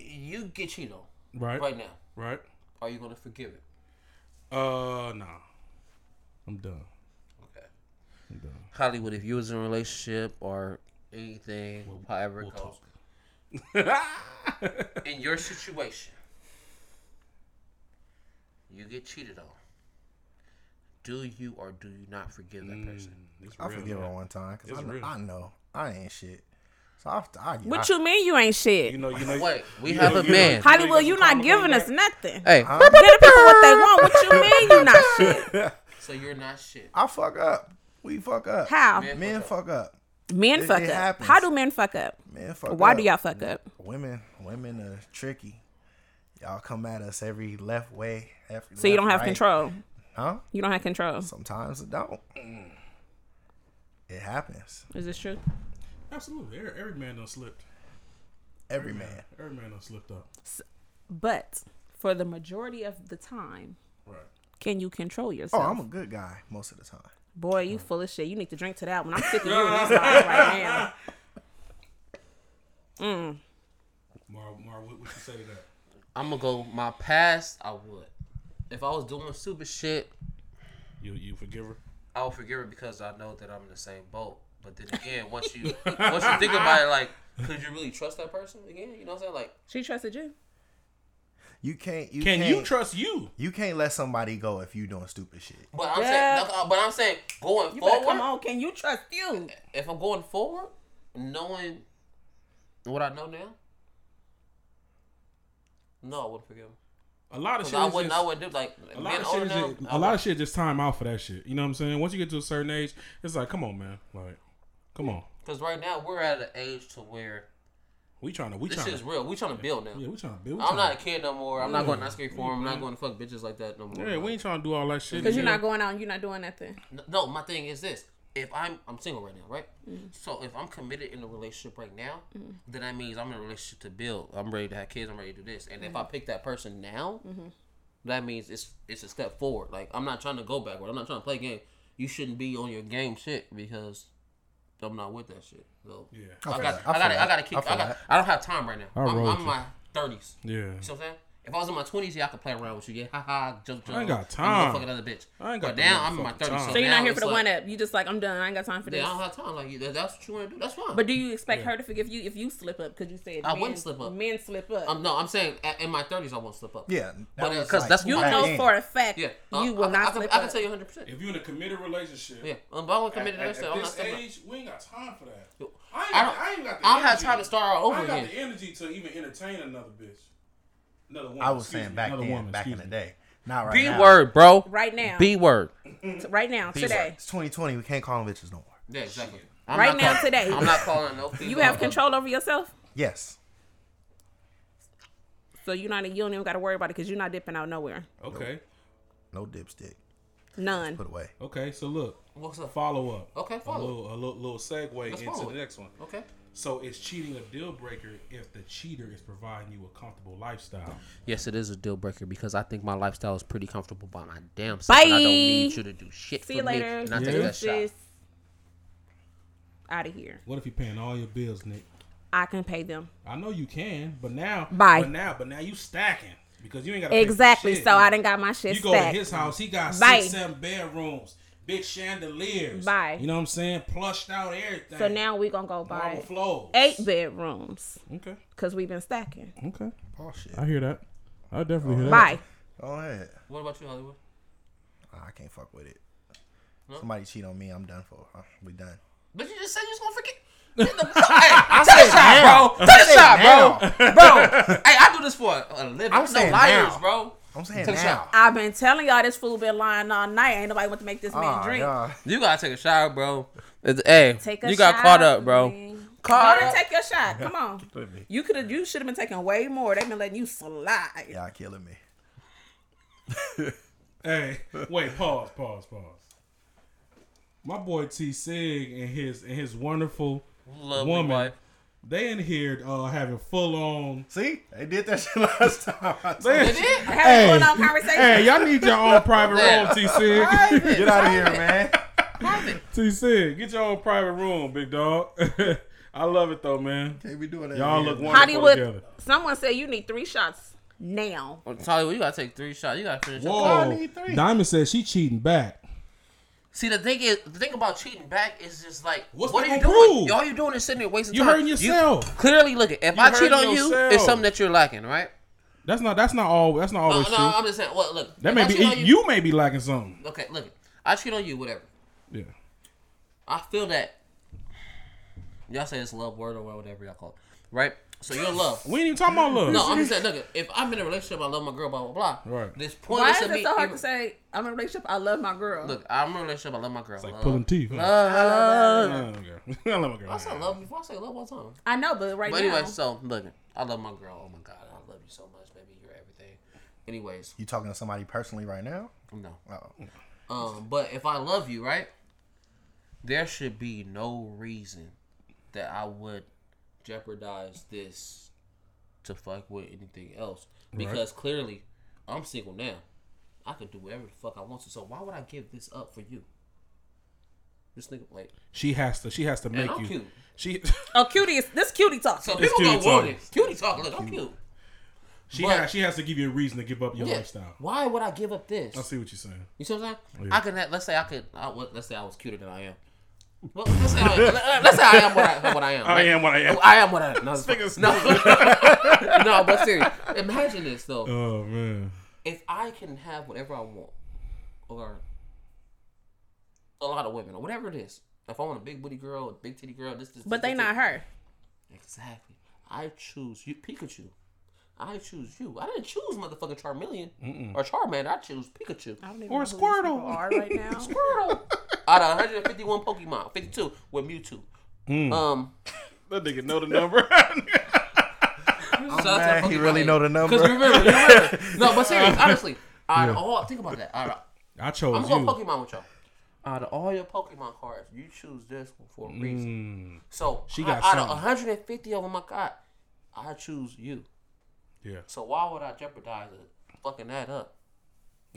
[SPEAKER 3] you get cheated on
[SPEAKER 2] Right.
[SPEAKER 3] right
[SPEAKER 2] Right.
[SPEAKER 3] now. Are you gonna forgive it?
[SPEAKER 2] Uh, nah. I'm done. *laughs*
[SPEAKER 3] Okay.
[SPEAKER 2] I'm done.
[SPEAKER 3] Hollywood, if you was in a relationship or anything, however it goes, in your situation, you get cheated on, do you or do you not forgive that person?
[SPEAKER 2] It's
[SPEAKER 5] I
[SPEAKER 2] real,
[SPEAKER 5] forgive her
[SPEAKER 2] man.
[SPEAKER 5] one time because I,
[SPEAKER 2] It's
[SPEAKER 5] kn-
[SPEAKER 2] real.
[SPEAKER 5] I know I ain't shit. So I, I,
[SPEAKER 4] What
[SPEAKER 5] I,
[SPEAKER 4] you mean you ain't
[SPEAKER 2] You
[SPEAKER 4] shit?
[SPEAKER 2] know,
[SPEAKER 3] *laughs*
[SPEAKER 2] you know.
[SPEAKER 3] Wait, we
[SPEAKER 2] Mm. you
[SPEAKER 3] have
[SPEAKER 2] know-
[SPEAKER 3] a
[SPEAKER 2] you know-
[SPEAKER 3] man.
[SPEAKER 4] Hollywood, you
[SPEAKER 2] know, call
[SPEAKER 4] not
[SPEAKER 2] me
[SPEAKER 4] giving
[SPEAKER 2] back.
[SPEAKER 4] us nothing.
[SPEAKER 3] Hey,
[SPEAKER 4] Give the people what they want. What
[SPEAKER 5] *laughs*
[SPEAKER 4] you mean you not shit?
[SPEAKER 3] so you're not shit.
[SPEAKER 5] I fuck up. We fuck up.
[SPEAKER 4] How?
[SPEAKER 3] Man.
[SPEAKER 5] Men fuck up.
[SPEAKER 4] Men
[SPEAKER 5] It-
[SPEAKER 4] fuck
[SPEAKER 5] it
[SPEAKER 4] up.
[SPEAKER 5] happens.
[SPEAKER 4] How do men fuck up?
[SPEAKER 5] Men fuck
[SPEAKER 4] Why
[SPEAKER 5] up.
[SPEAKER 4] do y'all fuck up?
[SPEAKER 5] Women, women are tricky. Y'all come at us every left way. Every
[SPEAKER 4] So you
[SPEAKER 5] left,
[SPEAKER 4] don't have
[SPEAKER 5] right.
[SPEAKER 4] control.
[SPEAKER 5] Huh?
[SPEAKER 4] You don't have control.
[SPEAKER 5] Sometimes it don't. It happens.
[SPEAKER 4] Is this true?
[SPEAKER 2] Absolutely, every, every man done slipped.
[SPEAKER 5] Every man.
[SPEAKER 2] Every man done slipped up.
[SPEAKER 4] But for the majority of the time,
[SPEAKER 2] Right.
[SPEAKER 4] can you control
[SPEAKER 5] Oh,
[SPEAKER 4] yourself?
[SPEAKER 5] I'm a good guy most of the time.
[SPEAKER 4] Boy, you full of shit. You need to drink to
[SPEAKER 3] *laughs*
[SPEAKER 4] that one. I'm sick of you in this life right now.
[SPEAKER 2] Mar, Mar, what would you say to that?
[SPEAKER 3] I'm gonna go my past. I would. If I was doing stupid shit,
[SPEAKER 2] You you forgive her?
[SPEAKER 3] I would forgive her because I know that I'm in the same boat. But then again, once
[SPEAKER 2] *laughs*
[SPEAKER 3] you once you think about it, like, could you really trust that person again? You know what I'm saying? Like,
[SPEAKER 4] She trusted you.
[SPEAKER 5] You can't. You
[SPEAKER 2] Can
[SPEAKER 5] can't,
[SPEAKER 2] you trust you?
[SPEAKER 5] You can't let somebody go if you doing stupid shit.
[SPEAKER 3] but I'm
[SPEAKER 4] Yeah.
[SPEAKER 3] saying, no, uh, but I'm saying, going
[SPEAKER 4] You better
[SPEAKER 3] forward.
[SPEAKER 4] come on. Can you trust you?
[SPEAKER 3] if I'm going forward, knowing what I know now, no, I wouldn't forgive him.
[SPEAKER 2] A lot of
[SPEAKER 3] 'Cause
[SPEAKER 2] shit.
[SPEAKER 3] I
[SPEAKER 2] is
[SPEAKER 3] wouldn't.
[SPEAKER 2] just-
[SPEAKER 3] I wouldn't do like
[SPEAKER 2] A
[SPEAKER 3] being
[SPEAKER 2] lot, of shit
[SPEAKER 3] older
[SPEAKER 2] is
[SPEAKER 3] now.
[SPEAKER 2] just,
[SPEAKER 3] I
[SPEAKER 2] a lot
[SPEAKER 3] would-
[SPEAKER 2] of shit just time out for that shit. You know what I'm saying? Once you get to a certain age, it's like, come on, man. Like, come on.
[SPEAKER 3] Because right now we're at an age to where
[SPEAKER 2] We trying to, we
[SPEAKER 3] this
[SPEAKER 2] trying
[SPEAKER 3] shit is
[SPEAKER 2] to,
[SPEAKER 3] real. We trying to build now.
[SPEAKER 2] yeah, we trying to build.
[SPEAKER 3] I'm not a kid no more. I'm not going to ice cream for him. I'm not going to fuck bitches like that no more.
[SPEAKER 2] Yeah, we ain't trying to do all that shit.
[SPEAKER 4] Because you're
[SPEAKER 2] Yeah.
[SPEAKER 4] not going out and you're not doing nothing.
[SPEAKER 3] N- No, my thing is this: if I'm I'm single right now, right? So if I'm committed in a relationship right now, then that means I'm in a relationship to build. I'm ready to have kids. I'm ready to do this. And if I pick that person now, that means it's it's a step forward. Like I'm not trying to go backward. I'm not trying to play game. You shouldn't be on your game shit because I'm not with that shit. So
[SPEAKER 2] Yeah.
[SPEAKER 3] I, got
[SPEAKER 5] feel that. I
[SPEAKER 3] I got
[SPEAKER 5] feel
[SPEAKER 3] I got to
[SPEAKER 5] that.
[SPEAKER 3] keep
[SPEAKER 5] I
[SPEAKER 3] I,
[SPEAKER 5] feel
[SPEAKER 3] got
[SPEAKER 5] that.
[SPEAKER 3] I don't have time right now. I'm,
[SPEAKER 2] roll with
[SPEAKER 3] I'm in
[SPEAKER 2] you.
[SPEAKER 3] my thirties.
[SPEAKER 2] Yeah.
[SPEAKER 3] You see what I'm saying? If I was in my twenties, yeah, I could play around with you. Yeah, haha, jump, jump.
[SPEAKER 2] I ain't got
[SPEAKER 3] I'm
[SPEAKER 2] time.
[SPEAKER 3] gonna fuck another bitch.
[SPEAKER 2] I ain't got
[SPEAKER 3] But
[SPEAKER 2] the
[SPEAKER 3] now I'm in my
[SPEAKER 2] motherfucking
[SPEAKER 3] thirties.
[SPEAKER 2] time.
[SPEAKER 4] So you're not
[SPEAKER 3] Oh, now
[SPEAKER 4] here for
[SPEAKER 3] it's
[SPEAKER 4] the
[SPEAKER 3] like,
[SPEAKER 4] one up. You just like, I'm done. I ain't got time for
[SPEAKER 3] Yeah,
[SPEAKER 4] this.
[SPEAKER 3] I don't have time. Like you, that- that's what you want to do. That's fine.
[SPEAKER 4] But do you expect her to forgive you if you slip up? Because you said
[SPEAKER 3] I
[SPEAKER 4] men,
[SPEAKER 3] wouldn't slip up.
[SPEAKER 4] Men slip up.
[SPEAKER 3] um, no, I'm saying a- in my thirties, I won't slip up.
[SPEAKER 5] Yeah, that
[SPEAKER 3] But, uh,
[SPEAKER 5] was
[SPEAKER 3] 'cause that's
[SPEAKER 4] you
[SPEAKER 3] Right.
[SPEAKER 4] know
[SPEAKER 5] back
[SPEAKER 4] for
[SPEAKER 5] in.
[SPEAKER 4] a fact
[SPEAKER 3] yeah.
[SPEAKER 4] you
[SPEAKER 3] Uh,
[SPEAKER 4] will
[SPEAKER 3] I,
[SPEAKER 4] not
[SPEAKER 3] I,
[SPEAKER 4] slip
[SPEAKER 3] I,
[SPEAKER 4] up.
[SPEAKER 3] can tell you 100. percent
[SPEAKER 2] If you're in a committed relationship,
[SPEAKER 3] Yeah, um, but I won't commit
[SPEAKER 2] at,
[SPEAKER 3] to that
[SPEAKER 2] at,
[SPEAKER 3] shit.
[SPEAKER 2] at
[SPEAKER 3] I'm not
[SPEAKER 2] this
[SPEAKER 3] slipping.
[SPEAKER 2] age, we ain't got time for that.
[SPEAKER 3] Yo,
[SPEAKER 2] I ain't
[SPEAKER 3] I
[SPEAKER 2] got,
[SPEAKER 3] don't-
[SPEAKER 2] I ain't got the
[SPEAKER 3] I'll have
[SPEAKER 2] energy.
[SPEAKER 3] time to start
[SPEAKER 2] I
[SPEAKER 3] all over
[SPEAKER 2] ain't got
[SPEAKER 3] again.
[SPEAKER 2] the energy to even entertain another bitch. Another woman.
[SPEAKER 5] I was
[SPEAKER 2] excuse
[SPEAKER 5] saying
[SPEAKER 2] me,
[SPEAKER 5] back
[SPEAKER 2] another
[SPEAKER 5] then,
[SPEAKER 2] woman,
[SPEAKER 5] back in
[SPEAKER 2] excuse
[SPEAKER 5] the
[SPEAKER 2] me.
[SPEAKER 5] day. Not right
[SPEAKER 3] B
[SPEAKER 5] now.
[SPEAKER 3] word, bro.
[SPEAKER 4] Right now.
[SPEAKER 3] B word.
[SPEAKER 4] T- Right now, today.
[SPEAKER 5] It's 2020. We can't call them bitches no more.
[SPEAKER 3] Yeah, exactly.
[SPEAKER 4] Right
[SPEAKER 3] not
[SPEAKER 4] now,
[SPEAKER 3] calling-
[SPEAKER 4] today.
[SPEAKER 3] I'm not calling no.
[SPEAKER 4] You
[SPEAKER 3] female.
[SPEAKER 4] have control over yourself,
[SPEAKER 5] Yes.
[SPEAKER 4] so you're not. You don't even got to worry about it because you're not dipping out nowhere.
[SPEAKER 2] Okay.
[SPEAKER 5] No dipstick.
[SPEAKER 4] None.
[SPEAKER 5] Put away.
[SPEAKER 2] Okay. So look,
[SPEAKER 3] What's up?
[SPEAKER 2] follow up.
[SPEAKER 3] Okay,
[SPEAKER 2] A
[SPEAKER 3] follow.
[SPEAKER 2] little, a little, little segue
[SPEAKER 3] Let's
[SPEAKER 2] into
[SPEAKER 3] follow
[SPEAKER 2] the
[SPEAKER 3] it.
[SPEAKER 2] next one.
[SPEAKER 3] Okay.
[SPEAKER 2] So it's cheating a deal breaker if the cheater is providing you a comfortable lifestyle.
[SPEAKER 3] Yes, it is a deal breaker because I think my lifestyle is pretty comfortable by my damn self. and I
[SPEAKER 4] Bye.
[SPEAKER 3] don't need you to do shit
[SPEAKER 4] See
[SPEAKER 3] for
[SPEAKER 4] you
[SPEAKER 3] me.
[SPEAKER 4] later.
[SPEAKER 3] And I take
[SPEAKER 2] Yeah.
[SPEAKER 3] that shot.
[SPEAKER 4] out of here.
[SPEAKER 2] What if you're paying all your bills, Nick?
[SPEAKER 4] I can pay them
[SPEAKER 2] I know you can, but now,
[SPEAKER 4] Bye.
[SPEAKER 2] But now, but now you stacking because you ain't got
[SPEAKER 4] exactly.
[SPEAKER 2] Shit.
[SPEAKER 4] So I didn't got my shit
[SPEAKER 2] You go
[SPEAKER 4] stacked.
[SPEAKER 2] to his house, he got
[SPEAKER 4] Bye.
[SPEAKER 2] six, seven bedrooms, big chandeliers.
[SPEAKER 4] Bye.
[SPEAKER 2] You know what I'm saying? Plushed out everything.
[SPEAKER 4] so now we gonna go
[SPEAKER 2] marble
[SPEAKER 4] buy
[SPEAKER 2] floors.
[SPEAKER 4] eight bedrooms
[SPEAKER 2] Okay.
[SPEAKER 4] because we've been stacking.
[SPEAKER 2] Okay.
[SPEAKER 5] Oh shit.
[SPEAKER 2] I hear that. I definitely hear
[SPEAKER 4] Bye.
[SPEAKER 5] Go ahead.
[SPEAKER 3] What about you, Hollywood?
[SPEAKER 5] Nah, I can't fuck with it. Somebody cheat on me. I'm done for. Huh? We done.
[SPEAKER 3] But you just said you was gonna
[SPEAKER 2] *laughs*
[SPEAKER 3] forget. hey, take a shot, bro. Take a shot, bro. *laughs* Bro, hey, I do this for a- a living.
[SPEAKER 5] I'm
[SPEAKER 3] I'm no
[SPEAKER 5] saying
[SPEAKER 3] liars,
[SPEAKER 5] now.
[SPEAKER 3] bro.
[SPEAKER 5] I'm saying
[SPEAKER 3] Take a
[SPEAKER 5] now.
[SPEAKER 3] shot.
[SPEAKER 4] I've been telling y'all this fool been lying all night. Ain't nobody want to make this man
[SPEAKER 2] Ah,
[SPEAKER 5] Aw,
[SPEAKER 4] drink.
[SPEAKER 5] y'all.
[SPEAKER 3] You gotta take a shot, bro. It's, hey,
[SPEAKER 4] Take a
[SPEAKER 3] you got
[SPEAKER 4] shot,
[SPEAKER 3] caught up, bro.
[SPEAKER 4] man.
[SPEAKER 3] Caught
[SPEAKER 4] Go
[SPEAKER 3] up.
[SPEAKER 4] and take your shot.
[SPEAKER 2] *laughs*
[SPEAKER 4] Come on.
[SPEAKER 5] With me.
[SPEAKER 4] You could have. You should have been taking way more. They've been letting you slide.
[SPEAKER 5] Y'all killing me.
[SPEAKER 2] Hey, wait, pause, pause, pause. My boy T Sig and his and his wonderful
[SPEAKER 3] Lovely
[SPEAKER 2] woman,
[SPEAKER 3] wife.
[SPEAKER 2] they in here uh, having full on.
[SPEAKER 5] See, they did that *laughs* shit last time. I told
[SPEAKER 2] They-
[SPEAKER 5] you.
[SPEAKER 3] Did it?
[SPEAKER 4] Have
[SPEAKER 2] Hey.
[SPEAKER 4] a full on conversation.
[SPEAKER 2] Hey, y'all need your own private
[SPEAKER 3] Yeah.
[SPEAKER 2] room, T Sig.
[SPEAKER 5] Get out of here, man.
[SPEAKER 2] *laughs* T Sig, get your own private room, big dog. *laughs* I love it though, man.
[SPEAKER 5] Can't be doing that.
[SPEAKER 2] Y'all
[SPEAKER 5] again.
[SPEAKER 2] look wonderful together.
[SPEAKER 4] Hollywood. Someone said you need three shots now.
[SPEAKER 3] Hollywood, you gotta take three shots. You gotta finish. Your-
[SPEAKER 5] I
[SPEAKER 2] Whoa,
[SPEAKER 5] need three.
[SPEAKER 2] Diamond says she cheating back.
[SPEAKER 3] See, the thing is, the thing about cheating back is just like,
[SPEAKER 2] What's
[SPEAKER 3] what
[SPEAKER 2] that
[SPEAKER 3] are you
[SPEAKER 2] gonna
[SPEAKER 3] doing?
[SPEAKER 2] prove?
[SPEAKER 3] All you're doing is sitting there wasting
[SPEAKER 2] You
[SPEAKER 3] time.
[SPEAKER 2] hurting yourself.
[SPEAKER 3] clearly, look, if I cheat
[SPEAKER 2] hurting
[SPEAKER 3] on you,
[SPEAKER 2] yourself.
[SPEAKER 3] it's something that you're lacking, right?
[SPEAKER 2] That's not. That's not all. That's not
[SPEAKER 3] No,
[SPEAKER 2] always
[SPEAKER 3] no,
[SPEAKER 2] true.
[SPEAKER 3] I'm just saying. Well, look,
[SPEAKER 2] that
[SPEAKER 3] if
[SPEAKER 2] may
[SPEAKER 3] I
[SPEAKER 2] be
[SPEAKER 3] cheat on
[SPEAKER 2] you, may be lacking something.
[SPEAKER 3] Okay, look, I cheat on you, whatever.
[SPEAKER 2] Yeah.
[SPEAKER 3] I feel that. Y'all say it's love word or whatever y'all call it, right? So you're
[SPEAKER 2] *laughs*
[SPEAKER 3] in love.
[SPEAKER 2] We ain't even talking about love.
[SPEAKER 3] No, I'm just saying. Look, if I'm in a relationship, I love my girl, blah blah blah.
[SPEAKER 2] Right.
[SPEAKER 3] This
[SPEAKER 4] Why
[SPEAKER 3] pointless
[SPEAKER 4] is
[SPEAKER 3] of me.
[SPEAKER 4] it so hard
[SPEAKER 3] even-
[SPEAKER 4] to say? I'm in a relationship. I love my girl.
[SPEAKER 3] Look, I'm in a relationship. I love my girl.
[SPEAKER 2] It's like
[SPEAKER 3] love.
[SPEAKER 2] pulling teeth. huh?
[SPEAKER 4] Uh, I, love
[SPEAKER 2] I
[SPEAKER 4] her.
[SPEAKER 2] love my girl. *laughs* I love my girl.
[SPEAKER 3] I say love before. I say love all the time.
[SPEAKER 4] I know, but right
[SPEAKER 3] But
[SPEAKER 4] now,
[SPEAKER 3] anyway, so look, I love my girl. Oh my god, I love you so much, baby. You're everything. Anyways,
[SPEAKER 5] You talking to somebody personally right now?
[SPEAKER 3] no.
[SPEAKER 5] Oh.
[SPEAKER 3] Um, but if I love you, right, there should be no reason that I would jeopardize this to fuck with anything else. Because clearly, I'm single now. I can do whatever the fuck I want to. So why would I give this up for you? This nigga, like,
[SPEAKER 2] She has to. She has to make
[SPEAKER 3] I'm
[SPEAKER 2] you.
[SPEAKER 3] cute.
[SPEAKER 2] She. *laughs*
[SPEAKER 4] oh, cutie is this cutie talk.
[SPEAKER 3] so
[SPEAKER 2] It's
[SPEAKER 3] people don't
[SPEAKER 2] cutie
[SPEAKER 3] want
[SPEAKER 2] talk.
[SPEAKER 3] it. Cutie talk. Look, I'm cute.
[SPEAKER 2] She
[SPEAKER 3] But-
[SPEAKER 2] has. She has to give you a reason to give up your
[SPEAKER 3] Yeah.
[SPEAKER 2] lifestyle.
[SPEAKER 3] Why would I give up this?
[SPEAKER 2] I see what you're saying.
[SPEAKER 3] You see what I'm saying?
[SPEAKER 2] Yeah.
[SPEAKER 3] I could have, let's say I could I, was- let's say I was cuter than I am.
[SPEAKER 2] *laughs*
[SPEAKER 3] Well, let's say I, let- uh, let's say I am what I, what I am.
[SPEAKER 2] I
[SPEAKER 3] right?
[SPEAKER 2] am what I am.
[SPEAKER 3] I am what I am. No,
[SPEAKER 2] Niggas-
[SPEAKER 3] no. *laughs* no, but seriously, imagine this though.
[SPEAKER 2] Oh man.
[SPEAKER 3] If I can have whatever I want, or a lot of women, or whatever it is, if I want a big booty girl, a big titty girl, this, this,
[SPEAKER 4] But
[SPEAKER 3] this,
[SPEAKER 4] they
[SPEAKER 3] this,
[SPEAKER 4] not her.
[SPEAKER 3] Exactly. I choose you, Pikachu. I choose you. I didn't choose motherfucking Charmeleon or Charmander. I choose Pikachu.
[SPEAKER 4] I don't even
[SPEAKER 2] Or
[SPEAKER 4] know who these
[SPEAKER 2] *laughs*
[SPEAKER 4] people
[SPEAKER 2] Squirtle.
[SPEAKER 4] are right now.
[SPEAKER 3] Squirtle out of 151 Pokemon, 52 with Mewtwo.
[SPEAKER 5] Hmm.
[SPEAKER 3] Um,
[SPEAKER 2] That nigga know the number. *laughs*
[SPEAKER 3] I'm
[SPEAKER 5] Man, he really know the number.
[SPEAKER 3] Because remember,
[SPEAKER 5] *laughs*
[SPEAKER 3] remember, no, but seriously, honestly, out of all, think about that. Out of,
[SPEAKER 2] I chose
[SPEAKER 3] I'm
[SPEAKER 2] you.
[SPEAKER 3] gonna go Pokemon with y'all. Out of all your Pokemon cards, you choose this one for a reason.
[SPEAKER 5] Hmm.
[SPEAKER 2] Mm,
[SPEAKER 3] So
[SPEAKER 2] She
[SPEAKER 3] she
[SPEAKER 2] got
[SPEAKER 3] got out of
[SPEAKER 2] something.
[SPEAKER 3] 150 of them I got, I choose you.
[SPEAKER 2] yeah.
[SPEAKER 3] So why would I jeopardize it? Fucking that up.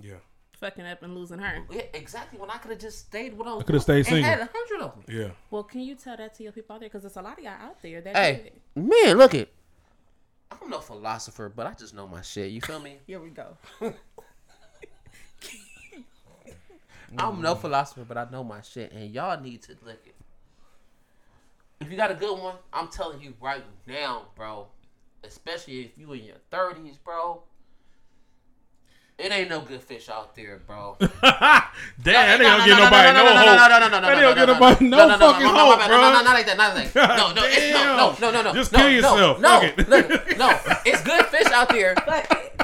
[SPEAKER 2] Yeah.
[SPEAKER 4] Fucking up and losing her.
[SPEAKER 3] Yeah, exactly. When I could have just stayed with I was
[SPEAKER 2] coulda stayed
[SPEAKER 3] doing and
[SPEAKER 2] single.
[SPEAKER 3] had a hundred of them.
[SPEAKER 2] *laughs* Yeah.
[SPEAKER 4] Well, can you tell that to your people out there? Because there's a lot of y'all out there that. do
[SPEAKER 3] Hey,
[SPEAKER 4] it.
[SPEAKER 3] man, look it. I'm no philosopher, but I just know my shit. You feel me?
[SPEAKER 4] Here we go.
[SPEAKER 3] I'm no philosopher, but I know my shit, and y'all need to look it. If you got a good one, I'm telling you right now, bro. Especially if you in your thirties, bro. It ain't no good fish out there, bro. No,
[SPEAKER 2] Damn, that
[SPEAKER 3] no,
[SPEAKER 2] ain't
[SPEAKER 3] no,
[SPEAKER 2] gonna get
[SPEAKER 3] no,
[SPEAKER 2] nobody no
[SPEAKER 3] no, no,
[SPEAKER 2] hope.
[SPEAKER 3] no, no, no, no, no,
[SPEAKER 2] That ain't gonna
[SPEAKER 3] no,
[SPEAKER 2] get
[SPEAKER 3] no, no,
[SPEAKER 2] nobody
[SPEAKER 3] no, no, no,
[SPEAKER 2] no
[SPEAKER 3] no,
[SPEAKER 2] fucking
[SPEAKER 3] no, no,
[SPEAKER 2] hope,
[SPEAKER 3] no, no,
[SPEAKER 2] bro.
[SPEAKER 3] no, not like that, not like that. No, no, it's- no, no, no, no, no,
[SPEAKER 2] Just
[SPEAKER 3] no,
[SPEAKER 2] kill
[SPEAKER 3] no,
[SPEAKER 2] yourself.
[SPEAKER 3] no,
[SPEAKER 2] Fuck it.
[SPEAKER 3] look, no. It's good fish out there.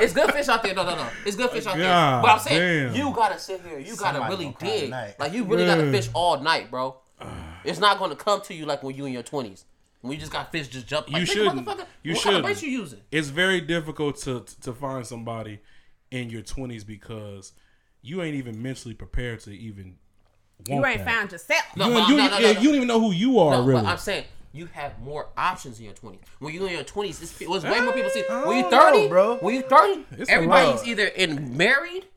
[SPEAKER 3] It's good fish out there. No, no, no. It's good fish out there.
[SPEAKER 2] God
[SPEAKER 3] But I'm saying
[SPEAKER 2] damn.
[SPEAKER 3] you gotta sit here. You gotta
[SPEAKER 5] Somebody
[SPEAKER 3] really
[SPEAKER 5] gonna cry
[SPEAKER 3] dig.
[SPEAKER 5] tonight.
[SPEAKER 3] Like you really gotta
[SPEAKER 2] Yeah.
[SPEAKER 3] fish all night, bro. It's not gonna come to you like when you in your twenties. When you just got fish just jump. Like,
[SPEAKER 2] You
[SPEAKER 3] nigga,
[SPEAKER 2] shouldn't. You
[SPEAKER 3] motherfucker, what kind of
[SPEAKER 2] shouldn't.
[SPEAKER 3] bait you using?
[SPEAKER 2] It's very difficult to to find somebody in your twenties because you ain't even mentally prepared to even. Want
[SPEAKER 4] You ain't
[SPEAKER 2] that.
[SPEAKER 4] found yourself.
[SPEAKER 3] No,
[SPEAKER 2] You,
[SPEAKER 3] but
[SPEAKER 2] you,
[SPEAKER 3] no,
[SPEAKER 2] ain't-
[SPEAKER 3] no, no,
[SPEAKER 2] yeah,
[SPEAKER 3] no.
[SPEAKER 2] you don't even know who you are,
[SPEAKER 3] No,
[SPEAKER 2] really.
[SPEAKER 3] but I'm saying you have more options in your 20s. When you in your 20s, it's, it was way more people see.
[SPEAKER 5] I
[SPEAKER 3] When you
[SPEAKER 5] don't know,
[SPEAKER 3] 30,
[SPEAKER 5] bro.
[SPEAKER 3] When you 30,
[SPEAKER 2] It's a
[SPEAKER 3] everybody's
[SPEAKER 2] lot.
[SPEAKER 3] either in married,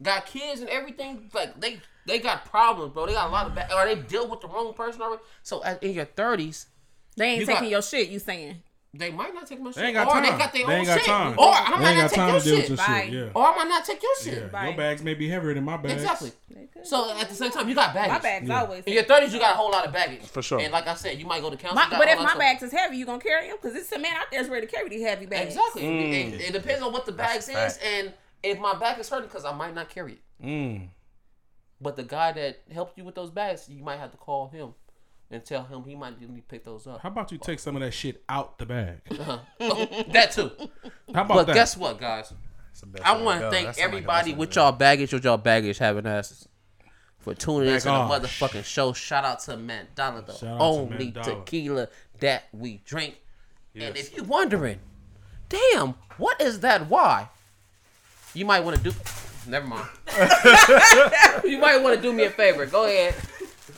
[SPEAKER 3] got kids and everything. Like they they got problems, bro. They got a lot of bad, or they deal with the wrong person already. So at, in your 30s.
[SPEAKER 4] They ain't
[SPEAKER 3] You
[SPEAKER 4] taking
[SPEAKER 3] got-
[SPEAKER 4] your shit. You saying?
[SPEAKER 3] They might not take my shit.
[SPEAKER 2] they ain't got
[SPEAKER 3] or
[SPEAKER 2] time.
[SPEAKER 3] they got their own
[SPEAKER 2] ain't got
[SPEAKER 3] shit.
[SPEAKER 2] time.
[SPEAKER 3] Or I might
[SPEAKER 2] they ain't
[SPEAKER 3] not
[SPEAKER 2] got
[SPEAKER 3] take
[SPEAKER 2] time
[SPEAKER 3] your
[SPEAKER 2] to deal
[SPEAKER 3] shit.
[SPEAKER 2] with your
[SPEAKER 4] Bye.
[SPEAKER 2] shit. Yeah.
[SPEAKER 3] Or I might not take your shit.
[SPEAKER 2] yeah.
[SPEAKER 4] Bye.
[SPEAKER 2] Your bags may be heavier than my bags.
[SPEAKER 3] Exactly.
[SPEAKER 4] They could.
[SPEAKER 3] So at the same time, you got baggage.
[SPEAKER 4] my bag's always.
[SPEAKER 3] In your 30s, you got a whole lot of baggage.
[SPEAKER 2] For sure.
[SPEAKER 3] And like I said, you might go to counseling.
[SPEAKER 4] My,
[SPEAKER 3] you got
[SPEAKER 4] but
[SPEAKER 3] all
[SPEAKER 4] if
[SPEAKER 3] that
[SPEAKER 4] my
[SPEAKER 3] stuff.
[SPEAKER 4] bags is heavy, you gonna carry them? Cause it's a man out there is ready to carry these heavy bags.
[SPEAKER 3] Exactly. It,
[SPEAKER 2] Mm.
[SPEAKER 3] it- it depends on what the
[SPEAKER 5] That's
[SPEAKER 3] bags
[SPEAKER 5] a
[SPEAKER 3] is
[SPEAKER 5] fact.
[SPEAKER 3] and if my bag is hurting because I might not carry it.
[SPEAKER 2] Mm.
[SPEAKER 3] But the guy that helped you with those bags, you might have to call him and tell him he might need to pick those up.
[SPEAKER 2] How about you take some of that shit out the
[SPEAKER 3] *laughs*
[SPEAKER 2] bag?
[SPEAKER 3] that too.
[SPEAKER 2] How about
[SPEAKER 3] But
[SPEAKER 2] that?
[SPEAKER 3] guess what, guys?
[SPEAKER 5] That's the best way
[SPEAKER 3] I
[SPEAKER 5] to
[SPEAKER 3] want to
[SPEAKER 5] go. That's
[SPEAKER 3] thank
[SPEAKER 5] somebody
[SPEAKER 3] everybody
[SPEAKER 5] else's
[SPEAKER 3] with
[SPEAKER 5] way.
[SPEAKER 3] y'all baggage or y'all baggage having us for tuning into the
[SPEAKER 2] Back off.
[SPEAKER 3] motherfucking show. Shout out to Matt Dollar, the
[SPEAKER 2] Shout out to
[SPEAKER 3] only
[SPEAKER 2] Matt Dollar.
[SPEAKER 3] tequila that we drink. And
[SPEAKER 2] Yes.
[SPEAKER 3] if you're wondering, damn, what is that? Why? You might want to do.
[SPEAKER 2] *laughs*
[SPEAKER 3] Never mind. you might want to do me a favor. Go ahead.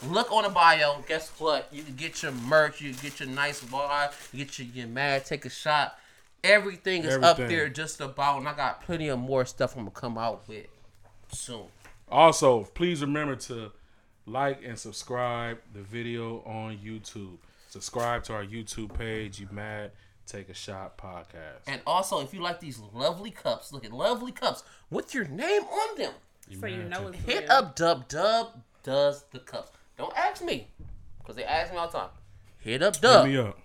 [SPEAKER 3] Look on the bio. Guess what? You can get your merch. You can get your nice bar. You get your, your mad. Take a shot. Everything is up
[SPEAKER 2] Everything.
[SPEAKER 3] there just about. And I got plenty of more stuff I'm going to come out with soon.
[SPEAKER 2] Also, please remember to like and subscribe the video on YouTube. Subscribe to our YouTube page. You mad? Take a shot podcast.
[SPEAKER 3] And also, if you like these lovely cups, look at lovely cups with your name on them.
[SPEAKER 4] So you know it's
[SPEAKER 3] Hit
[SPEAKER 4] real.
[SPEAKER 3] up Dub Dub does the cups. Don't ask me, because they ask me all the time. Hit up Dub.
[SPEAKER 2] Hit me up.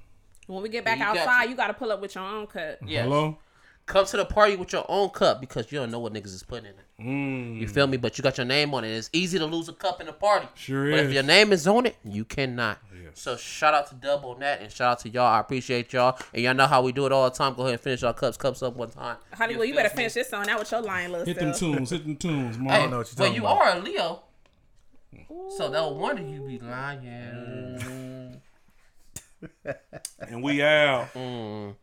[SPEAKER 4] When we get back
[SPEAKER 3] You got
[SPEAKER 4] outside,
[SPEAKER 3] you.
[SPEAKER 4] you gotta pull up with your own cup.
[SPEAKER 3] Yes.
[SPEAKER 2] Hello.
[SPEAKER 3] Come to the party with your own cup because you don't know what niggas is putting in it.
[SPEAKER 2] Mm.
[SPEAKER 3] You
[SPEAKER 5] Mm.
[SPEAKER 3] feel me? But you got your name on it. It's easy to lose a cup in a party.
[SPEAKER 2] Sure
[SPEAKER 3] but
[SPEAKER 2] is.
[SPEAKER 3] if your name is on it, you cannot.
[SPEAKER 5] Oh,
[SPEAKER 2] Yes.
[SPEAKER 3] So shout out to Double on that and shout out to y'all. I appreciate y'all. And y'all know how we do it all the time. Go ahead and finish y'all cups. Cups up one time.
[SPEAKER 4] Hollywood, you
[SPEAKER 3] feel
[SPEAKER 4] better
[SPEAKER 3] me?
[SPEAKER 4] finish this song out with your lying little
[SPEAKER 2] Hit them
[SPEAKER 4] self.
[SPEAKER 2] tunes. Hit them tunes,
[SPEAKER 3] *laughs* Hey,
[SPEAKER 2] man.
[SPEAKER 5] know what you're
[SPEAKER 3] well,
[SPEAKER 5] talking
[SPEAKER 3] you
[SPEAKER 5] about.
[SPEAKER 3] are a Leo. So no wonder you be lying.
[SPEAKER 5] Mm.
[SPEAKER 2] And we out.
[SPEAKER 3] Mm.